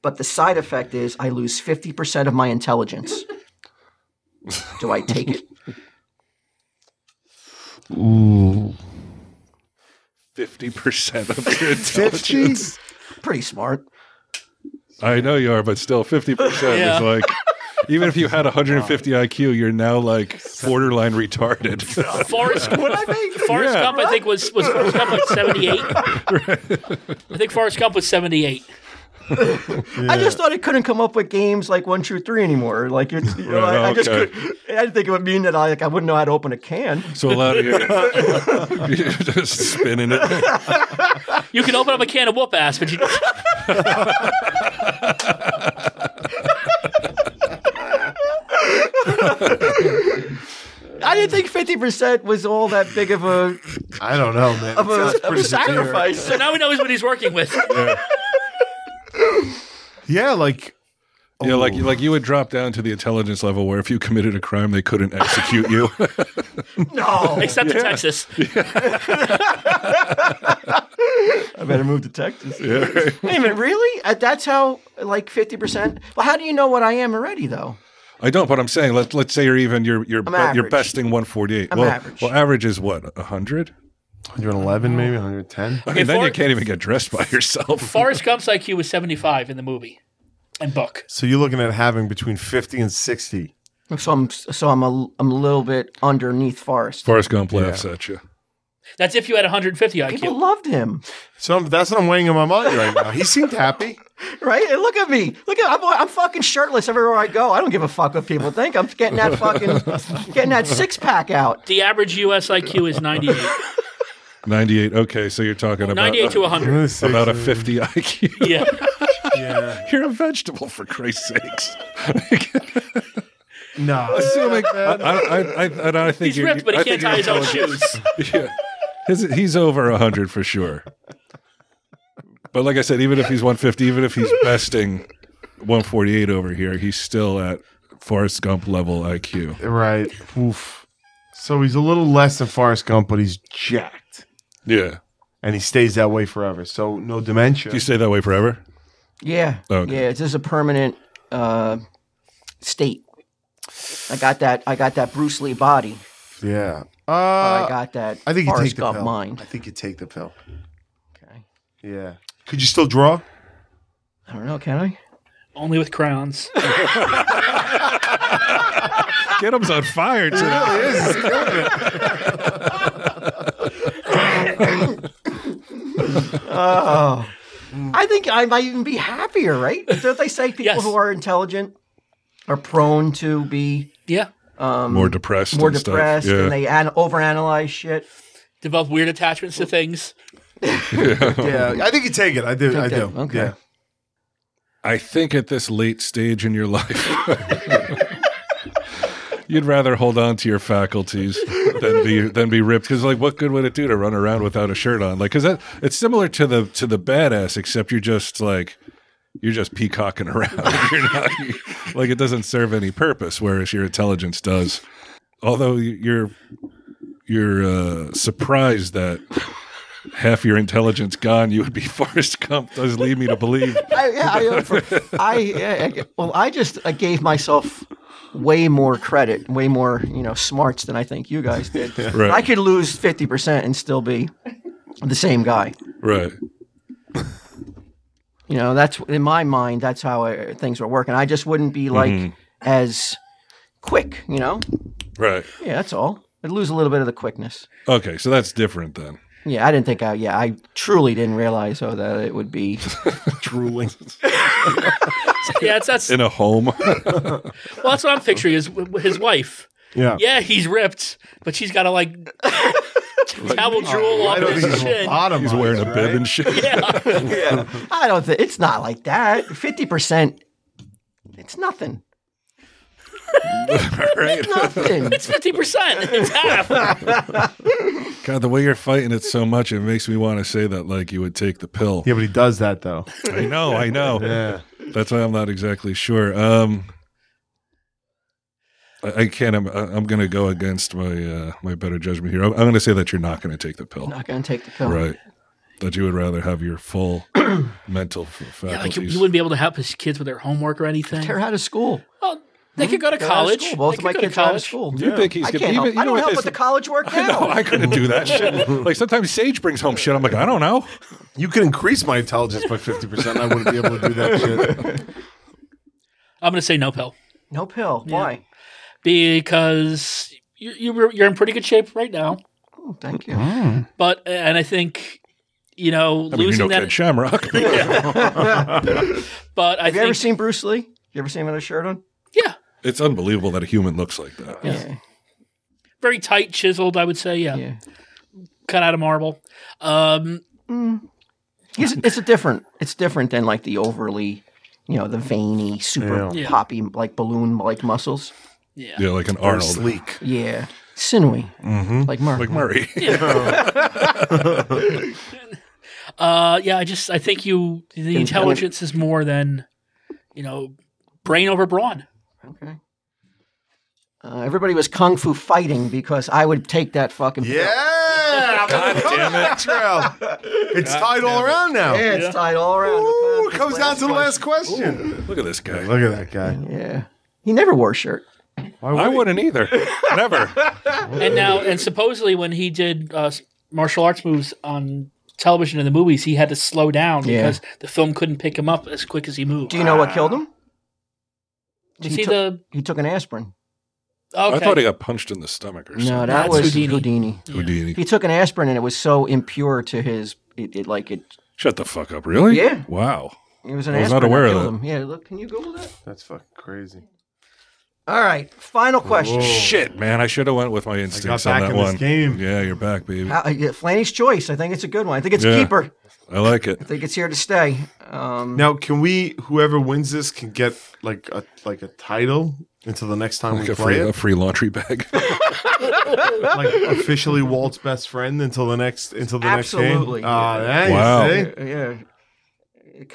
Speaker 1: But the side effect is I lose 50% of my intelligence. Do I take it?
Speaker 3: Fifty percent of your
Speaker 2: Fifty.
Speaker 3: intelligence.
Speaker 1: Pretty smart.
Speaker 3: I know you are, but still, fifty percent
Speaker 4: Yeah.
Speaker 3: is like, even if you had 150 IQ, you're now like borderline retarded.
Speaker 4: Forrest,
Speaker 1: I mean,
Speaker 4: Forrest
Speaker 3: Yeah.
Speaker 4: Gump, I think, was, was Forrest Gump like 78. I think Forrest Gump was 78.
Speaker 1: I just thought I couldn't come up with games like one, two, three anymore. Like it's, you know, I, I just
Speaker 3: okay.
Speaker 1: could. I didn't think it would mean that I like I wouldn't know how to open a can.
Speaker 3: so a lot of you, you're just spinning it.
Speaker 4: You can open up a can of whoop ass, but you.
Speaker 1: didn't think fifty percent was all that big of a
Speaker 2: I don't know, man.
Speaker 1: of
Speaker 2: It sounds
Speaker 1: a, of
Speaker 2: pretty
Speaker 1: a
Speaker 2: severe.
Speaker 1: sacrifice.
Speaker 4: So now we know what he's working with.
Speaker 2: Yeah, like
Speaker 3: Yeah, like like you would drop down to the intelligence level where if you committed a crime, they couldn't execute you.
Speaker 1: No,
Speaker 4: Except in Texas.
Speaker 1: I better move to Texas. Wait a minute, really? Uh, That's how like fifty percent. Well, how do you know what I am already though?
Speaker 3: I don't, but I'm saying let let's say you're even you're you're, be- you're
Speaker 1: average.
Speaker 3: besting 148.
Speaker 1: I'm
Speaker 3: well,
Speaker 1: average.
Speaker 3: well, average is what 100.
Speaker 2: 111, maybe 110.
Speaker 3: I mean, then you
Speaker 4: Forrest-
Speaker 3: can't even get dressed by yourself.
Speaker 4: Forrest Gump's IQ was 75 in the movie and book.
Speaker 2: So you're looking at having between 50 and 60.
Speaker 1: So I'm so I'm a I'm a little bit underneath Forrest.
Speaker 3: Forrest Gump laughs at you.
Speaker 4: That's if you had 150 IQ.
Speaker 1: People loved him,
Speaker 2: So I'm, that's what I'm weighing in my mind right now. He seemed happy.
Speaker 1: right? And look at me. Look at I'm, I'm fucking shirtless everywhere I go. I don't give a fuck what people think. I'm getting that fucking getting that six pack out.
Speaker 4: the average US IQ is 98.
Speaker 3: 98. Okay, so you're talking about uh,
Speaker 4: 98 to 100.
Speaker 3: about a 50 IQ.
Speaker 4: Yeah.
Speaker 3: You're a vegetable for Christ's sakes.
Speaker 2: no.
Speaker 3: Assuming, I, I, I, I, and I think
Speaker 4: He's
Speaker 3: you-
Speaker 4: ripped, but
Speaker 3: I
Speaker 4: he
Speaker 3: think
Speaker 4: can't tie his own
Speaker 3: you're
Speaker 4: shoes.
Speaker 3: intelligent. Yeah. His- he's over 100 for sure. But like I said, even if he's 150, even if he's besting 148 over here, he's still at Forrest Gump level IQ.
Speaker 2: Right. Oof. So he's a little less than Forrest Gump, but he's jacked.
Speaker 3: Yeah.
Speaker 2: And he stays that way forever. So no dementia.
Speaker 3: You stay that way forever?
Speaker 1: Yeah,
Speaker 3: Okay.
Speaker 1: yeah. It's just a permanent uh, state. I got that. I got that Bruce Lee body.
Speaker 2: yeah. Uh,
Speaker 1: But I
Speaker 2: I,
Speaker 1: got that.
Speaker 2: think you
Speaker 1: Forrest
Speaker 2: take the
Speaker 1: Gump
Speaker 2: pill. I
Speaker 1: mind.
Speaker 2: think you take the pill.
Speaker 1: Okay.
Speaker 2: Yeah. Could you still draw?
Speaker 1: I don't know. Can I?
Speaker 4: Only with crayons.
Speaker 3: Get him's on fire today.
Speaker 1: Oh. I think I might even be happier, right? Don't they say people
Speaker 4: Yes.
Speaker 1: who are intelligent are prone to be
Speaker 4: Yeah.
Speaker 3: More depressed.
Speaker 1: um, more
Speaker 3: and stuff.
Speaker 1: depressed
Speaker 3: Yeah.
Speaker 1: and they an- overanalyze shit?
Speaker 4: Develop weird attachments to things.
Speaker 2: yeah. I think you take it. I do. I
Speaker 1: Okay,
Speaker 2: do.
Speaker 1: okay.
Speaker 2: Yeah.
Speaker 3: I think at this late stage in your life, you'd rather hold on to your faculties than be than be ripped. Because like, what good would it do to run around without a shirt on? Like, because that it's similar to the to the badass, except you're just like you're just peacocking around. You're not like it doesn't serve any purpose. Whereas your intelligence does. Although you're you're uh, surprised that. Half your intelligence gone, you would be Forrest Gump. Does lead me to believe
Speaker 1: I, yeah, I, am for- I, I- well, I just I gave myself way more credit, way more you know smarts than I think you guys did.
Speaker 3: Right.
Speaker 1: I could lose fifty percent and still be the same guy.
Speaker 3: Right.
Speaker 1: You know, that's in my mind. That's how uh things were working. I just wouldn't be like
Speaker 3: Mm-hmm.
Speaker 1: as quick. You know,
Speaker 3: Right.
Speaker 1: yeah, that's all. I'd lose a little bit of the quickness.
Speaker 3: Okay, so that's different then.
Speaker 1: Yeah, I didn't think I. Yeah, I truly didn't realize though that it would be.
Speaker 2: Drooling.
Speaker 4: Yeah, it's, that's, well,
Speaker 3: In a home.
Speaker 4: that's what I'm picturing is w- w- his wife.
Speaker 2: Yeah.
Speaker 4: Yeah, he's ripped, but she's got to like towel
Speaker 2: I
Speaker 4: drool off
Speaker 2: don't
Speaker 4: his
Speaker 2: think he's
Speaker 4: chin.
Speaker 2: bottom.
Speaker 3: He's wearing a bib and shit.
Speaker 1: I don't think it's not like that. Fifty percent. It's nothing.
Speaker 3: Right?
Speaker 1: Nothing.
Speaker 4: It's 50%. It's half.
Speaker 3: God, the way you're fighting it so much, it makes me want to say that like you would take the pill.
Speaker 2: Yeah, but he does that though.
Speaker 3: I know, I know.
Speaker 2: Yeah.
Speaker 3: That's why I'm not exactly sure. Um I, I can't. I'm, I'm going to go against my uh, my better judgment here. I'm, I'm going to say that you're not going to take the pill,
Speaker 1: not going to take the pill.
Speaker 3: right? That you would rather have your full mental f-
Speaker 4: Yeah, like you,
Speaker 3: faculties.
Speaker 4: you wouldn't be able to help his kids with their homework or anything.
Speaker 1: They're out of school.
Speaker 4: Oh, they could go to
Speaker 1: They're out of
Speaker 4: college.
Speaker 1: school. Both of
Speaker 4: They could
Speaker 1: my
Speaker 4: go to
Speaker 1: kids are out of
Speaker 4: college.
Speaker 1: school.
Speaker 3: you think he's
Speaker 1: I
Speaker 3: going to
Speaker 1: can't help. I don't help with the college work now.
Speaker 3: I couldn't do that shit. Like sometimes Sage brings home shit. I'm like, I don't know.
Speaker 2: You could increase my intelligence by 50%. and I wouldn't be able to do that shit.
Speaker 4: I'm going to say no pill
Speaker 1: No pill. Why?
Speaker 4: because you, you, were- you're in pretty good shape right now.
Speaker 1: Oh, thank you.
Speaker 3: Mm-hmm.
Speaker 4: But and I think you know
Speaker 3: I mean, you
Speaker 4: losing
Speaker 3: know,
Speaker 4: that.
Speaker 3: Ken Shamrock.
Speaker 4: But I
Speaker 1: Have you ever
Speaker 4: think
Speaker 1: seen Bruce Lee? You ever seen him with a shirt on?
Speaker 4: yeah,
Speaker 3: It's unbelievable that a human looks like that.
Speaker 4: very tight, chiseled. I would say yeah,
Speaker 1: Yeah. yeah.
Speaker 4: cut out of marble. Um,
Speaker 1: Mm. It's, it's a different. It's different than like the overly, you know, the veiny, super
Speaker 4: Yeah.
Speaker 1: poppy, like balloon, like muscles.
Speaker 4: yeah.
Speaker 3: Yeah, like an
Speaker 2: Or
Speaker 3: Arnold. Mm-hmm.
Speaker 2: sleek.
Speaker 1: Yeah. sinewy, like Mark.
Speaker 3: Like Murray.
Speaker 4: Uh, yeah, I just I think you the intelligence is more than you know brain over brawn.
Speaker 1: Okay. Uh, everybody was kung fu fighting because I would take that fucking. pill.
Speaker 2: Yeah. God
Speaker 3: damn
Speaker 2: it. Trail. It's tied all around now.
Speaker 1: Yeah, it's tied all around.
Speaker 2: Ooh, it comes down to the last question.
Speaker 3: Look at this guy.
Speaker 2: Look at that guy.
Speaker 1: Yeah. He never wore a shirt.
Speaker 6: I wouldn't either. Never.
Speaker 4: And now and supposedly when he did uh, s- martial arts moves on television and the movies, he had to slow down
Speaker 1: Yeah.
Speaker 4: because the film couldn't pick him up as quick as he moved.
Speaker 1: Do you know what killed
Speaker 2: Ah.
Speaker 1: him? he
Speaker 4: Did you see
Speaker 1: took-
Speaker 4: the? oh,
Speaker 1: He took an aspirin.
Speaker 4: Okay.
Speaker 3: I thought he got punched in the stomach or
Speaker 1: No, that
Speaker 3: something.
Speaker 4: That's
Speaker 1: was Houdini.
Speaker 4: Houdini.
Speaker 3: Houdini.
Speaker 1: He took an aspirin and it was so impure to his. It, it like it.
Speaker 3: Shut the fuck up, really?
Speaker 1: Yeah.
Speaker 3: Wow.
Speaker 1: It was an
Speaker 3: I was
Speaker 1: aspirin
Speaker 3: not aware
Speaker 1: that
Speaker 3: of
Speaker 1: killed
Speaker 3: that.
Speaker 1: him. Yeah, look, can you Google that?
Speaker 2: That's fucking crazy.
Speaker 1: All right, final question.
Speaker 3: Shit, man. I should have went with my instincts
Speaker 2: back
Speaker 3: on that
Speaker 2: in this
Speaker 3: one.
Speaker 2: game.
Speaker 3: Yeah, you're back, baby.
Speaker 1: How, yeah, Flanny's choice. I think it's a good one. I think it's
Speaker 3: Yeah.
Speaker 1: a keeper.
Speaker 3: I like it.
Speaker 1: I think it's here to stay. Um,
Speaker 2: Now, can we? Whoever wins this can get like a like a title until the next time
Speaker 3: Like
Speaker 2: we
Speaker 3: a
Speaker 2: play
Speaker 3: free, a
Speaker 2: it.
Speaker 3: free laundry bag.
Speaker 2: Like officially Walt's best friend until the next until the
Speaker 1: Absolutely.
Speaker 2: next game. Ah, there you
Speaker 3: Wow.
Speaker 2: see?
Speaker 1: yeah, yeah.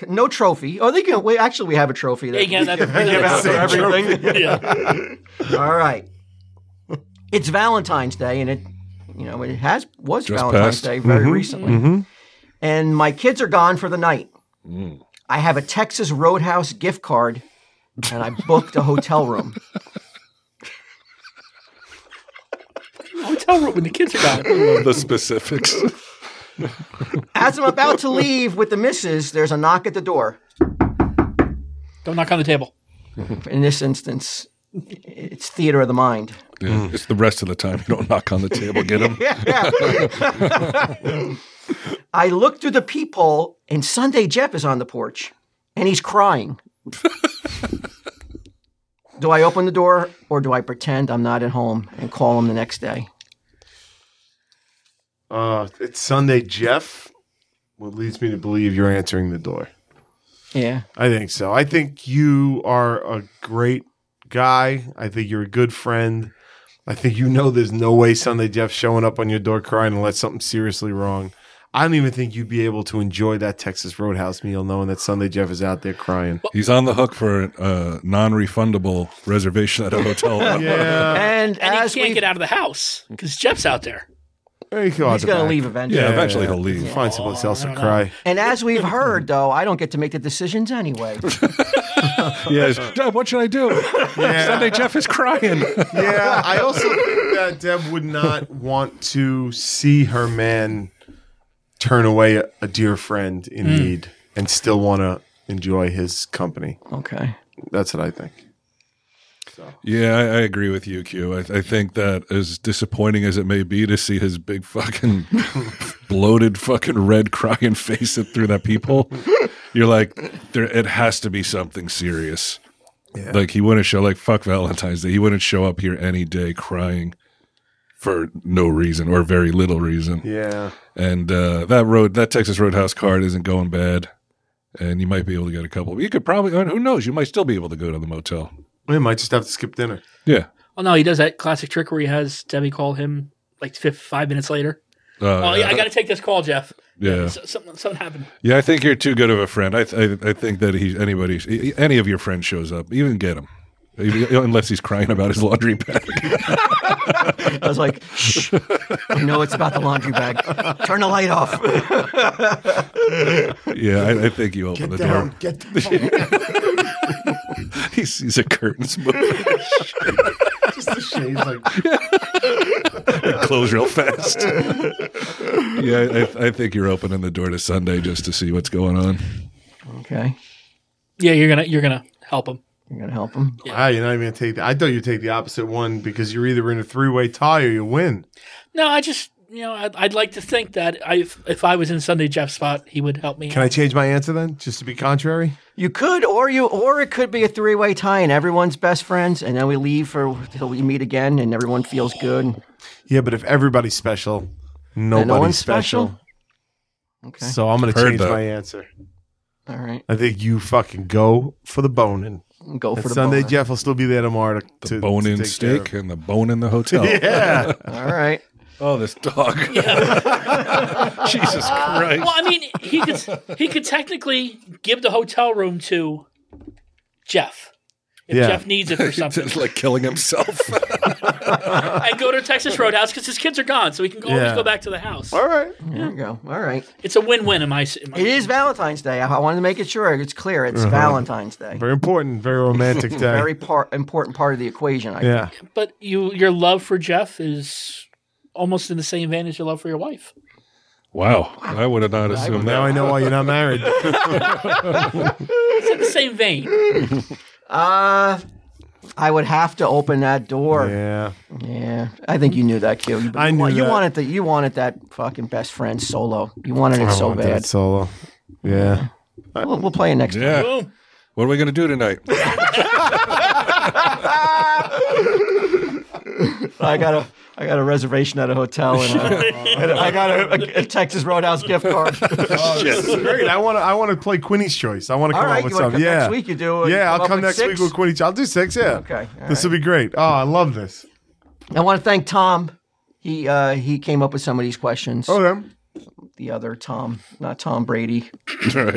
Speaker 1: No trophy. Oh, they can. Wait, actually, we have a trophy. that-
Speaker 4: Yeah, that-
Speaker 2: out for
Speaker 1: everything.
Speaker 4: yeah.
Speaker 1: All right. It's Valentine's Day, and it, you know, it has was
Speaker 3: Just
Speaker 1: Valentine's
Speaker 3: passed. Mm-hmm.
Speaker 1: Day very recently. And my kids are gone for the night.
Speaker 3: Mm.
Speaker 1: I have a Texas Roadhouse gift card, and I booked a hotel room.
Speaker 4: Hotel room when the kids are gone.
Speaker 3: the specifics.
Speaker 1: As I'm about to leave with the missus, there's a knock at the door.
Speaker 4: Don't knock on the table.
Speaker 1: In this instance, it's theater of the mind.
Speaker 3: Yeah, It's the rest of the time you don't knock on the table, get him.
Speaker 1: I look through the peephole, and Sunday Jeff is on the porch, and he's crying. do I open the door, or do I pretend I'm not at home and call him the next day?
Speaker 2: Uh, it's Sunday, Jeff. What leads me to believe you're answering the door?
Speaker 1: Yeah.
Speaker 2: I think so. I think you are a great guy. I think you're a good friend. I think you know there's no way Sunday Jeff's showing up on your door crying unless something's seriously wrong. I don't even think you'd be able to enjoy that Texas Roadhouse meal knowing that Sunday Jeff is out there crying.
Speaker 3: He's on the hook for a uh, non-refundable reservation at a hotel.
Speaker 2: Yeah.
Speaker 1: And,
Speaker 4: Uh, And
Speaker 1: as
Speaker 4: he can't
Speaker 1: we,
Speaker 4: get out of the house because Jeff's out there.
Speaker 2: He's
Speaker 1: he's going to leave eventually.
Speaker 3: Yeah, eventually he'll leave.
Speaker 2: Find someplace else to cry.
Speaker 1: And as we've heard, though, I don't get to make the decisions anyway.
Speaker 3: Yes, Deb, what should I do? Sunday Jeff is crying.
Speaker 2: Yeah, I also think that Deb would not want to see her man turn away a, a dear friend in need and still want to enjoy his company.
Speaker 1: Okay.
Speaker 2: That's what I think.
Speaker 3: yeah, I, I agree with you, Q. I, I think that as disappointing as it may be to see his big fucking bloated fucking red crying face through that peephole, you're like, there, it has to be something serious. Like he wouldn't show like fuck Valentine's Day. He wouldn't show up here any day crying for no reason or very little reason.
Speaker 2: Yeah.
Speaker 3: And uh, that road, that Texas Roadhouse card isn't going bad. And you might be able to get a couple. You could probably, who knows? You might still be able to go to the motel.
Speaker 2: We might just have to skip dinner.
Speaker 3: Yeah.
Speaker 4: Well, no, he does that classic trick where he has Debbie call him like fif- five minutes later.
Speaker 3: Uh,
Speaker 4: Oh, yeah, I got to take this call, Jeff.
Speaker 3: yeah.
Speaker 4: So, something, something happened.
Speaker 3: Yeah, I think you're too good of a friend. I, th- I, I think that he, anybody, any of your friends shows up, even get him. Even- Unless he's crying about his laundry bag.
Speaker 1: I was like, shh, I know it's about the laundry bag. Turn the light off.
Speaker 3: yeah, I, I think you open the door.
Speaker 5: Get down.
Speaker 3: He sees a curtains move
Speaker 2: Just the shades like
Speaker 3: and close real fast. yeah, I, I think you're opening the door to Sunday just to see what's going on.
Speaker 1: Okay.
Speaker 4: Yeah, you're gonna you're gonna help him.
Speaker 1: You're going to help him.
Speaker 2: ah, you're not even gonna take the I thought you'd take the opposite one because you're either in a three way tie or you win.
Speaker 4: No, I just you know I'd, I'd like to think that I, if if I was in Sunday Jeff's spot, he would help me.
Speaker 2: Can I change my answer then? Just to be contrary?
Speaker 1: You could, or you, or it could be a three-way tie, and everyone's best friends, and then we leave for till we meet again, and everyone feels good.
Speaker 2: Yeah, but if everybody's special, nobody's
Speaker 1: one's
Speaker 2: special.
Speaker 1: special? Okay,
Speaker 2: So I'm gonna
Speaker 3: Heard
Speaker 2: change
Speaker 3: that.
Speaker 2: my answer.
Speaker 1: all right.
Speaker 2: I think you fucking go for the boning.
Speaker 1: go for
Speaker 2: And
Speaker 1: the
Speaker 2: Sunday,
Speaker 1: boner.
Speaker 2: Jeff will still be there tomorrow to,
Speaker 3: The
Speaker 2: to-
Speaker 3: bone
Speaker 2: to
Speaker 3: in
Speaker 2: take care of
Speaker 3: steak and the bone in the hotel.
Speaker 2: it. Yeah.
Speaker 1: All right.
Speaker 3: Oh, this dog. Jesus Christ.
Speaker 4: Well, I mean, he could he could technically give the hotel room to Jeff if
Speaker 2: Yeah.
Speaker 4: Jeff needs it for something.
Speaker 3: It's like killing himself.
Speaker 4: I go to Texas Roadhouse because his kids are gone, so he can go, always
Speaker 2: Yeah.
Speaker 4: go back to the house.
Speaker 1: All right. There you go. All right.
Speaker 4: It's a win-win in my. In my
Speaker 1: It is Valentine's Day. I I wanted to make it sure it's clear.
Speaker 2: Uh-huh.
Speaker 1: It's Valentine's Day.
Speaker 2: Very important, very romantic day.
Speaker 1: Very part, important part of the equation. I
Speaker 2: yeah.
Speaker 4: But you, your love for Jeff is almost in the same vein as your love for your wife.
Speaker 3: wow. I would have not assumed
Speaker 2: Now
Speaker 3: that.
Speaker 2: I know why you're not married.
Speaker 4: It's in the same vein.
Speaker 1: Uh, I would have to open that door. Yeah,
Speaker 2: yeah.
Speaker 1: I think you knew that, Q. You,
Speaker 2: I
Speaker 1: you
Speaker 2: knew
Speaker 1: want- you
Speaker 2: that.
Speaker 1: wanted that. You wanted that fucking best friend solo. You wanted it
Speaker 2: I
Speaker 1: so
Speaker 2: want
Speaker 1: bad.
Speaker 2: that solo. Yeah.
Speaker 1: We'll, we'll play it next time.
Speaker 3: Yeah.
Speaker 4: Boom.
Speaker 3: What are we going to do tonight?
Speaker 1: I got a I got a reservation at a hotel and uh, I got a, a, a Texas Roadhouse gift card.
Speaker 2: Great. I want to. I want to play Quinny's Choice. I want to
Speaker 1: All
Speaker 2: come
Speaker 1: right,
Speaker 2: up with
Speaker 1: you wanna
Speaker 2: something.
Speaker 1: come
Speaker 2: Yeah.
Speaker 1: next week, you do, or you
Speaker 2: yeah,
Speaker 1: come
Speaker 2: I'll
Speaker 1: up
Speaker 2: uh, come
Speaker 1: with
Speaker 2: next
Speaker 1: six?
Speaker 2: week with Quinny's. I'll do six. Yeah.
Speaker 1: Okay, all
Speaker 2: This will be great. Oh, I love this.
Speaker 1: I want to thank Tom. He uh, he came up with some of these questions.
Speaker 2: Okay.
Speaker 1: The other Tom, not Tom Brady.
Speaker 3: Right.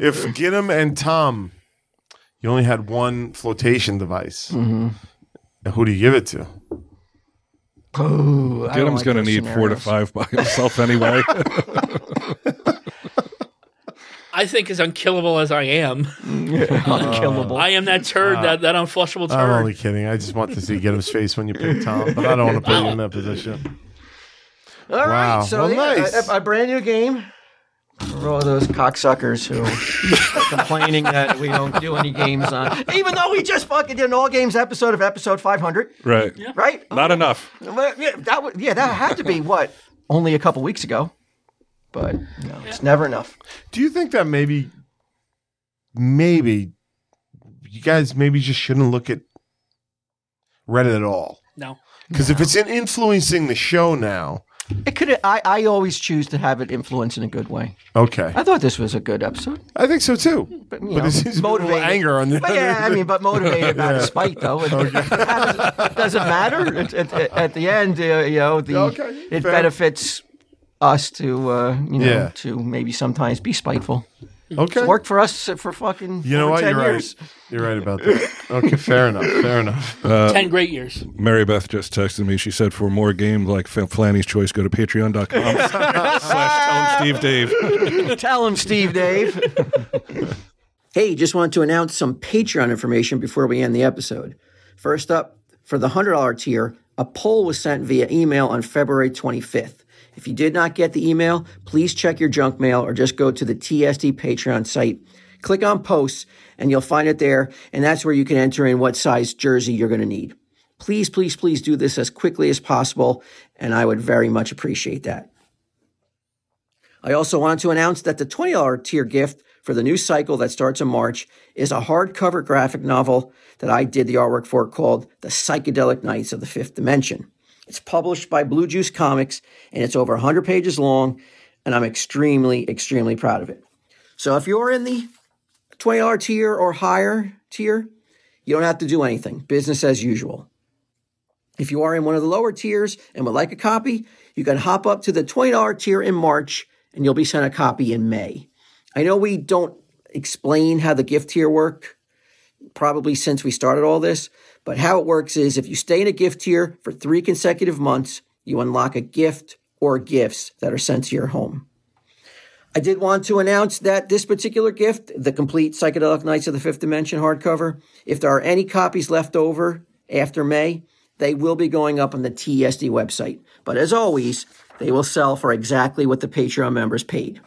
Speaker 2: if Ginnam and Tom, you only had one flotation device, who do you give it to?
Speaker 1: Ooh, I don't
Speaker 3: Jim's
Speaker 1: like
Speaker 3: going to
Speaker 1: those
Speaker 3: need four to
Speaker 1: scenarios.
Speaker 3: five by himself anyway.
Speaker 4: I think as unkillable as I am,
Speaker 1: Unkillable.
Speaker 4: I am that turd, that, that unflushable
Speaker 2: I'm
Speaker 4: turd.
Speaker 2: only kidding. I just want to see Ginnam's face when you pick Tom, but I don't want to put you in that position.
Speaker 1: All right,
Speaker 2: Wow.
Speaker 1: so
Speaker 2: Well,
Speaker 1: yeah,
Speaker 2: nice.
Speaker 1: a, a brand new game. For all those cocksuckers who are complaining that we don't do any games on, even though we just fucking did an all games episode of episode 500,
Speaker 3: right.
Speaker 1: right?
Speaker 3: Not enough.
Speaker 1: Well, yeah, that would, yeah, that had to be what only a couple weeks ago, but you know, it's never enough.
Speaker 2: Do you think that maybe, maybe, you guys maybe just shouldn't look at Reddit at all?
Speaker 4: No.
Speaker 2: Because if it's in influencing the show now,
Speaker 1: It could. I, I always choose to have it influence in a good way.
Speaker 2: okay,
Speaker 1: I thought this was a good episode,
Speaker 2: I think so too.
Speaker 1: but you
Speaker 2: But
Speaker 1: know,
Speaker 2: it seems to be a little
Speaker 1: motivated.
Speaker 2: anger on the
Speaker 1: But yeah, I
Speaker 2: other-
Speaker 1: mean, but motivated out of spite, though. It, it doesn't matter. It, it, it- at the end, uh, you know, the,
Speaker 2: Okay,
Speaker 1: it
Speaker 2: fair.
Speaker 1: benefits us to, uh, you know,
Speaker 2: Yeah.
Speaker 1: to maybe sometimes be spiteful.
Speaker 2: Okay,
Speaker 1: It's worked for us for fucking
Speaker 2: you know
Speaker 1: over
Speaker 2: what?
Speaker 1: 10
Speaker 2: You're
Speaker 1: years.
Speaker 2: right. You're right about that. Okay, fair enough. Fair enough.
Speaker 4: Ten great years.
Speaker 3: Mary Beth just texted me. She said, for more games like F- Flanny's Choice, go to patreon.com slash Tell 'em Steve Dave.
Speaker 1: Tell him, Steve Dave. hey, just want to announce some Patreon information before we end the episode. First up, for the $100 tier, a poll was sent via email on February 25th. If you did not get the email, please check your junk mail or just go to the TSD Patreon site. Click on posts and you'll find it there, and that's where you can enter in what size jersey you're going to need. Please, please, please do this as quickly as possible, and I would very much appreciate that. I also want to announce that the $20 tier gift for the new cycle that starts in March is a hardcover graphic novel that I did the artwork for called The Psychedelic Knights of the Fifth Dimension. It's published by Blue Juice Comics and it's over 100 pages long, and I'm extremely, extremely proud of it. So if you're in the $20 tier or higher tier, you don't have to do anything. Business as usual. If you are in one of the lower tiers and would like a copy, you can hop up to the $20 tier in March and you'll be sent a copy in May. I know we don't explain how the gift tier work probably since we started all this, but how it works is if you stay in a gift tier for 3 consecutive months, you unlock a gift or gifts that are sent to your home. I did want to announce that this particular gift, the complete Psychedelic Knights of the Fifth Dimension hardcover, if there are any copies left over after May, they will be going up on the TSD website. But as always, they will sell for exactly what the Patreon members paid.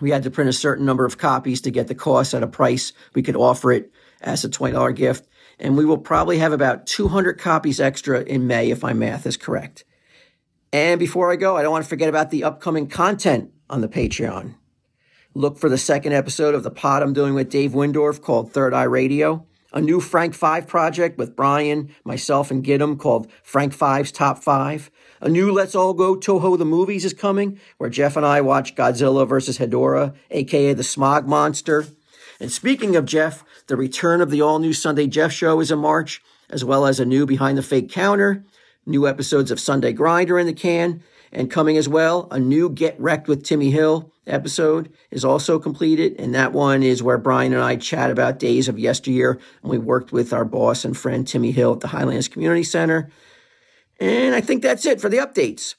Speaker 1: We had to print a certain number of copies to get the cost at a price we could offer it as a $20 gift, and we will probably have about 200 copies extra in May if my math is correct. And before I go, I don't want to forget about the upcoming content on the Patreon. Look for the second episode of the pod I'm doing with Dave Windorf called Third Eye Radio, a new Frank Five project with Brian, myself, and Gidim called Frank Five's Top Five. A new Let's All Go Toho the Movies is coming, where Jeff and I watch Godzilla vs. Hedorah, aka the Smog Monster. And speaking of Jeff, the return of the all new Sunday Jeff show is in March, as well as a new Behind the Fake counter, new episodes of Sunday Grinder in the can, and coming as well, a new Get Wrecked with Timmy Hill episode is also completed. And that one is where Brian and I chat about days of yesteryear. And we worked with our boss and friend Timmy Hill at the Highlands Community Center. And I think that's it for the updates.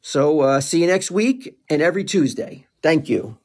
Speaker 1: So uh, see you next week and every Tuesday. Thank you.